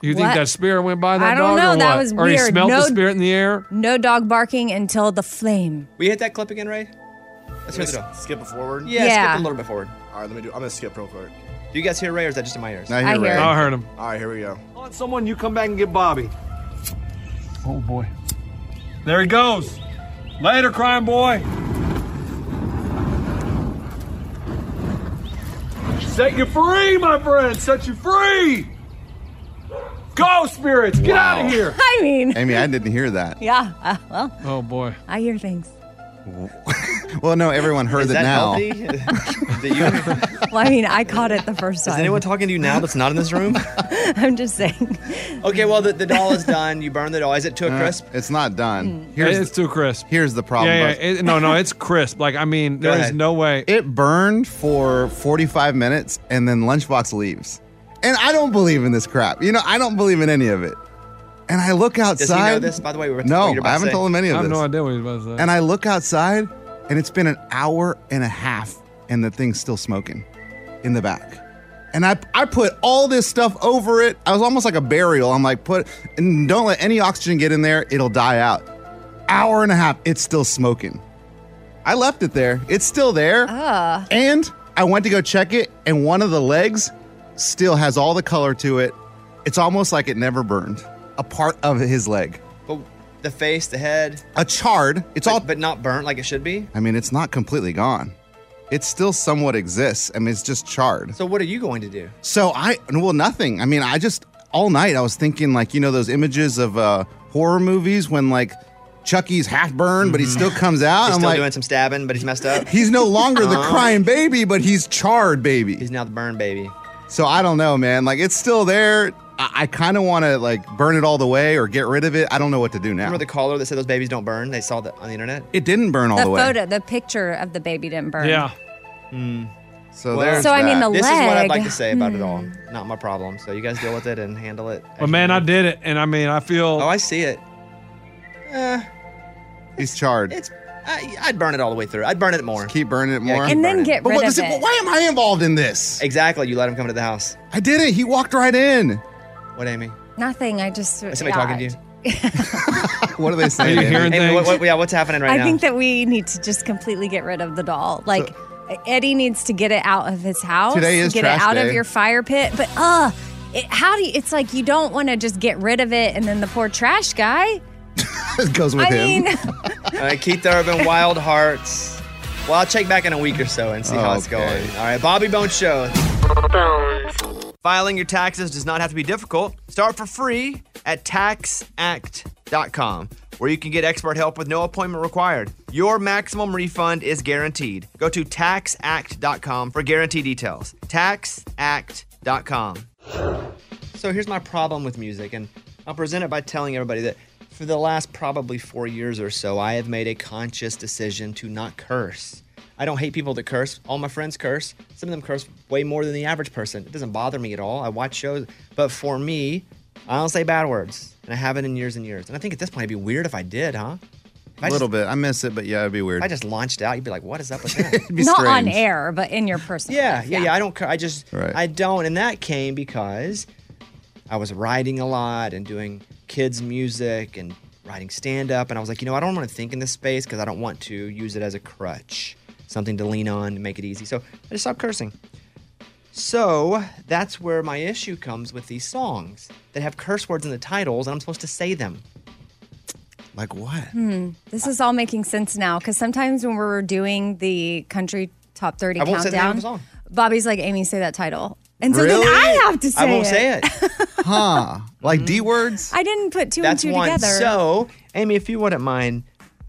Speaker 9: You think
Speaker 6: What?
Speaker 9: that spirit went by that
Speaker 6: I don't
Speaker 9: dog?
Speaker 6: know,
Speaker 9: Or
Speaker 6: that
Speaker 9: what?
Speaker 6: was
Speaker 9: or he
Speaker 6: weird.
Speaker 9: smelled
Speaker 6: No-
Speaker 9: the spirit in the air?
Speaker 6: No dog barking until the flame. [laughs]
Speaker 1: We hit that clip again, Ray? Let's hear the
Speaker 29: Can we
Speaker 1: dog.
Speaker 29: Skip it forward.
Speaker 1: Yeah,
Speaker 6: Yeah.
Speaker 1: skip a little bit forward.
Speaker 29: All right, let me do. I'm gonna skip real quick.
Speaker 1: Do you guys hear Ray or is that just in my ears?
Speaker 29: I hear I hear Ray. him.
Speaker 9: I heard him.
Speaker 29: All right, here we go.
Speaker 9: Haunt someone, you come back and get Bobby. Oh, boy. There he goes. Later, crime boy. Set you free, my friend. Set you free. Go, spirits. Get out of here.
Speaker 6: I mean,
Speaker 5: Amy, I didn't hear that.
Speaker 6: [laughs] yeah. uh, well,
Speaker 9: Oh boy.
Speaker 6: I hear things.
Speaker 5: Well, no, everyone heard
Speaker 1: Is that
Speaker 5: that, now. [laughs]
Speaker 1: healthy?
Speaker 6: Well, I mean, I caught it the first time.
Speaker 1: Is anyone talking to you now that's not in this room?
Speaker 6: [laughs] I'm just saying.
Speaker 1: okay, well, the, the doll is done. You burn the doll. Is it to a
Speaker 5: Uh,
Speaker 1: crisp?
Speaker 5: It's not done.
Speaker 9: It's too crisp.
Speaker 5: Here's the problem.
Speaker 9: yeah,
Speaker 5: Buzz.
Speaker 9: yeah. It, no, no, it's crisp. Like I mean, there is
Speaker 5: ahead.
Speaker 9: no way.
Speaker 5: It burned for 45 minutes and then Lunchbox leaves. And I don't believe in this crap. You know, I don't believe in any of it. And I look outside.
Speaker 1: Does he know this? By the way, we were
Speaker 5: no,
Speaker 1: what you're about
Speaker 5: I
Speaker 1: to
Speaker 5: haven't
Speaker 1: say.
Speaker 5: told him any of
Speaker 1: I have
Speaker 5: this.
Speaker 1: no
Speaker 9: idea what he's about to say.
Speaker 5: And I look outside, and it's been an hour and a half, and the thing's still smoking in the back. And I, I put all this stuff over it. I was almost like a burial. I'm like, put and don't let any oxygen get in there. It'll die out. Hour and a half, it's still smoking. I left it there. It's still there. And I went to go check it, and one of the legs still has all the color to it. It's almost like it never burned. A part of his leg.
Speaker 1: But the face, the head,
Speaker 5: A charred. It's all.
Speaker 1: but not burnt like it should be.
Speaker 5: I mean, it's not completely gone. It still somewhat exists. I mean, it's just charred.
Speaker 1: So what are you going to do?
Speaker 5: So I well nothing. I mean, I just all night I was thinking like you know those images of uh, horror movies when like Chucky's half burned but he still comes out.
Speaker 1: Mm-hmm. He's
Speaker 5: I'm
Speaker 1: still
Speaker 5: like,
Speaker 1: doing some stabbing, but he's messed up.
Speaker 5: [laughs] he's no longer the
Speaker 1: Uh-huh.
Speaker 5: crying baby, but he's charred baby. He's
Speaker 1: now the burn baby.
Speaker 5: So I don't know, man. Like it's still there. I, I kind of want to like burn it all the way or get rid of it. I don't know what to do now.
Speaker 1: Remember the caller that said those babies don't burn? They saw that on the internet.
Speaker 5: It didn't burn all
Speaker 6: the
Speaker 5: the way.
Speaker 6: photo, the picture of the baby didn't burn.
Speaker 5: So
Speaker 6: Well,
Speaker 5: there's
Speaker 6: So, I mean,
Speaker 5: that.
Speaker 6: the
Speaker 1: This is what I'd
Speaker 6: leg. Hmm.
Speaker 1: like to say about it all. Not my problem. So you guys deal with it and handle it.
Speaker 9: But man, I did it, and I mean, I feel. Oh,
Speaker 1: I see it. Uh,
Speaker 5: He's charred.
Speaker 1: It's. I, I'd burn it all the way through. I'd burn it more.
Speaker 5: keep burning it
Speaker 1: more.
Speaker 6: And then get
Speaker 5: But
Speaker 6: rid
Speaker 5: what
Speaker 6: of
Speaker 5: does it-
Speaker 6: it.
Speaker 5: why am I involved in this?
Speaker 1: Exactly. You let him come into the house.
Speaker 5: I did it. He walked right in.
Speaker 1: What, Amy?
Speaker 6: Nothing. I just.
Speaker 1: Is somebody talking to you?
Speaker 5: what are they saying? Amy?
Speaker 1: Amy, what- what- yeah, what's happening right
Speaker 6: I
Speaker 1: now?
Speaker 6: think that we need to just completely get rid of the doll. Like Eddie needs to get it out of his house.
Speaker 5: Today is
Speaker 6: get
Speaker 5: trash
Speaker 6: it out
Speaker 5: day.
Speaker 6: of your fire pit. But uh it, how do you, it's like you don't want to just get rid of it and then the poor trash guy.
Speaker 5: It goes with
Speaker 6: I
Speaker 1: [laughs]
Speaker 5: him.
Speaker 6: mean,
Speaker 1: All right, Keith Urban, Wild Hearts. Well, I'll check back in a week or so and see how it's
Speaker 30: Okay.
Speaker 1: going. All right, Bobby Bones Show.
Speaker 30: Filing your taxes does not have to be difficult. Start for free at taxact.com, where you can get expert help with no appointment required. Your maximum refund is guaranteed. Go to taxact.com for guarantee details. Taxact.com.
Speaker 1: So here's my problem with music, and I'll present it by telling everybody that for the last probably four years or so, I have made a conscious decision to not curse. I don't hate people that curse. All my friends curse. Some of them curse way more than the average person. It doesn't bother me at all. I watch shows, but for me, I don't say bad words, and I haven't in years and years. And I think at this point, it'd be weird if I did, huh? If I
Speaker 5: A little
Speaker 1: just-
Speaker 5: bit. I miss it, but yeah, it'd be weird.
Speaker 1: If I just launched out, you'd be like, "What is up with that?"
Speaker 6: not on air, but in your personal.
Speaker 1: Yeah,
Speaker 6: life.
Speaker 1: yeah, yeah. I don't. cur- I just. I don't. And that came because I was writing a lot and doing kids music and writing stand up, and I was like, you know, I don't want to think in this space because I don't want to use it as a crutch, something to lean on to make it easy. So I just stopped cursing. So that's where my issue comes with these songs that have curse words in the titles, and I'm supposed to say them.
Speaker 5: Like what?
Speaker 6: Hmm. This is all making sense now because sometimes when we're doing the country top 30
Speaker 1: I won't say the name of
Speaker 6: countdown,
Speaker 1: the song.
Speaker 6: Bobby's like, Amy, say that title. And so then
Speaker 5: Really?
Speaker 6: I have to say
Speaker 1: I won't say it.
Speaker 5: huh? Like D words?
Speaker 6: I didn't put two
Speaker 1: That's
Speaker 6: and two
Speaker 1: one.
Speaker 6: together.
Speaker 1: So, Amy, if you wouldn't mind,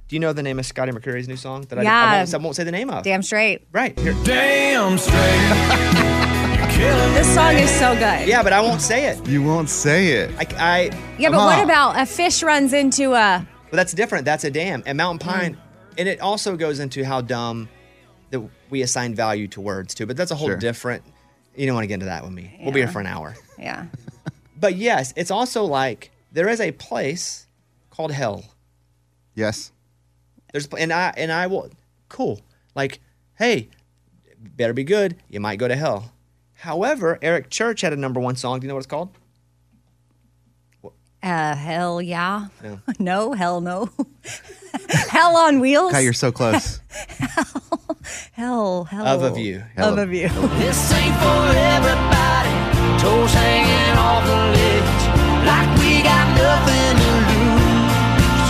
Speaker 1: do you know the name of Scotty McCreery's new song that I- I,
Speaker 6: Yeah.
Speaker 1: won't, I won't say the name of?
Speaker 6: Damn straight.
Speaker 1: Right. Here.
Speaker 6: Damn straight. this song is so good.
Speaker 1: Yeah, but I won't say it.
Speaker 5: You won't say it.
Speaker 1: I. I
Speaker 6: Yeah, but what about a fish runs into a.
Speaker 1: But that's different. That's a dam. And Mountain
Speaker 6: Mm.
Speaker 1: Pine, and it also goes into how dumb that we assign value to words too. But that's a whole
Speaker 31: Sure.
Speaker 1: different. You don't want to get into that with me. We'll be
Speaker 31: Yeah.
Speaker 1: here for an hour.
Speaker 6: Yeah.
Speaker 1: But yes, it's also like there is a place called hell.
Speaker 5: Yes.
Speaker 1: There's and I and I will cool. Like, hey, better be good. You might go to hell. However, Eric Church had a number one song. Do you know what it's called?
Speaker 6: Uh, hell yeah.
Speaker 1: No.
Speaker 6: [laughs] No, hell no. [laughs] hell on wheels.
Speaker 5: God, you're so close.
Speaker 6: Hell, hell.
Speaker 1: Of a view.
Speaker 6: Of a view.
Speaker 32: This ain't for everybody. Toes hanging off the ledge, like we got nothing to lose.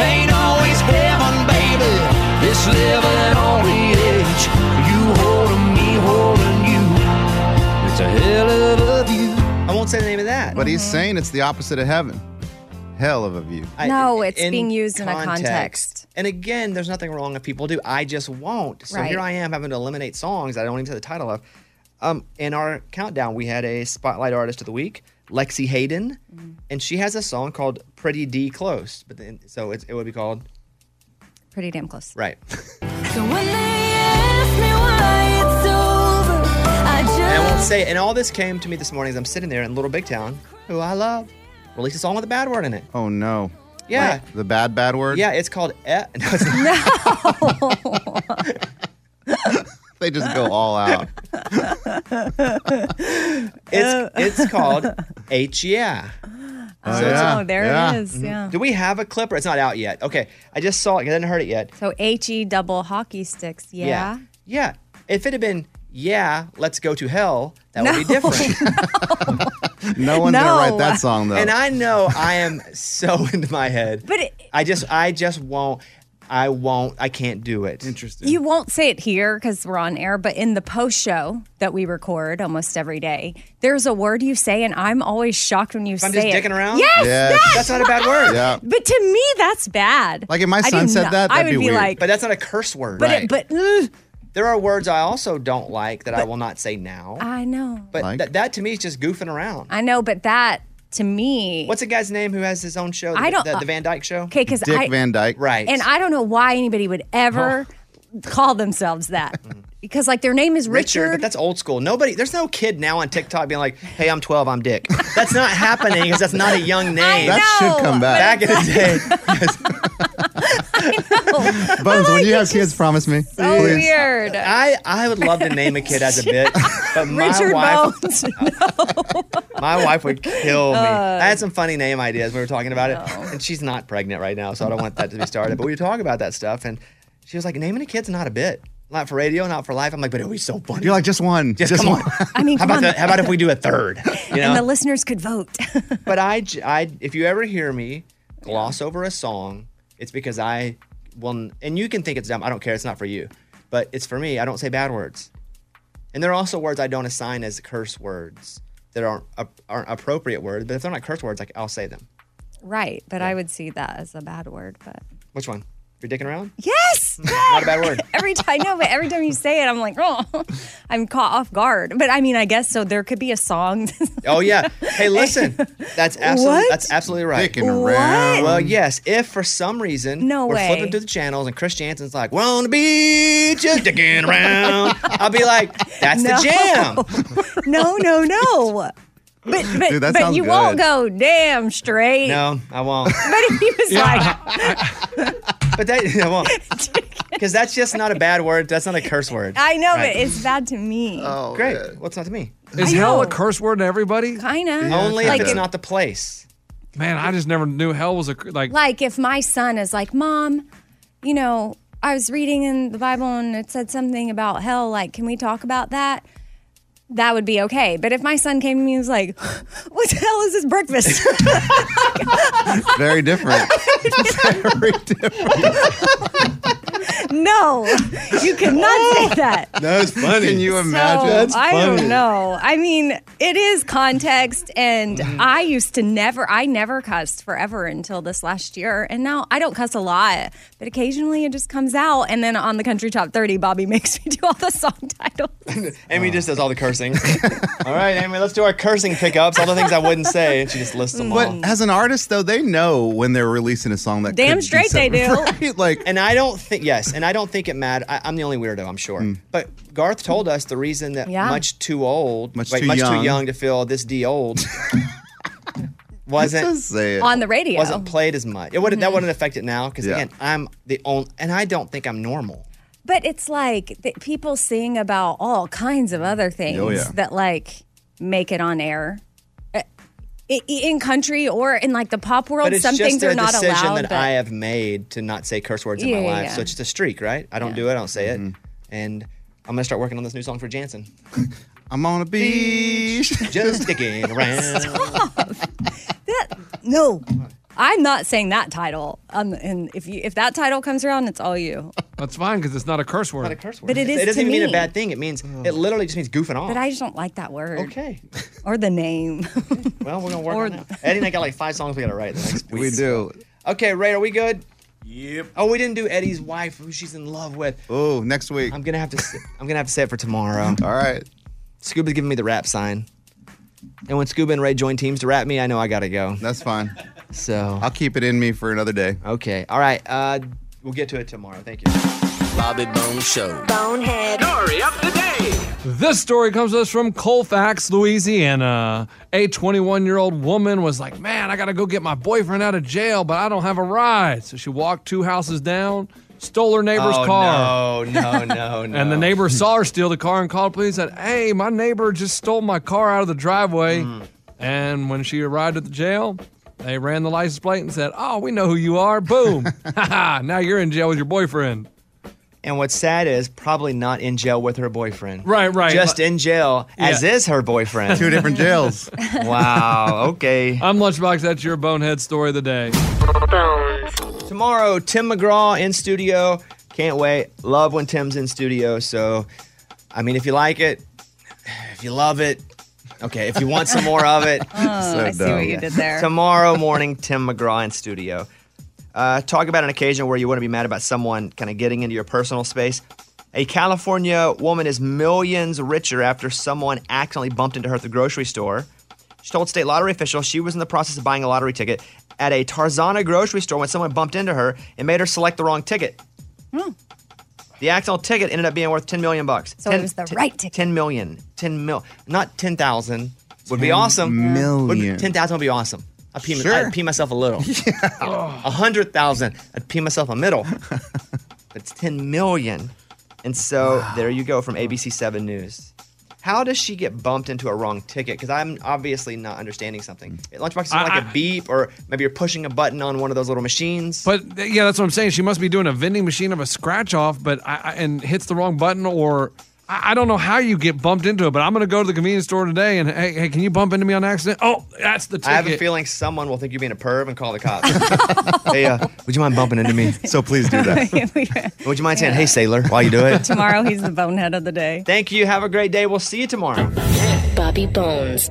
Speaker 32: Ain't always heaven, baby. This living on the edge. You holding me, holding you.
Speaker 5: It's
Speaker 32: a hell of a view.
Speaker 1: I won't say the name of that.
Speaker 5: But he's saying it's the opposite of heaven. Hell of a view.
Speaker 6: No, it's being used in a context.
Speaker 1: And again, there's nothing wrong if people do. I just won't. So
Speaker 6: Right.
Speaker 1: here I am having to eliminate songs I don't even say the title of. Um, in our countdown, we had a spotlight artist of the week, Lexi Hayden,
Speaker 6: Mm.
Speaker 1: and she has a song called "Pretty D Close." But then, so it's, it would be called
Speaker 6: [laughs] Pretty damn close.
Speaker 1: right.
Speaker 6: [laughs]
Speaker 32: So when they ask me why it's over, I
Speaker 1: And I won't
Speaker 32: just
Speaker 1: say. it. And all this came to me this morning as I'm sitting there in Little Big Town, who I love, Release a song with a bad word in it.
Speaker 5: Oh no.
Speaker 1: Yeah.
Speaker 5: The bad bad word.
Speaker 1: Yeah, it's called. E- [laughs] no, it's
Speaker 5: they just go all out.
Speaker 6: [laughs]
Speaker 1: it's it's called H E yeah.
Speaker 6: Oh, yeah. there it Yeah. Mm-hmm. is, yeah.
Speaker 1: Do we have a clip or it's not out yet? Okay, I just saw it. 'cause I didn't heard it yet.
Speaker 6: So H E double hockey sticks. Yeah.
Speaker 1: Yeah. Yeah. If it had been yeah, let's go to hell, that would be
Speaker 6: [laughs]
Speaker 1: different. [laughs]
Speaker 5: No one's gonna write that song though.
Speaker 1: And I know I am so [laughs] into my head.
Speaker 6: But it,
Speaker 1: I just I just won't I won't I can't do it. Interesting.
Speaker 6: you won't say it here because we're on air, but in the post show that we record almost every day, there's a word you say, and I'm always shocked when you
Speaker 1: I'm
Speaker 6: say
Speaker 1: just
Speaker 6: it.
Speaker 1: dicking around?
Speaker 6: Yes,
Speaker 1: Yes.
Speaker 6: yes!
Speaker 1: That's not a bad word. [laughs] Yeah.
Speaker 6: But to me, that's bad. I do not- I would be, like,
Speaker 1: but that's not a curse word.
Speaker 6: But it- but uh,
Speaker 1: there are words I also don't like that I will not say now.
Speaker 6: I know,
Speaker 1: But that, that to me is just goofing around.
Speaker 6: I know, but that to me,
Speaker 1: What's a guy's name who has his own show? The,
Speaker 6: I don't-
Speaker 1: the, the Van Dyke Show.
Speaker 6: 'Kay, 'cause Dick I- Van
Speaker 1: Dyke. Right.
Speaker 6: and I don't know why anybody would ever call themselves
Speaker 1: [laughs]
Speaker 6: that because like their name is
Speaker 1: Mm-hmm. Richard, but that's old school. Nobody, there's no kid now on TikTok being like, "Hey, I'm 12, I'm Dick." That's not happening because that's not a young name.
Speaker 5: That should come back.
Speaker 1: Back in the day,
Speaker 5: Bones, when you have kids, promise me.
Speaker 6: so
Speaker 5: please.
Speaker 6: Oh, weird.
Speaker 1: I I would love to name a kid as a bit, but Uh, my
Speaker 6: Richard
Speaker 1: wife,
Speaker 6: Bones. [laughs]
Speaker 1: my wife would kill me.
Speaker 6: Uh,
Speaker 1: I had some funny name ideas. when We were talking about it, and she's not pregnant right now, so I don't want that to be started. But we were talking about that stuff, and she was like, "Naming a kid's not a bit, not for radio, not for life." I'm like, "But it would be so funny."
Speaker 5: You're like just one. Just,
Speaker 1: come
Speaker 5: [laughs] one.
Speaker 6: I mean,
Speaker 1: how
Speaker 6: come
Speaker 1: about
Speaker 6: on.
Speaker 1: the, how about if we do a third? You know?
Speaker 6: and the listeners could vote. [laughs]
Speaker 1: but I, j- I- if you ever hear me gloss over a song, it's because I will, and you can think it's dumb. I don't care. It's not for you, but it's for me. I don't say bad words. And there are also words I don't assign as curse words that aren't, ap- aren't appropriate words, but if they're not curse words, like, I'll say them.
Speaker 6: Right, but I would see that as a bad word. But
Speaker 1: Which one? You're dicking around?
Speaker 6: yes,
Speaker 1: Hmm, Not a bad word.
Speaker 6: [laughs] every time I know, but every time you say it, I'm like, oh, [laughs] I'm caught off guard. But I mean, I guess so. There could be a song. [laughs]
Speaker 1: Oh yeah. Hey, listen. That's absolutely
Speaker 6: What?
Speaker 1: that's absolutely right.
Speaker 6: Dicking What? around.
Speaker 1: Well, yes. If for some reason
Speaker 6: Mm. No
Speaker 1: we're
Speaker 6: way.
Speaker 1: flipping through the channels and Chris Jansen's like, "We're on the beach, just dicking around," I'll be like, "That's
Speaker 6: [laughs] No.
Speaker 1: the jam."
Speaker 6: no, no, no. But but,
Speaker 1: Dude, that
Speaker 6: but
Speaker 1: sounds
Speaker 6: you won't
Speaker 1: good.
Speaker 6: go damn straight.
Speaker 1: No, I won't.
Speaker 6: [laughs] But if he was like,
Speaker 1: But that [laughs] I won't. Because that's just not a bad word. That's not a curse word.
Speaker 6: [laughs] I know
Speaker 1: Right.
Speaker 6: it. It's bad to me. Oh,
Speaker 1: great. What's not to me?
Speaker 9: Is hell a curse word to everybody?
Speaker 6: Kinda.
Speaker 1: Only
Speaker 6: like
Speaker 1: if it's not the place.
Speaker 9: Man, I just never knew hell was a cr- like.
Speaker 6: Like if my son is like, Mom, you know, I was reading in the Bible and it said something about hell. Like, can we talk about that? That would be okay. But if my son came to me and was like, [laughs] What the hell is this breakfast?
Speaker 5: [laughs]
Speaker 6: [laughs]
Speaker 5: Very different. [laughs] Very
Speaker 6: no, you cannot say that.
Speaker 5: That was funny. Can you imagine?
Speaker 6: So, I don't know. I mean, it is context, and
Speaker 1: Mm-hmm.
Speaker 6: I used to never, I never cussed forever until this last year, and now I don't cuss a lot, but occasionally it just comes out. And then on the Country Top 30, Bobby [laughs] makes me do all the song [laughs] titles.
Speaker 1: Amy just does all the cursing. all right, Amy, let's do our cursing pickups. All the things I wouldn't say, and she just lists them all.
Speaker 5: But as an artist, though, they know when they're releasing a song that could be something- [laughs] Like,
Speaker 1: and I don't think yes, and I don't think it mattered. I, I'm the only weirdo, I'm sure.
Speaker 5: Hmm.
Speaker 1: But Garth told us the reason that
Speaker 5: Yeah.
Speaker 1: much too old,
Speaker 5: Much
Speaker 1: wait,
Speaker 5: too
Speaker 1: much too
Speaker 5: young.
Speaker 1: young to feel this d
Speaker 5: [laughs]
Speaker 1: old, wasn't
Speaker 5: Just say it.
Speaker 6: On the radio.
Speaker 1: wasn't played as much. It would
Speaker 6: Mm-hmm.
Speaker 1: not that wouldn't affect it now because
Speaker 5: Yeah.
Speaker 1: again, I'm the only, and I don't think I'm normal.
Speaker 6: But it's like that people sing about all kinds of other things
Speaker 1: Oh, yeah.
Speaker 6: that like make it on air. Uh, i- i- In country or in like the pop world,
Speaker 1: but it's
Speaker 6: some
Speaker 1: just
Speaker 6: things
Speaker 1: a
Speaker 6: are not
Speaker 1: decision
Speaker 6: allowed.
Speaker 1: that
Speaker 6: but-
Speaker 1: I have made to not say curse words in
Speaker 6: Yeah,
Speaker 1: my
Speaker 6: yeah,
Speaker 1: life.
Speaker 6: yeah.
Speaker 1: So it's just a streak, right? I don't do it. I don't say
Speaker 5: Mm-hmm.
Speaker 1: it, and. I'm gonna start working on this new song for Jansen.
Speaker 5: I'm on a beach, [laughs]
Speaker 1: just sticking around.
Speaker 6: [laughs] No, I'm not saying that title. Um, and if you if that title comes around, it's all you.
Speaker 9: That's fine because it's not a curse word.
Speaker 1: Not a curse word.
Speaker 6: But it is
Speaker 1: It doesn't
Speaker 6: to
Speaker 1: even mean
Speaker 6: me.
Speaker 1: a bad thing. It means it literally just means goofing off.
Speaker 6: But I just don't like that word.
Speaker 1: Okay.
Speaker 6: Or the name.
Speaker 1: [laughs] Well, Oh, we're gonna work
Speaker 6: Or-
Speaker 1: on that. Eddie and I got like five songs we gotta write. The next
Speaker 5: [laughs] we do.
Speaker 1: Okay, Ray, are we good? Yep. Oh, we didn't do Eddie's wife, who she's in love with.
Speaker 5: Oh, next week.
Speaker 1: I'm gonna have to. s- I'm gonna have to set for tomorrow.
Speaker 5: All right.
Speaker 1: Scuba's giving me the rap sign, and when Scuba and Ray join teams to rap me, I know I gotta go.
Speaker 5: That's fine.
Speaker 1: So
Speaker 5: I'll keep it in me for another day.
Speaker 1: Okay. All right. Uh, we'll get to it tomorrow. Thank you.
Speaker 33: Bobby Bone Show.
Speaker 34: Bonehead.
Speaker 33: Story of the day.
Speaker 9: This story comes to us from Colfax, Louisiana. A 21 year old woman was like, Man, I gotta go get my boyfriend out of jail, but I don't have a ride. So she walked two houses down, stole her neighbor's
Speaker 1: Oh,
Speaker 9: car. [laughs]
Speaker 1: no, no, no, no.
Speaker 9: And the neighbor saw her steal the car and called police and said, Hey, my neighbor just stole my car out of the driveway. And when she arrived at the jail, they ran the license plate and said, Oh, we know who you are. Boom. [laughs] Ha ha! now you're in jail with your boyfriend.
Speaker 1: And what's sad is probably not in jail with her boyfriend.
Speaker 9: Right, right.
Speaker 1: Just in jail, as
Speaker 9: Yeah.
Speaker 1: is her boyfriend.
Speaker 9: Two different jails.
Speaker 1: wow. Okay.
Speaker 9: I'm Lunchbox. That's your bonehead story of the day.
Speaker 1: Tomorrow, Tim McGraw in studio. Can't wait. Love when Tim's in studio. So, I mean, if you like it, if you love it, okay, if you want some more of it.
Speaker 6: [laughs] Oh, So I see what dumb. you did there.
Speaker 1: Tomorrow morning, Tim McGraw in studio. Uh, talk about an occasion where you want to be mad about someone kind of getting into your personal space. A California woman is millions richer after someone accidentally bumped into her at the grocery store. She told state lottery officials she was in the process of buying a lottery ticket at a Tarzana grocery store when someone bumped into her and made her select the wrong ticket. The accidental ticket ended up being worth 10 million bucks.
Speaker 6: Hmm. So it was the
Speaker 1: right ticket. 10 million. 10 mil. Not 10,000. Would be
Speaker 5: 10
Speaker 1: awesome. Would be-
Speaker 5: million.
Speaker 1: 10,000 would be awesome. I'd pee,
Speaker 5: Sure.
Speaker 1: I'd pee myself a
Speaker 5: [laughs]
Speaker 1: little. A 100,000. I'd pee myself a
Speaker 5: [laughs]
Speaker 1: middle. but it's 10 million. And so there you go from ABC 7 News. How does she get bumped into a wrong ticket? Because I'm obviously not understanding something. Lunchbox is like a beep, or maybe you're pushing a button on one of those little machines.
Speaker 9: But th- yeah, that's what I'm saying. She must be doing a vending machine of a scratch off, but I, I, and hits the wrong button, or I, I don't know how you get bumped into it. But I'm going to go to the convenience store today, and hey, hey, can you bump into me on accident? Oh, that's the ticket.
Speaker 1: I have a feeling someone will think you're being a perv and call the
Speaker 5: [laughs]
Speaker 1: cops. hey, uh, would you mind bumping into me? So please do would you mind saying, hey, sailor, while you do it?
Speaker 6: [laughs] Tomorrow, he's the bonehead of the day.
Speaker 1: Thank you. Have a great day. We'll see you tomorrow.
Speaker 3: Bobby Bones.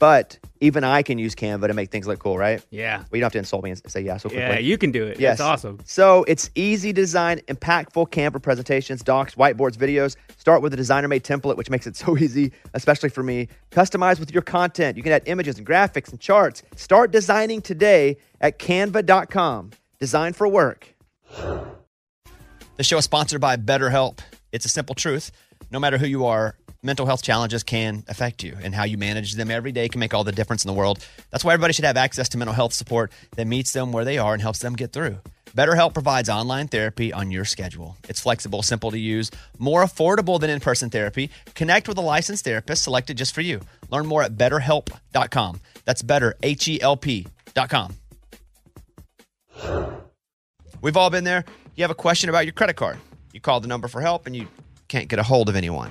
Speaker 35: But even I can use Canva to make things look cool, right?
Speaker 7: Yeah.
Speaker 35: Well, you don't have to insult me and say yeah so quickly.
Speaker 7: Yeah, you can do it.
Speaker 35: Yes.
Speaker 7: It's awesome.
Speaker 35: So it's easy design, impactful Canva presentations, docs, whiteboards, videos. Start with a designer made template, which makes it so [laughs] easy, especially for me. Customize with your content. You can add images and graphics and charts. Start designing today at canva.com. Design for work.
Speaker 1: The show is sponsored by BetterHelp. It's a simple truth. No matter who you are, mental health challenges can affect you, and how you manage them every day can make all the difference in the world. That's why everybody should have access to mental health support that meets them where they are and helps them get through. BetterHelp provides online therapy on your schedule. It's flexible, simple to use, more affordable than in person therapy. Connect with a licensed therapist selected just for you. Learn more at betterhelp.com. That's better, H E L P.com. We've all been there. You have a question about your credit card. You call the number for help and you can't get a hold of anyone.